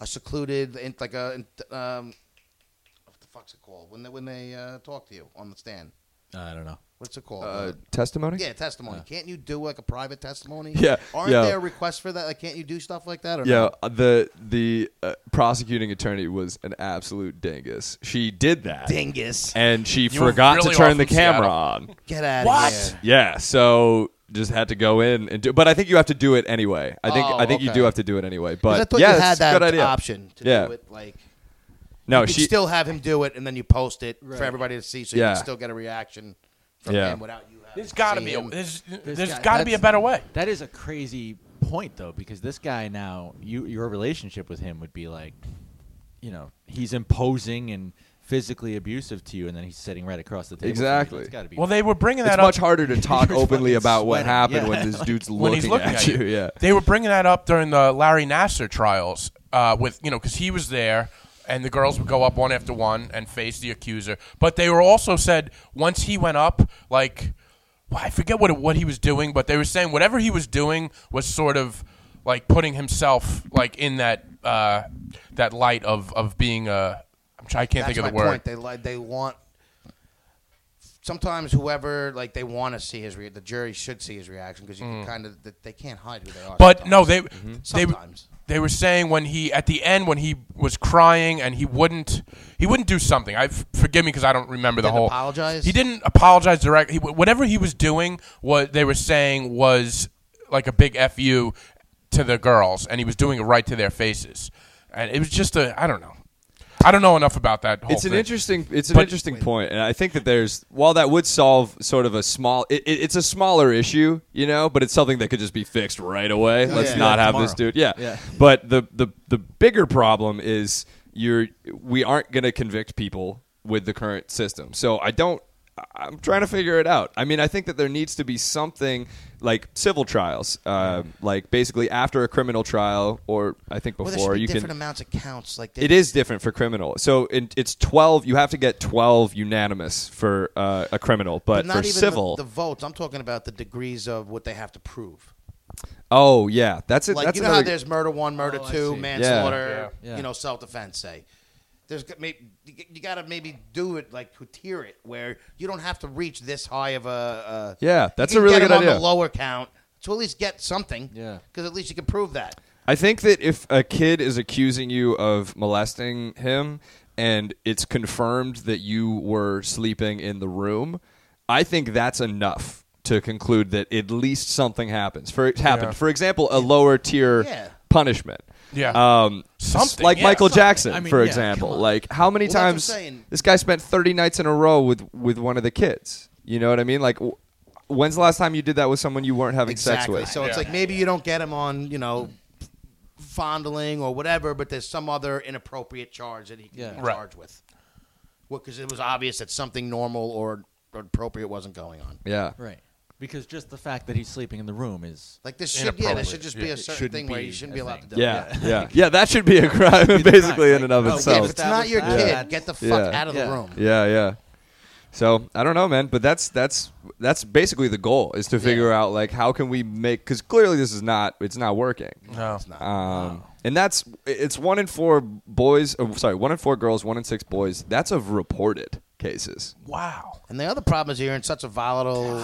Speaker 3: a secluded in- like a um, what the fuck's it called when they when they uh, talk to you on the stand?
Speaker 4: I don't know.
Speaker 3: What's it called?
Speaker 5: uh, testimony.
Speaker 3: yeah, testimony. Can't you do like a private testimony?
Speaker 5: Yeah,
Speaker 3: Aren't
Speaker 5: yeah.
Speaker 3: there requests for that? Like, can't you do stuff like that? Or
Speaker 5: Yeah,
Speaker 3: no?
Speaker 5: uh, the the uh, prosecuting attorney was an absolute dingus. She did that,
Speaker 3: dingus,
Speaker 5: and she
Speaker 2: You were
Speaker 5: forgot
Speaker 2: really
Speaker 5: to turn
Speaker 2: off
Speaker 5: the
Speaker 2: in Seattle.
Speaker 5: camera on.
Speaker 3: get out
Speaker 2: What?
Speaker 3: of here.
Speaker 5: Yeah, so just had to go in and do. But I think you have to do it anyway. I think
Speaker 3: Oh,
Speaker 5: I think you
Speaker 3: okay.
Speaker 5: do have to do it anyway.
Speaker 3: 'Cause
Speaker 5: But
Speaker 3: I thought
Speaker 5: yeah,
Speaker 3: you had
Speaker 5: it's a
Speaker 3: that
Speaker 5: good idea.
Speaker 3: option to
Speaker 5: Yeah.
Speaker 3: do it. Like,
Speaker 5: No,
Speaker 3: you could
Speaker 5: she
Speaker 3: still have him do it, and then you post it
Speaker 4: Right.
Speaker 3: for everybody to see, so
Speaker 5: Yeah.
Speaker 3: you can still get a reaction from
Speaker 5: Yeah.
Speaker 3: him without you. having
Speaker 2: there's got to
Speaker 3: see
Speaker 2: be a
Speaker 3: him.
Speaker 2: there's,
Speaker 4: There's
Speaker 2: there's
Speaker 4: got-
Speaker 2: got to be a
Speaker 4: that's-
Speaker 2: better way.
Speaker 4: That is a crazy point though, because this guy now, you your relationship with him would be like, you know, he's imposing and physically abusive to you, and then he's sitting right across the table.
Speaker 5: Exactly.
Speaker 4: It's got to be.
Speaker 2: Well, they were bringing
Speaker 5: it's
Speaker 2: that
Speaker 5: much
Speaker 2: up
Speaker 5: harder to talk
Speaker 4: You're
Speaker 5: openly
Speaker 4: fucking
Speaker 5: about what
Speaker 4: sweating.
Speaker 5: happened
Speaker 4: Yeah.
Speaker 5: when this dude's looking,
Speaker 2: when he's looking
Speaker 5: at,
Speaker 2: at,
Speaker 5: you. Yeah,
Speaker 2: They were bringing that up during the Larry Nasser trials uh, with, you know, because he was there and the girls would go up one after one and face the accuser. But they were also said once he went up, like, well, I forget what, it- what he was doing, but they were saying whatever he was doing was sort of like putting himself like in that uh, that light of, of being a. I'm trying, I can't
Speaker 3: That's
Speaker 2: think
Speaker 3: my
Speaker 2: of the word.
Speaker 3: point. They like they want. Sometimes whoever like they want to see his re- the jury should see his reaction because you
Speaker 5: Mm.
Speaker 3: can kind of they- they can't hide who they are.
Speaker 2: But
Speaker 3: sometimes.
Speaker 2: no, they they
Speaker 3: Mm-hmm. Sometimes.
Speaker 2: they were saying when he at the end when he was crying and he wouldn't he wouldn't do something. I f- forgive me because I don't remember the
Speaker 3: Didn't
Speaker 2: whole.
Speaker 3: apologize?
Speaker 2: He didn't apologize directly. Whatever he was doing, what they were saying was like a big fu to the girls, and he was doing it right to their faces, and it was just a I don't know. I don't know enough about that. Whole
Speaker 5: it's an
Speaker 2: thing.
Speaker 5: interesting it's an
Speaker 2: But-
Speaker 5: interesting point, and I think that there's while that would solve sort of a small it, it- it's a smaller issue, you know, but it's something that could just be fixed right away. Let's
Speaker 3: Yeah.
Speaker 5: not have this
Speaker 4: Tomorrow.
Speaker 5: dude. Yeah. But the the the bigger problem is you're we aren't going to convict people with the current system. So I don't I'm trying to figure it out. I mean, I think that there needs to be something like civil trials, uh, like basically after a criminal trial, or I think
Speaker 3: Well,
Speaker 5: before
Speaker 3: there should be
Speaker 5: you
Speaker 3: different
Speaker 5: can
Speaker 3: amounts of counts. Like
Speaker 5: it is different for criminal. So it, it's twelve. You have to get twelve unanimous for uh, a criminal, but,
Speaker 3: not
Speaker 5: for
Speaker 3: even the-
Speaker 5: civil,
Speaker 3: the, votes. I'm talking about the degrees of what they have to prove.
Speaker 5: oh yeah, that's it.
Speaker 3: Like
Speaker 5: that's
Speaker 3: you know how
Speaker 5: another-
Speaker 3: there's murder one, murder
Speaker 4: Oh, I
Speaker 3: two,
Speaker 4: see.
Speaker 3: manslaughter,
Speaker 4: Yeah. Yeah.
Speaker 3: you know, self defense. Say, there's g- may- you got to maybe do it like to tier it where you don't have to reach this high of a. Uh,
Speaker 5: Yeah,
Speaker 3: you
Speaker 5: that's
Speaker 3: can
Speaker 5: a really
Speaker 3: get 'em
Speaker 5: good
Speaker 3: on
Speaker 5: idea.
Speaker 3: The lower count to at least get something.
Speaker 4: Yeah.
Speaker 3: because at least you can prove that.
Speaker 5: I think that if a kid is accusing you of molesting him and it's confirmed that you were sleeping in the room, I think that's enough to conclude that at least something happens. For happened. For example, a lower tier
Speaker 3: Yeah.
Speaker 5: punishment.
Speaker 2: Yeah.
Speaker 5: Um,
Speaker 2: Something,
Speaker 5: like
Speaker 2: yeah,
Speaker 5: Michael
Speaker 2: something.
Speaker 5: Jackson,
Speaker 4: I mean,
Speaker 5: for
Speaker 4: yeah,
Speaker 5: example.
Speaker 4: come on.
Speaker 5: Like how many
Speaker 3: Well, that's what I'm
Speaker 5: times
Speaker 3: saying.
Speaker 5: this guy spent 30 nights in a row with with one of the kids. You know what I mean? Like w- when's the last time you did that with someone you weren't having
Speaker 3: Exactly.
Speaker 5: sex with?
Speaker 3: So it's
Speaker 2: Yeah.
Speaker 3: like maybe you don't get him on, you know, fondling or whatever, but there's some other inappropriate charge that he can
Speaker 4: Yeah.
Speaker 3: be
Speaker 2: Right.
Speaker 3: charged with. Because it was obvious that something normal or or appropriate wasn't going on.
Speaker 5: yeah.
Speaker 4: right, because just the fact that he's sleeping in the room is.
Speaker 3: Like this should, yeah, there should
Speaker 2: Inappropriate.
Speaker 3: just be
Speaker 2: Yeah.
Speaker 3: a certain
Speaker 4: should
Speaker 3: thing where
Speaker 4: be
Speaker 3: you shouldn't
Speaker 4: a
Speaker 3: be allowed
Speaker 4: thing.
Speaker 3: to do. it.
Speaker 5: Yeah, yeah, yeah. That should be a crime, basically, in and of
Speaker 4: Like, oh,
Speaker 5: itself.
Speaker 4: yeah,
Speaker 3: If it's not your
Speaker 4: Establish that.
Speaker 3: kid, get the fuck
Speaker 5: Yeah.
Speaker 3: out of the
Speaker 4: Yeah.
Speaker 3: room.
Speaker 5: yeah, yeah. So I don't know, man. But that's that's that's basically the goal is to figure out like how can we make because clearly this is not it's not working.
Speaker 2: no.
Speaker 5: Um, and that's it's one in four boys. Oh, sorry, one in four girls, one in six boys. That's of reported. cases.
Speaker 2: Wow.
Speaker 3: And the other problem is you're in such a volatile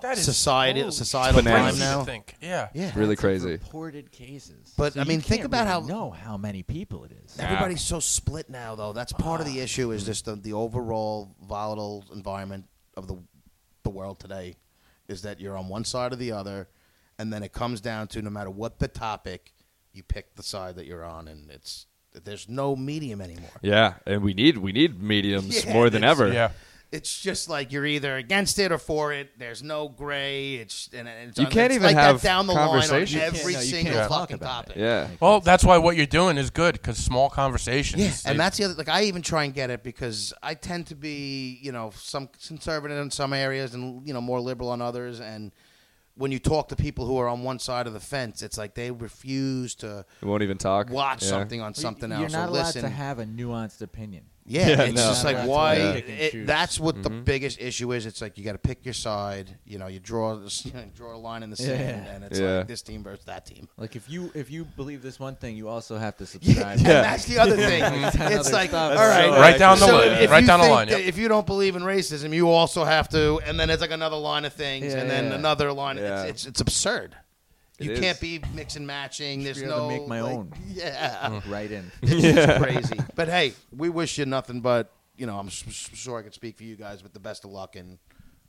Speaker 2: That is
Speaker 3: society,
Speaker 2: holy
Speaker 3: societal time
Speaker 5: bananas.
Speaker 3: now.
Speaker 2: I think. Yeah.
Speaker 3: Yeah,
Speaker 5: Really crazy.
Speaker 4: Reported cases.
Speaker 3: But,
Speaker 4: So
Speaker 3: I
Speaker 4: you
Speaker 3: mean, think
Speaker 4: can't
Speaker 3: about
Speaker 4: really
Speaker 3: how-
Speaker 4: know how many people it is.
Speaker 3: everybody's so split now, though. That's part of the
Speaker 5: Ah.
Speaker 3: issue is just the, the overall volatile environment of the the world today. Is that you're on one side or the other, and then it comes down to no matter what the topic, you pick the side that you're on, and it's there's no medium anymore.
Speaker 5: Yeah, and we need we need mediums
Speaker 3: Yeah,
Speaker 5: more than
Speaker 3: it's-
Speaker 5: ever.
Speaker 2: Yeah.
Speaker 3: It's just like you're either against it or for it. There's no gray. It's and it's,
Speaker 5: You can't
Speaker 3: it's
Speaker 5: even
Speaker 3: like
Speaker 5: have
Speaker 3: that down the line on
Speaker 5: conversations. You can't-
Speaker 3: every
Speaker 4: no, you
Speaker 3: single
Speaker 4: can't talk
Speaker 3: fucking
Speaker 4: about
Speaker 3: topic.
Speaker 5: Yeah.
Speaker 2: Well, that's why what you're doing is good because small conversations.
Speaker 3: Yeah, and
Speaker 2: They-
Speaker 3: that's the other. Like, I even try and get it because I tend to be, you know, some conservative in some areas and you know more liberal on others. And when you talk to people who are on one side of the fence, it's like they refuse to
Speaker 5: We won't even talk.
Speaker 3: watch
Speaker 5: Yeah.
Speaker 3: something on something
Speaker 4: You're
Speaker 3: else
Speaker 4: not
Speaker 3: or
Speaker 4: allowed
Speaker 3: listen.
Speaker 4: to have a nuanced opinion.
Speaker 3: yeah,
Speaker 5: Yeah,
Speaker 3: it's
Speaker 5: no. Mm-hmm.
Speaker 3: just
Speaker 4: Yeah.
Speaker 3: like why.
Speaker 4: Yeah.
Speaker 3: it-
Speaker 4: Yeah.
Speaker 3: that's what the biggest issue is. It's like you got to pick your side. You know, you draw this- you know, draw a line in the sand,
Speaker 4: Yeah.
Speaker 3: and it's
Speaker 5: Yeah.
Speaker 3: like this team versus that team.
Speaker 4: Like if you if you believe this one thing, you also have to
Speaker 3: Yeah,
Speaker 4: subscribe.
Speaker 3: and that's the other thing.
Speaker 4: Another
Speaker 3: it's like,
Speaker 4: stuff.
Speaker 3: all
Speaker 5: That's
Speaker 3: right,
Speaker 5: so Right
Speaker 2: down the
Speaker 3: so
Speaker 2: line.
Speaker 3: If
Speaker 2: Right
Speaker 3: you
Speaker 2: down the
Speaker 3: think
Speaker 2: line,
Speaker 3: that
Speaker 2: yep.
Speaker 3: If you don't believe in racism, you also have to, and then it's like another line of things,
Speaker 4: Yeah,
Speaker 3: and then
Speaker 4: yeah.
Speaker 3: another line.
Speaker 5: Yeah.
Speaker 3: It's, it's it's absurd.
Speaker 5: It
Speaker 3: you
Speaker 5: is.
Speaker 3: can't be mix and matching. There's
Speaker 4: be able to
Speaker 3: no
Speaker 4: make my
Speaker 3: like-
Speaker 4: own.
Speaker 2: Mm.
Speaker 3: Yeah,
Speaker 4: right in.
Speaker 3: it's crazy. But hey, we wish you nothing but you know. I'm s- s- sure I could speak for you guys, but the best of luck and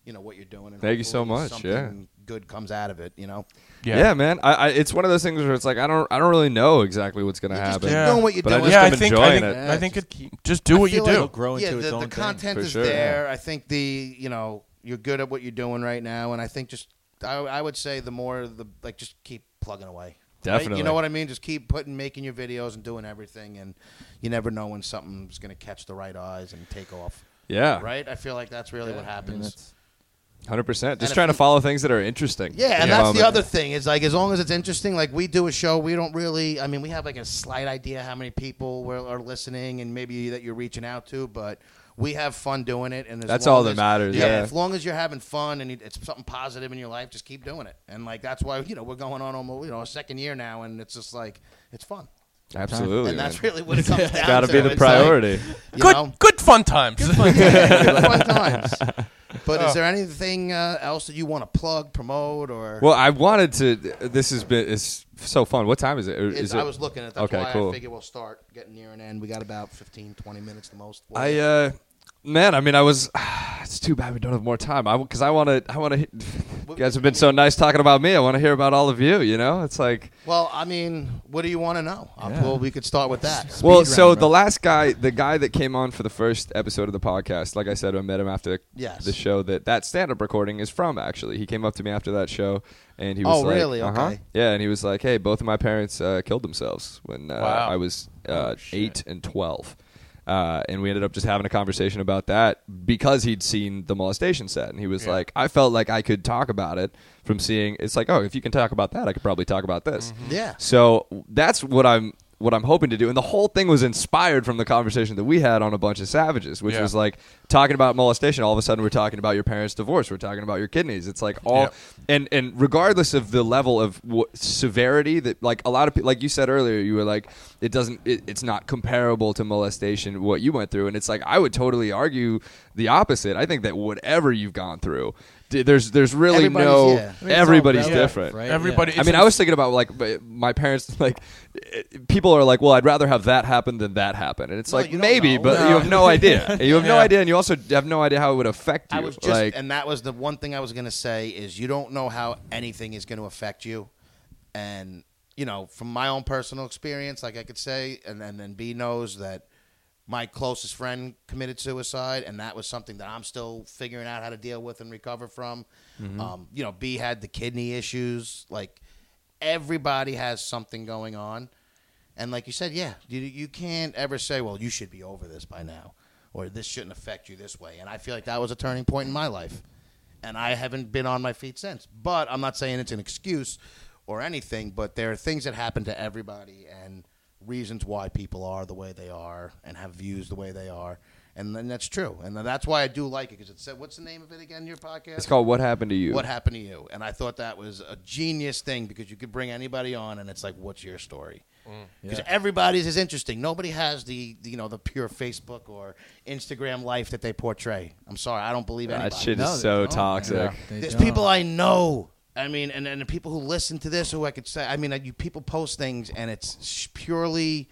Speaker 3: you know what you're doing. And
Speaker 5: Thank you so
Speaker 3: hopefully
Speaker 5: much, yeah.
Speaker 3: something good comes out of it. You know,
Speaker 5: Yeah, man. I, I it's one of those things where it's like I don't I don't really know exactly what's gonna
Speaker 3: You just
Speaker 5: happen.
Speaker 3: keep
Speaker 2: Yeah.
Speaker 3: doing what you're
Speaker 5: But I
Speaker 3: doing.
Speaker 5: just
Speaker 2: yeah, I
Speaker 5: am
Speaker 2: think I
Speaker 5: enjoying
Speaker 2: think,
Speaker 5: it.
Speaker 2: I think
Speaker 4: Just
Speaker 2: it
Speaker 4: keep-
Speaker 2: just do what
Speaker 3: feel
Speaker 2: you
Speaker 3: like-
Speaker 2: do.
Speaker 4: It'll grow into
Speaker 3: yeah,
Speaker 4: its
Speaker 3: the,
Speaker 4: own
Speaker 3: the
Speaker 4: thing.
Speaker 3: content
Speaker 5: For
Speaker 3: is
Speaker 5: sure.
Speaker 3: there. I think the you know you're good at what you're doing right now, and I think just I, I would say the more the like just keep plugging away. Right?
Speaker 5: Definitely.
Speaker 3: you know what I mean. Just keep putting, making your videos and doing everything, and you never know when something's going to catch the right eyes and take off.
Speaker 5: Yeah.
Speaker 3: Right? I feel like that's really what happens.
Speaker 5: Hundred percent. Just
Speaker 3: if
Speaker 5: trying to
Speaker 3: you-
Speaker 5: follow things that are interesting.
Speaker 3: Yeah,
Speaker 5: at
Speaker 3: and that's the
Speaker 5: moment.
Speaker 3: other thing is like as long as it's interesting, like we do a show, we don't really. I mean, we have like a slight idea how many people were, are listening and maybe that you're reaching out to, but we have fun doing it, and as
Speaker 5: That's
Speaker 3: long
Speaker 5: all that
Speaker 3: as-
Speaker 5: matters, yeah.
Speaker 3: as long as you're having fun and it's something positive in your life, just keep doing it, and like that's why you know we're going on almost you know a second year now, and it's just like it's fun,
Speaker 5: Absolutely.
Speaker 3: and
Speaker 5: man.
Speaker 3: that's really what it comes down
Speaker 5: gotta
Speaker 3: to.
Speaker 5: be the
Speaker 3: It's like,
Speaker 5: priority.
Speaker 3: you
Speaker 2: good
Speaker 3: know?
Speaker 2: good fun times.
Speaker 3: fun times. But
Speaker 5: Oh.
Speaker 3: is there anything uh, else that you want to plug, promote, or?
Speaker 5: well, I wanted to. This has been. It's so fun. What time is it? Or
Speaker 3: It's-
Speaker 5: is it
Speaker 3: I was looking at that's
Speaker 5: Okay,
Speaker 3: why
Speaker 5: cool.
Speaker 3: I figured we'll start getting near an end. We got about 15, 20 minutes the most.
Speaker 5: I uh, man, I mean, I was. it's too bad we don't have more time. I because I want to. I want to. You guys have been so nice talking about me. I want to hear about all of you. You know, it's like.
Speaker 3: well, I mean, what do you want to know? Uh,
Speaker 4: Yeah.
Speaker 3: Well, we could start with that.
Speaker 5: Well,
Speaker 4: round,
Speaker 5: so the
Speaker 4: bro.
Speaker 5: last guy, the guy that came on for the first episode of the podcast, like I said, I met him after
Speaker 3: Yes.
Speaker 5: the show that that stand-up recording is from. Actually, he came up to me after that show, and he was
Speaker 3: Oh,
Speaker 5: like,
Speaker 3: really?
Speaker 5: uh-huh.
Speaker 3: Okay.
Speaker 5: yeah," and he was like, "Hey, both of my parents uh, killed themselves when uh,
Speaker 2: Wow.
Speaker 5: I was
Speaker 3: Oh,
Speaker 5: uh, eight and twelve. Uh, and we ended up just having a conversation about that because he'd seen the molestation set, and he was like, "I felt like I could talk about it from seeing." It's like, "Oh, if you can talk about that, I could probably talk about this."
Speaker 3: Mm-hmm. Yeah.
Speaker 5: So that's what I'm what I'm hoping to do. And the whole thing was inspired from the conversation that we had on a bunch of savages, which
Speaker 2: Yeah.
Speaker 5: was like talking about molestation. All of a sudden, we're talking about your parents' divorce. We're talking about your kidneys. It's like all
Speaker 2: Yeah.
Speaker 5: and and regardless of the level of w- severity that like a lot of people, like you said earlier, you were like it doesn't it, it's not comparable to molestation what you went through. And it's like I would totally argue the opposite. I think that whatever you've gone through. d- There's, there's really
Speaker 3: Everybody's-
Speaker 5: no.
Speaker 3: yeah. I
Speaker 4: mean, it's all
Speaker 5: everybody's
Speaker 4: relative,
Speaker 5: different.
Speaker 4: right?
Speaker 2: Everybody.
Speaker 5: I
Speaker 2: it's
Speaker 5: mean,
Speaker 2: a-
Speaker 5: I was thinking about like b- my parents. Like, eh, people are like, "Well, I'd rather have that happen than that happen," and it's
Speaker 3: No,
Speaker 5: like
Speaker 3: you don't
Speaker 5: maybe,
Speaker 3: know.
Speaker 5: but
Speaker 2: No.
Speaker 5: you have no idea. You have no
Speaker 2: Yeah.
Speaker 5: idea, and you also have no idea how it would affect you.
Speaker 3: I was just,
Speaker 5: like,
Speaker 3: and that was the one thing I was going to say is you don't know how anything is going to affect you, and you know from my own personal experience, like I could say, and and then B knows that my closest friend committed suicide, and that was something that I'm still figuring out how to deal with and recover from.
Speaker 5: Mm-hmm.
Speaker 3: Um, you know, B had the kidney issues. Like everybody has something going on, and like you said, yeah, you you can't ever say, well, you should be over this by now, or this shouldn't affect you this way. And I feel like that was a turning point in my life, and I haven't been on my feet since. But I'm not saying it's an excuse or anything, but there are things that happen to everybody, and reasons why people are the way they are and have views the way they are. and then that's true, and that's why I do like it because it said, "What's the name of it again?" Your podcast.
Speaker 5: It's called What Happened to You.
Speaker 3: What happened to you? And I thought that was a genius thing because you could bring anybody on, and it's like, what's your story? Because everybody's is interesting. Nobody has the, the, you know the pure Facebook or Instagram life that they portray. I'm sorry, I don't believe anybody.
Speaker 5: that shit
Speaker 4: No,
Speaker 5: is
Speaker 4: they
Speaker 5: so
Speaker 4: don't.
Speaker 5: toxic.
Speaker 4: They
Speaker 3: There's
Speaker 4: don't.
Speaker 3: people I know. I mean, and, and the people who listen to this, who I could say, I mean, uh, you people post things, and it's sh- purely.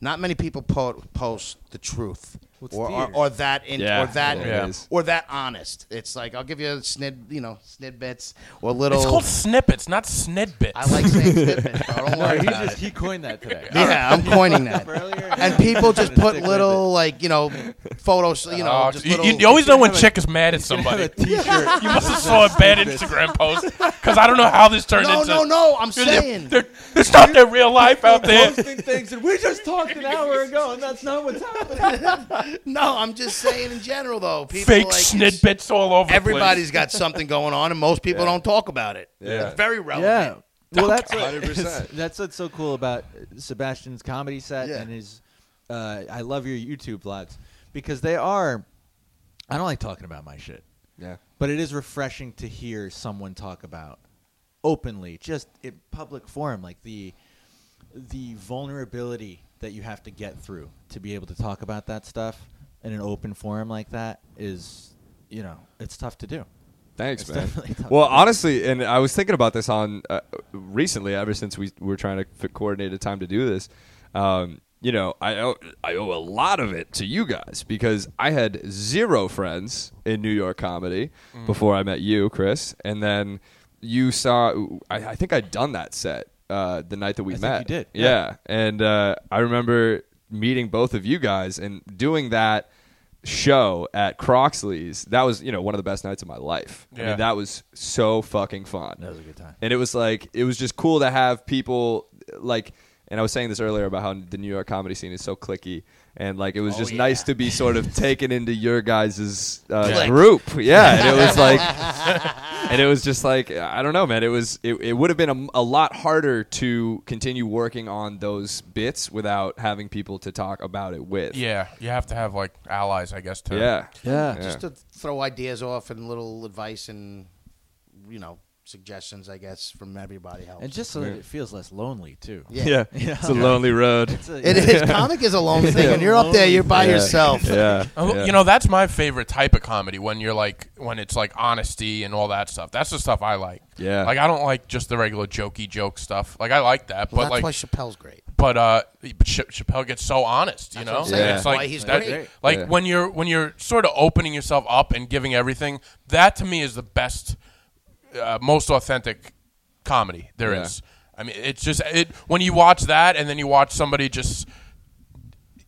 Speaker 3: Not many people po- post the truth,
Speaker 4: Well, it's
Speaker 3: or, or
Speaker 4: theater.
Speaker 3: or that, in,
Speaker 5: Yeah,
Speaker 3: or that,
Speaker 5: yeah, it is.
Speaker 3: or that honest. It's like I'll give you a snid, you know, snidbits or little.
Speaker 2: It's called snippets, not snidbits.
Speaker 3: I like saying snippets. Bro. Don't worry
Speaker 4: he
Speaker 3: about
Speaker 4: just
Speaker 3: it.
Speaker 4: he coined that today.
Speaker 3: Yeah, I'm coining that.
Speaker 4: Earlier,
Speaker 3: And
Speaker 4: yeah.
Speaker 3: people just
Speaker 4: Stick
Speaker 3: put
Speaker 4: with
Speaker 3: little like you know photos, you know,
Speaker 2: Oh,
Speaker 3: just
Speaker 2: you,
Speaker 3: little.
Speaker 2: you- you always know when
Speaker 4: have a-
Speaker 2: chick is mad at
Speaker 4: You have
Speaker 2: somebody.
Speaker 4: a T-shirt.
Speaker 2: You must have saw a bad Instagram post because I don't know how this turned
Speaker 3: no,
Speaker 2: into.
Speaker 3: no, no! I'm saying
Speaker 2: They're, it's not their real life out there.
Speaker 4: posting things, and we just talked an hour ago, and that's not what's happening.
Speaker 3: no. I'm just saying in general though. People
Speaker 2: Fake
Speaker 3: like,
Speaker 2: snidbits all over.
Speaker 3: Everybody's got something going on, and most people don't talk about it.
Speaker 5: Yeah.
Speaker 3: It's very relevant.
Speaker 4: Yeah. Well, that's what-
Speaker 5: 100%.
Speaker 4: that's what's so cool about Sebastian's comedy set
Speaker 3: Yeah.
Speaker 4: and his. Uh, I love your YouTube vlogs because they are. I don't like talking about my shit,
Speaker 5: Yeah.
Speaker 4: but it is refreshing to hear someone talk about openly, just in public forum, like the the vulnerability that you have to get through to be able to talk about that stuff in an open forum like that is, you know, it's tough to do.
Speaker 5: Thanks,
Speaker 4: It's
Speaker 5: man.
Speaker 4: definitely tough.
Speaker 5: Well, honestly, and I was thinking about this on uh, recently. Ever since we were trying to f- coordinate a time to do this, um, you know, I owe, I owe a lot of it to you guys because I had zero friends in New York comedy
Speaker 4: Mm.
Speaker 5: before I met you, Chris, and then you saw. I, I think I'd done that set uh, the night that we
Speaker 4: I think
Speaker 5: met.
Speaker 4: you did,
Speaker 5: yeah. And uh, I remember meeting both of you guys and doing that show at Croxley's. That was, you know, one of the best nights of my life. I
Speaker 2: Yeah.
Speaker 5: mean, that was so fucking fun.
Speaker 4: That was a good time.
Speaker 5: And it was like, it was just cool to have people like, and I was saying this earlier about how the New York comedy scene is so clicky. And like, it
Speaker 4: Oh,
Speaker 5: was just nice to be sort of taken into your guys' uh,
Speaker 3: Clique.
Speaker 5: group. Yeah. And it was like, and it was just like I don't know, man. It was it, it would have been a, a lot harder to continue working on those bits without having people to talk about it with.
Speaker 2: Yeah, you have to have like allies, I guess. Too.
Speaker 5: yeah,
Speaker 4: Yeah.
Speaker 3: Just to throw ideas off and little advice and you know suggestions, I guess, from everybody helps.
Speaker 4: And just so that it feels less lonely too.
Speaker 3: Yeah.
Speaker 5: It's a lonely road.
Speaker 4: It's a-
Speaker 3: It is comic is a lone thing. When you're up there, you're by
Speaker 5: Yeah.
Speaker 3: yourself.
Speaker 5: Yeah,
Speaker 2: Oh,
Speaker 5: yeah.
Speaker 2: You know, that's my favorite type of comedy when you're like when it's like honesty and all that stuff. That's the stuff I like.
Speaker 5: Yeah.
Speaker 2: Like I don't like just the regular jokey joke stuff. Like I like that, but
Speaker 3: Well, that's
Speaker 2: like
Speaker 3: why Chappelle's great.
Speaker 2: but uh, but Ch- Chappelle gets so honest, you know.
Speaker 3: what I'm saying.
Speaker 5: Yeah.
Speaker 2: It's
Speaker 5: That's
Speaker 2: like
Speaker 3: why he's
Speaker 2: that-
Speaker 3: great.
Speaker 2: Like
Speaker 5: Yeah.
Speaker 2: when you're when you're sort of opening yourself up and giving everything. That to me is the best, uh, most authentic comedy there is.
Speaker 5: Yeah.
Speaker 2: I mean, it's just it when you watch that and then you watch somebody just.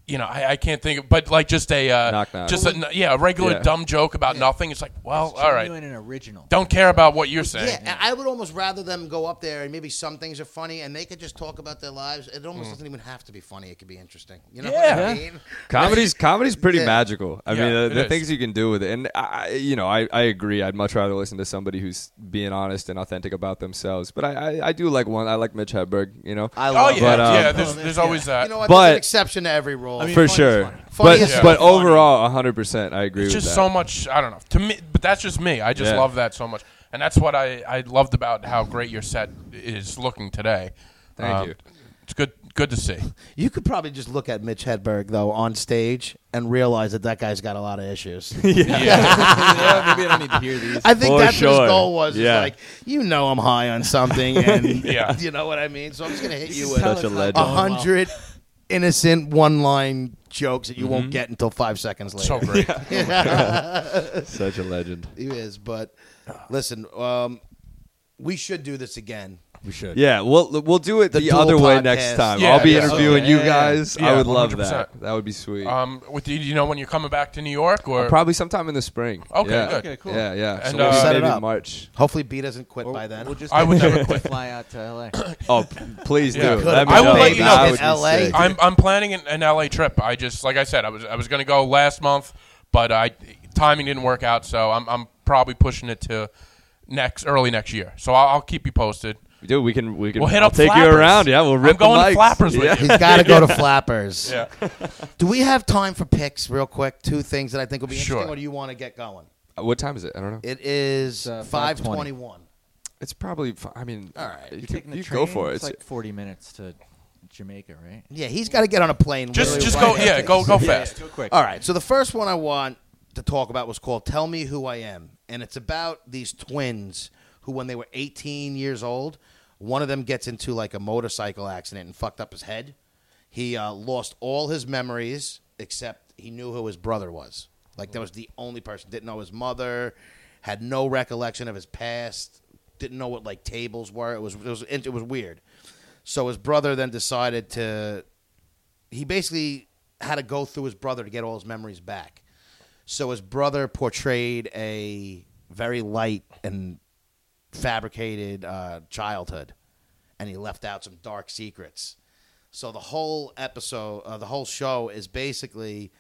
Speaker 2: You know, I, I can't think of, but like just a, uh,
Speaker 5: Knock, knock.
Speaker 2: just a, yeah, a regular
Speaker 5: Yeah.
Speaker 2: dumb joke about nothing. It's like, well, Oh, all right,
Speaker 4: Genuine and original.
Speaker 2: don't care about what you're saying.
Speaker 3: Yeah, and I would almost rather them go up there and maybe some things are funny and they could just talk about their lives. It almost doesn't even have to be funny. It could be interesting. You know what
Speaker 2: Yeah.
Speaker 3: I mean?
Speaker 5: Comedy's comedy's pretty
Speaker 3: Yeah.
Speaker 5: magical. I
Speaker 2: Yeah,
Speaker 5: mean, uh,
Speaker 2: it
Speaker 5: the
Speaker 2: is.
Speaker 5: things you can do with it, and I, I- you know, I, I agree. I'd much rather listen to somebody who's being honest and authentic about themselves. But I, I, I do like one. I like Mitch Hedberg. You know,
Speaker 3: I
Speaker 2: Oh
Speaker 3: love
Speaker 2: yeah,
Speaker 5: But, um,
Speaker 2: yeah. There's, there's always that.
Speaker 3: You know what? There's
Speaker 5: But-
Speaker 3: an exception to every rule.
Speaker 5: for sure.
Speaker 3: Funny
Speaker 5: but
Speaker 3: is
Speaker 5: but
Speaker 3: funny.
Speaker 5: overall, hundred percent, I agree
Speaker 2: it's
Speaker 5: with
Speaker 2: just
Speaker 5: that.
Speaker 2: so much i don't know to me but that's just me i just
Speaker 5: Yeah.
Speaker 2: love that so much and that's what i i loved about how great your set is looking today
Speaker 5: Thank
Speaker 2: um,
Speaker 5: you.
Speaker 2: it's good good to see
Speaker 3: You could probably just look at Mitch Hedberg though on stage and realize that that guy's got a lot of issues.
Speaker 4: yeah, maybe I don't need to hear these.
Speaker 3: I think
Speaker 5: For
Speaker 3: that's what
Speaker 5: sure.
Speaker 3: his goal was. is
Speaker 5: Yeah.
Speaker 3: like you know I'm high on something, and
Speaker 2: Yeah.
Speaker 3: you know what I mean. So I'm just gonna hit you
Speaker 4: is
Speaker 3: with
Speaker 4: how
Speaker 5: Such
Speaker 4: it's
Speaker 5: a
Speaker 4: not
Speaker 5: legend.
Speaker 3: a
Speaker 4: going well.
Speaker 3: hundred innocent one line jokes that you
Speaker 4: Mm-hmm.
Speaker 3: won't get until five seconds later.
Speaker 2: so great
Speaker 5: Such a legend.
Speaker 3: He is, but listen, um, we should do this again.
Speaker 4: We should.
Speaker 5: Yeah, we'll we'll do it the,
Speaker 3: dual
Speaker 5: other way
Speaker 3: podcast.
Speaker 5: next time.
Speaker 2: Yeah,
Speaker 5: I'll be
Speaker 2: yeah.
Speaker 5: interviewing
Speaker 4: Okay.
Speaker 5: you
Speaker 4: Yeah,
Speaker 5: guys.
Speaker 2: yeah.
Speaker 5: I would
Speaker 2: Yeah,
Speaker 5: love
Speaker 2: 100%.
Speaker 5: that. That would be sweet.
Speaker 2: um with do you know when you're coming back to new york or
Speaker 5: Probably sometime in the spring.
Speaker 2: Okay,
Speaker 5: yeah.
Speaker 2: good.
Speaker 4: Okay, cool.
Speaker 5: Yeah, yeah.
Speaker 2: And,
Speaker 5: so
Speaker 2: uh,
Speaker 5: maybe
Speaker 3: Set it
Speaker 5: maybe
Speaker 3: up.
Speaker 5: March.
Speaker 3: Hopefully, B doesn't quit
Speaker 4: Or
Speaker 3: by then.
Speaker 4: We'll just
Speaker 2: I would
Speaker 4: make
Speaker 2: never
Speaker 4: a
Speaker 2: quit.
Speaker 4: fly out to L.A.
Speaker 5: Oh, p- please do.
Speaker 2: Yeah.
Speaker 5: That'd be
Speaker 2: I will
Speaker 5: dope.
Speaker 2: let you
Speaker 5: That
Speaker 2: know.
Speaker 5: would
Speaker 3: In
Speaker 5: be
Speaker 3: LA.
Speaker 5: sick.
Speaker 2: i'm i'm planning an, an la trip i just like i said i was i was going to go last month but i timing didn't work out so i'm i'm probably pushing it to next early next year so i'll, I'll keep you posted
Speaker 5: We do. We can. We can.
Speaker 2: We'll hit
Speaker 5: I'll
Speaker 2: up
Speaker 5: take
Speaker 2: Flappers.
Speaker 5: you around. Yeah, we'll
Speaker 2: I'm
Speaker 5: rip
Speaker 2: going to
Speaker 5: the mics.
Speaker 2: Flappers with
Speaker 5: Yeah.
Speaker 2: you.
Speaker 3: He's got to go to Flappers.
Speaker 2: Yeah.
Speaker 3: Do we have time for picks, real quick? Two things that I think will be interesting.
Speaker 2: Sure.
Speaker 3: Or do you want to get going?
Speaker 5: What time is it? I don't know.
Speaker 3: It is
Speaker 4: uh,
Speaker 3: five
Speaker 4: 5:20.
Speaker 3: twenty-one.
Speaker 5: It's probably. fi- I mean,
Speaker 3: All right.
Speaker 5: You,
Speaker 4: You're
Speaker 5: can-
Speaker 4: taking the
Speaker 5: you
Speaker 4: train?
Speaker 5: go for it.
Speaker 4: It's
Speaker 5: It's-
Speaker 4: like 40 minutes to Jamaica, right?
Speaker 3: Yeah, he's got to get on a plane.
Speaker 2: Just,
Speaker 3: literally
Speaker 2: just
Speaker 3: right
Speaker 2: go.
Speaker 3: after
Speaker 2: Yeah,
Speaker 3: this.
Speaker 2: go, go fast.
Speaker 4: Go quick.
Speaker 3: All right. So the first one I want to talk about was called "Tell Me Who I Am," and it's about these twins who, when they were 18 years old, one of them gets into like a motorcycle accident and fucked up his head. He uh, lost all his memories except he knew who his brother was. Like that was the only person. Didn't know his mother. Had no recollection of his past. Didn't know what like tables were. It was it was it was weird. So his brother then decided to he basically had to go through his brother to get all his memories back. So his brother portrayed a very light and fabricated uh, childhood, and he left out some dark secrets. So the whole episode, uh, the whole show is basically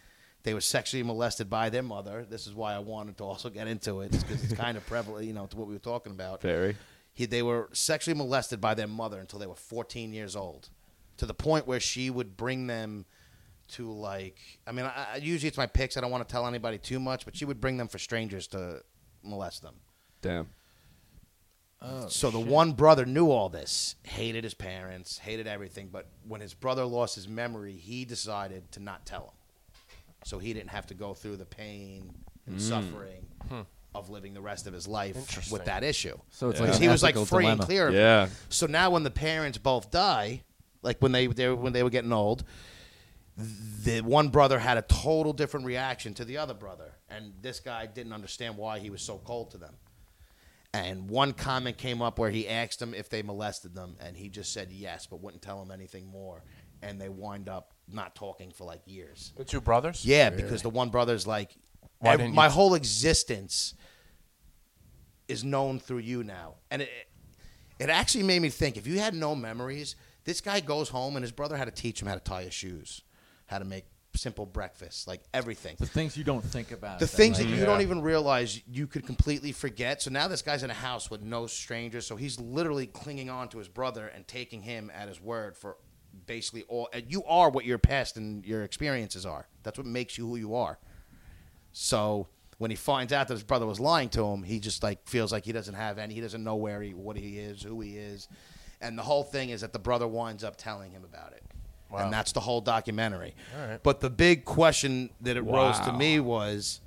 Speaker 3: they were sexually molested by their mother. This is why I wanted to also get into it because it's kind of prevalent, you know, to what we were talking about.
Speaker 5: Very.
Speaker 3: He, they were sexually molested by their mother until they were 14 years old, to the point where she would bring them to like. I mean, I, I- usually it's my picks. I don't want to tell anybody too much, but she would bring them for strangers to molest them.
Speaker 5: damn.
Speaker 3: so the one brother knew all this, hated his parents, hated everything. But when his brother lost his memory, he decided to not tell him, so he didn't have to go through the pain and
Speaker 4: Hmm.
Speaker 3: suffering of living the rest of his life with that issue.
Speaker 4: So it's
Speaker 3: Because
Speaker 4: like
Speaker 3: he was like
Speaker 4: ethical
Speaker 3: free and
Speaker 4: dilemma.
Speaker 3: clear. of it.
Speaker 5: Yeah.
Speaker 3: So now when the parents both die, like when they, they were- when they were getting old, the one brother had a total different reaction to the other brother, and this guy didn't understand why he was so cold to them. And one comment came up where he asked him if they molested them, and he just said yes, but wouldn't tell him anything more. And they wind up not talking for like years.
Speaker 2: The two brothers.
Speaker 3: Yeah, because the one brother's like,
Speaker 2: Why
Speaker 3: "Ev-
Speaker 2: didn't you-
Speaker 3: my whole existence is known through you now, and it it actually made me think. If you had no memories, this guy goes home and his brother had to teach him how to tie his shoes, how to make simple breakfast, like everything.
Speaker 4: The things you don't think about.
Speaker 3: The
Speaker 4: that,
Speaker 3: things
Speaker 4: like,
Speaker 3: that you don't even realize you could completely forget. So now this guy's in a house with no strangers. So he's literally clinging on to his brother and taking him at his word for basically all. And you are what your past and your experiences are. That's what makes you who you are. So when he finds out that his brother was lying to him, he just like feels like he doesn't have any. He doesn't know where he, what he is, who he is, and the whole thing is that the brother winds up telling him about it. And that's the whole documentary. But the big question that it rose to me was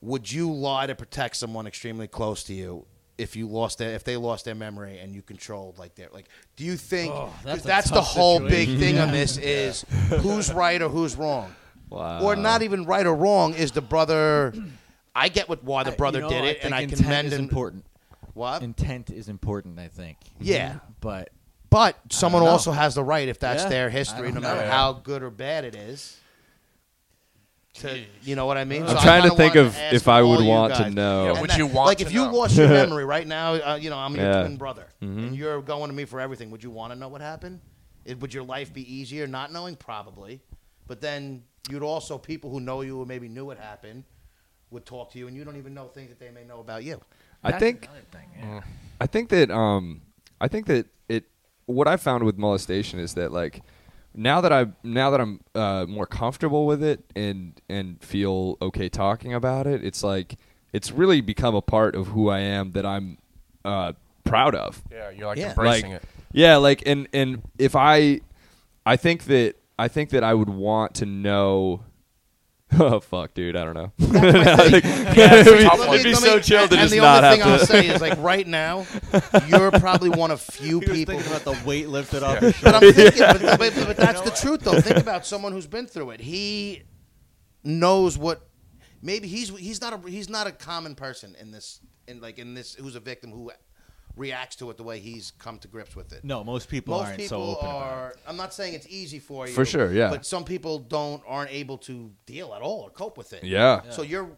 Speaker 3: would you lie to protect someone extremely close to you if you lost their if they lost their memory and you controlled like their like do you think
Speaker 4: Oh,
Speaker 3: 'cause
Speaker 4: that's
Speaker 3: that's, the
Speaker 4: a tough
Speaker 3: whole
Speaker 4: situation.
Speaker 3: big thing on this is who's right or who's wrong
Speaker 5: Wow.
Speaker 3: or not even right or wrong is the brother I get what why the
Speaker 4: I- Uh, you
Speaker 3: brother
Speaker 4: know,
Speaker 3: did it and
Speaker 4: think
Speaker 3: I
Speaker 4: intent
Speaker 3: commend
Speaker 4: is
Speaker 3: him
Speaker 4: important.
Speaker 3: what
Speaker 4: Intent is important, I think.
Speaker 3: Yeah.
Speaker 4: But
Speaker 3: but someone
Speaker 4: know.
Speaker 3: also has the right if that's
Speaker 4: Yeah, I
Speaker 3: their history
Speaker 4: don't
Speaker 3: no matter
Speaker 2: know.
Speaker 3: how good or bad it is to, you know what I mean
Speaker 5: I'm trying to think of if I would want
Speaker 3: know.
Speaker 5: to know.
Speaker 2: Yeah,
Speaker 3: And
Speaker 2: would
Speaker 3: that-
Speaker 2: you want
Speaker 3: like
Speaker 2: to
Speaker 3: if you
Speaker 2: know?
Speaker 3: lost your memory right now? Uh, you know, I'm your
Speaker 5: Yeah. Mm-hmm.
Speaker 3: twin brother, and you're going to me for everything. Would you want to know what happened? It, would your life be easier not knowing? Probably, but then you'd also people who know you or maybe knew what happened would talk to you, and you don't even know things that they may know about you.
Speaker 5: I think. I think that um, I think that it. What I found with molestation is that like, now that I now that I'm uh, more comfortable with it and and feel okay talking about it, it's like it's really become a part of who I am that I'm uh, proud of.
Speaker 2: Yeah, you're like
Speaker 3: Yeah.
Speaker 2: embracing
Speaker 5: like,
Speaker 2: it.
Speaker 5: Yeah, like and and if I, I think that I think that I would want to know. Oh fuck, dude! I don't know. Like, it'd be,
Speaker 2: tough one.
Speaker 3: Let
Speaker 5: it'd be
Speaker 3: me-
Speaker 5: so chill to
Speaker 3: and
Speaker 5: just
Speaker 3: the
Speaker 5: not
Speaker 3: only
Speaker 5: have
Speaker 3: thing
Speaker 5: to.
Speaker 3: I'll say is like right now, you're probably one of few
Speaker 4: he was
Speaker 3: people.
Speaker 4: thinking about the weight lifted off his
Speaker 3: But I'm
Speaker 4: shoulders.
Speaker 3: thinking, but, but, but that's the truth though. Think about someone who's been through it. He knows what. Maybe he's he's not a he's not a common person in this in like in this who's a victim who reacts to it the way he's come to grips with it.
Speaker 4: No, most people
Speaker 3: Most
Speaker 4: aren't
Speaker 3: people
Speaker 4: so open about it.
Speaker 3: are. I'm not saying it's easy for you
Speaker 5: For sure, yeah.
Speaker 3: But some people don't aren't able to deal at all or cope with it.
Speaker 5: Yeah.
Speaker 3: So you're.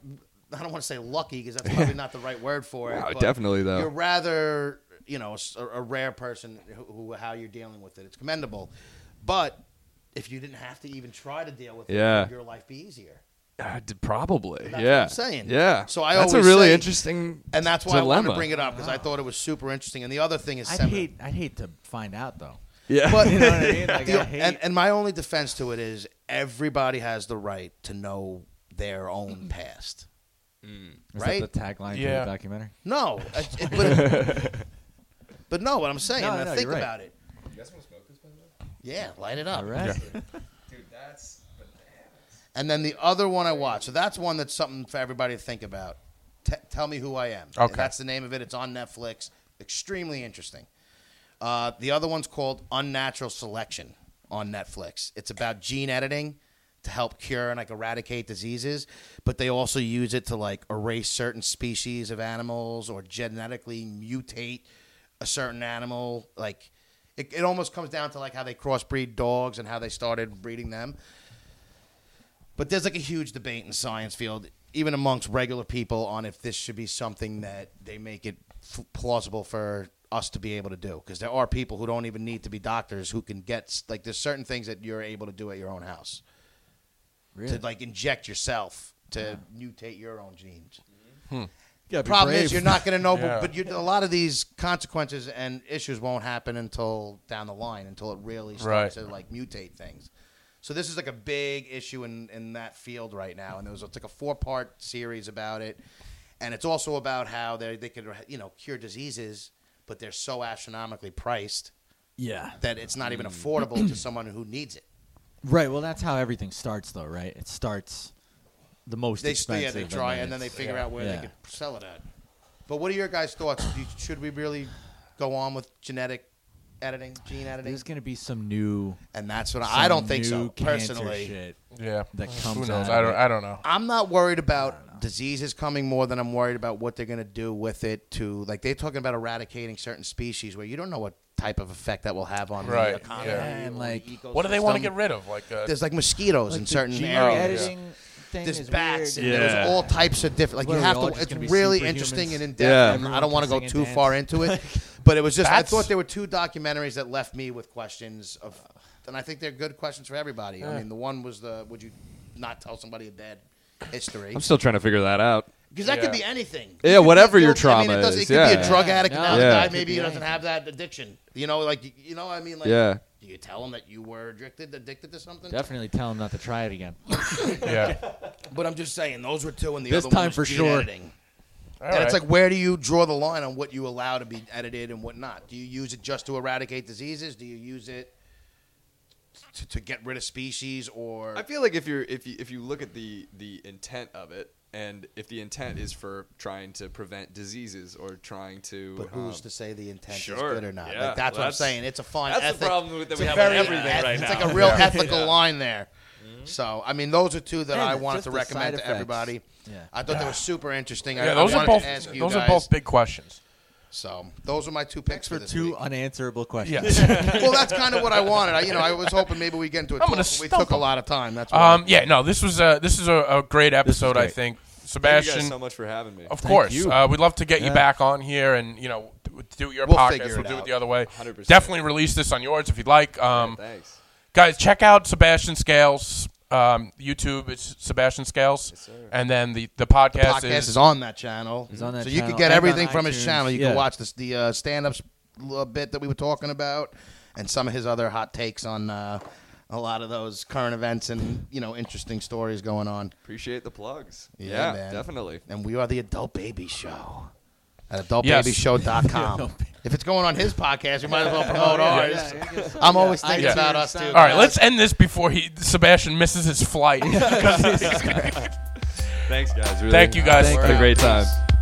Speaker 3: I don't want to say lucky because that's probably not the right word for it.
Speaker 5: Wow,
Speaker 3: but
Speaker 5: definitely, though.
Speaker 3: You're rather, you know, s- a, a rare person who, who how you're dealing with it. It's commendable, but if you didn't have to even try to deal with it,
Speaker 5: Yeah.
Speaker 3: would your life be easier.
Speaker 5: Uh, d- probably.
Speaker 3: That's
Speaker 5: yeah.
Speaker 3: what I'm saying.
Speaker 5: Yeah.
Speaker 3: So I
Speaker 5: That's a
Speaker 3: always
Speaker 5: really
Speaker 3: say-
Speaker 5: interesting
Speaker 3: and that's why I wanted
Speaker 5: dilemma.
Speaker 3: to bring it up because I thought it was super interesting. And the other thing is
Speaker 4: I'd
Speaker 3: Semler.
Speaker 4: hate, I'd hate to find out though.
Speaker 5: Yeah.
Speaker 3: But
Speaker 4: You know what I mean? Like,
Speaker 3: the-
Speaker 4: I hate,
Speaker 3: and, and my only defense to it is everybody has the right to know their
Speaker 4: Mm.
Speaker 3: own past.
Speaker 4: is
Speaker 3: right?
Speaker 4: that the tagline
Speaker 2: Yeah.
Speaker 4: to the documentary?
Speaker 3: No, it- it- but, it- but no, what I'm saying,
Speaker 4: No,
Speaker 3: now
Speaker 4: no,
Speaker 3: think
Speaker 4: you're right.
Speaker 3: about it. You guys want to smoke this, by the way? Yeah, light it up.
Speaker 4: All right.
Speaker 3: And then the other one I watched. So that's one that's something for everybody to think about. T- Tell me who I am. And
Speaker 2: Okay.
Speaker 3: that's the name of it. It's on Netflix. Extremely interesting. Uh, the other one's called Unnatural Selection on Netflix. It's about gene editing to help cure and like eradicate diseases, but they also use it to like erase certain species of animals or genetically mutate a certain animal. Like it, it almost comes down to like how they crossbreed dogs and how they started breeding them. But there's like a huge debate in the science field, even amongst regular people, on if this should be something that they make it f- plausible for us to be able to do. Because there are people who don't even need to be doctors who can get s- like there's certain things that you're able to do at your own house
Speaker 4: Really?
Speaker 3: to like inject yourself to mutate your own genes.
Speaker 4: The
Speaker 3: Problem is you're not going to know,
Speaker 2: Yeah.
Speaker 3: but, but you, a lot of these consequences and issues won't happen until down the line, until it really starts
Speaker 2: Right.
Speaker 3: to like mutate things. So this is like a big issue in, in that field right now, and there was it's like a four part series about it, and it's also about how they they could you know cure diseases, but they're so astronomically priced
Speaker 4: Yeah.
Speaker 3: that it's not
Speaker 2: Mm.
Speaker 3: even affordable to someone who needs it.
Speaker 4: Right. Well, that's how everything starts, though, right? It starts the most
Speaker 3: They still yeah
Speaker 4: expensive.
Speaker 3: they try and then they
Speaker 4: it's-
Speaker 3: figure out where
Speaker 4: Yeah.
Speaker 3: they could sell it at. But what are your guys' thoughts? Do you- Should we really go on with genetic editing, gene editing?
Speaker 4: There's going to be some new.
Speaker 3: And that's what I I don't
Speaker 4: some
Speaker 3: think so
Speaker 4: new cancer
Speaker 3: personally.
Speaker 4: shit
Speaker 2: Yeah.
Speaker 4: that comes
Speaker 2: Who knows?
Speaker 4: out
Speaker 2: I
Speaker 4: of
Speaker 2: don't.
Speaker 4: it.
Speaker 2: I don't know.
Speaker 3: I'm not worried about diseases coming more than I'm worried about what they're going to do with it to like they're talking about eradicating certain species where you don't know what type of effect that will have on
Speaker 2: Right,
Speaker 3: the economy
Speaker 2: yeah.
Speaker 4: And,
Speaker 3: or
Speaker 4: like-
Speaker 3: the
Speaker 2: What do they want to
Speaker 3: ecosystem.
Speaker 2: get rid of? Oh, Like, uh,
Speaker 3: There's like mosquitoes in
Speaker 4: Like, the
Speaker 3: certain
Speaker 4: gene
Speaker 3: areas.
Speaker 4: editing thing
Speaker 3: There's
Speaker 4: is
Speaker 3: bats and
Speaker 4: weird.
Speaker 5: Yeah.
Speaker 3: there's all types of different. Like
Speaker 4: What
Speaker 3: you
Speaker 4: are we
Speaker 3: have
Speaker 4: all
Speaker 3: to.
Speaker 4: just
Speaker 3: It's
Speaker 4: gonna be
Speaker 3: really
Speaker 4: superhumans?
Speaker 3: interesting and in depth. and
Speaker 5: Yeah.
Speaker 3: I
Speaker 4: Everyone
Speaker 3: don't want to
Speaker 4: can
Speaker 3: go
Speaker 4: sing and
Speaker 3: too
Speaker 4: dance.
Speaker 3: far into it, but it was just.
Speaker 2: Bats?
Speaker 3: I thought there were two documentaries that left me with questions of, and I think they're good questions for everybody. I mean, the one was the would you not tell somebody a bad history
Speaker 5: I'm still trying to figure that out.
Speaker 3: because that could
Speaker 2: Yeah.
Speaker 3: be anything.
Speaker 5: Yeah,
Speaker 3: It could be
Speaker 5: whatever
Speaker 3: a
Speaker 5: your
Speaker 3: guilt- I mean,
Speaker 5: trauma
Speaker 3: it doesn't-
Speaker 5: is,
Speaker 3: It could be
Speaker 5: yeah.
Speaker 3: a drug addict.
Speaker 4: Yeah.
Speaker 3: and now
Speaker 5: Yeah.
Speaker 3: the
Speaker 5: It
Speaker 3: guy
Speaker 4: could
Speaker 3: maybe
Speaker 4: be
Speaker 3: he doesn't
Speaker 4: anything.
Speaker 3: have that addiction. You know, like you know, what I mean, like
Speaker 5: Yeah.
Speaker 3: Do you tell him that you were addicted, addicted to something?
Speaker 4: Definitely tell them not to try it again.
Speaker 2: yeah.
Speaker 3: But I'm just saying, those were two, and the
Speaker 4: This
Speaker 3: other
Speaker 4: time
Speaker 3: one was
Speaker 4: for
Speaker 3: gene
Speaker 4: sure.
Speaker 3: editing.
Speaker 2: All
Speaker 3: and it's
Speaker 2: right.
Speaker 3: like, where do you draw the line on what you allow to be edited and what not? Do you use it just to eradicate diseases? Do you use it to, to get rid of species? Or
Speaker 5: I feel like if you're if you if you look at the the intent of it, and if the intent is for trying to prevent diseases or trying to,
Speaker 3: but who's
Speaker 5: um,
Speaker 3: to say the intent
Speaker 5: sure,
Speaker 3: is good or not?
Speaker 5: yeah,
Speaker 3: like, that's what I'm
Speaker 5: that's-
Speaker 3: saying. It's a fine.
Speaker 5: that's the
Speaker 3: ethic.
Speaker 5: problem that
Speaker 3: It's
Speaker 5: we
Speaker 3: a
Speaker 5: have with
Speaker 3: very
Speaker 5: everything
Speaker 3: eth-
Speaker 5: right
Speaker 3: It's
Speaker 5: now.
Speaker 3: like a real
Speaker 2: Yeah.
Speaker 3: ethical line there. So I mean, those are two that
Speaker 4: And
Speaker 3: I
Speaker 4: it's
Speaker 3: wanted to
Speaker 4: just the side
Speaker 3: recommend to
Speaker 4: effects.
Speaker 3: everybody.
Speaker 4: Yeah.
Speaker 3: I thought they were super interesting. I,
Speaker 2: yeah those
Speaker 3: I
Speaker 2: are
Speaker 3: wanted
Speaker 2: both.
Speaker 3: to ask you
Speaker 2: Those
Speaker 3: guys.
Speaker 2: are both big questions.
Speaker 3: So those are my two picks
Speaker 4: For
Speaker 3: this
Speaker 4: two
Speaker 3: week.
Speaker 4: unanswerable
Speaker 2: Yeah.
Speaker 4: questions.
Speaker 3: well, that's kind of what I wanted. I, you know, I was hoping maybe we get into it.
Speaker 2: I'm gonna
Speaker 3: we
Speaker 2: stump
Speaker 3: took a
Speaker 2: him.
Speaker 3: lot of time. That's why.
Speaker 2: um. Yeah. No. This was a. This is a, a great episode. I
Speaker 4: great.
Speaker 2: think
Speaker 5: Thank you guys
Speaker 2: Sebastian.
Speaker 5: so much for having me.
Speaker 2: Of course,
Speaker 4: you.
Speaker 2: Uh, we'd love to get you
Speaker 4: Yeah.
Speaker 2: back on here, and you know, do- do your
Speaker 3: We'll
Speaker 2: podcast.
Speaker 3: figure
Speaker 2: We'll
Speaker 3: it
Speaker 2: do it
Speaker 3: out.
Speaker 2: the other way.
Speaker 5: 100%.
Speaker 2: Definitely release this on yours if you'd like. Um,
Speaker 5: Thanks.
Speaker 2: guys, check out Sebastian Scales um, YouTube. It's Sebastian Scales, and then the the
Speaker 3: the
Speaker 2: podcast,
Speaker 3: podcast is, on that channel,
Speaker 4: on that
Speaker 3: so you can
Speaker 4: channel
Speaker 3: get
Speaker 4: and on
Speaker 3: everything from his
Speaker 4: iTunes.
Speaker 3: channel. You
Speaker 4: Yeah.
Speaker 3: can watch this, the uh, stand-ups little bit that we were talking about, and some of his other hot takes on uh, a lot of those current events and you know interesting stories going on.
Speaker 5: Appreciate the plugs.
Speaker 3: Yeah,
Speaker 5: Yeah,
Speaker 3: man.
Speaker 5: definitely.
Speaker 3: And we are the Adult Baby Show at adultbabyshow.com.
Speaker 4: Yes.
Speaker 3: if it's going on his podcast, we might as well
Speaker 4: Oh,
Speaker 3: promote ours. I'm always thinking
Speaker 2: Yeah.
Speaker 3: about us too.
Speaker 2: All right, let's end this before he Sebastian misses his flight.
Speaker 5: Thanks, guys. Really.
Speaker 2: Thank you guys.
Speaker 5: Had a great time.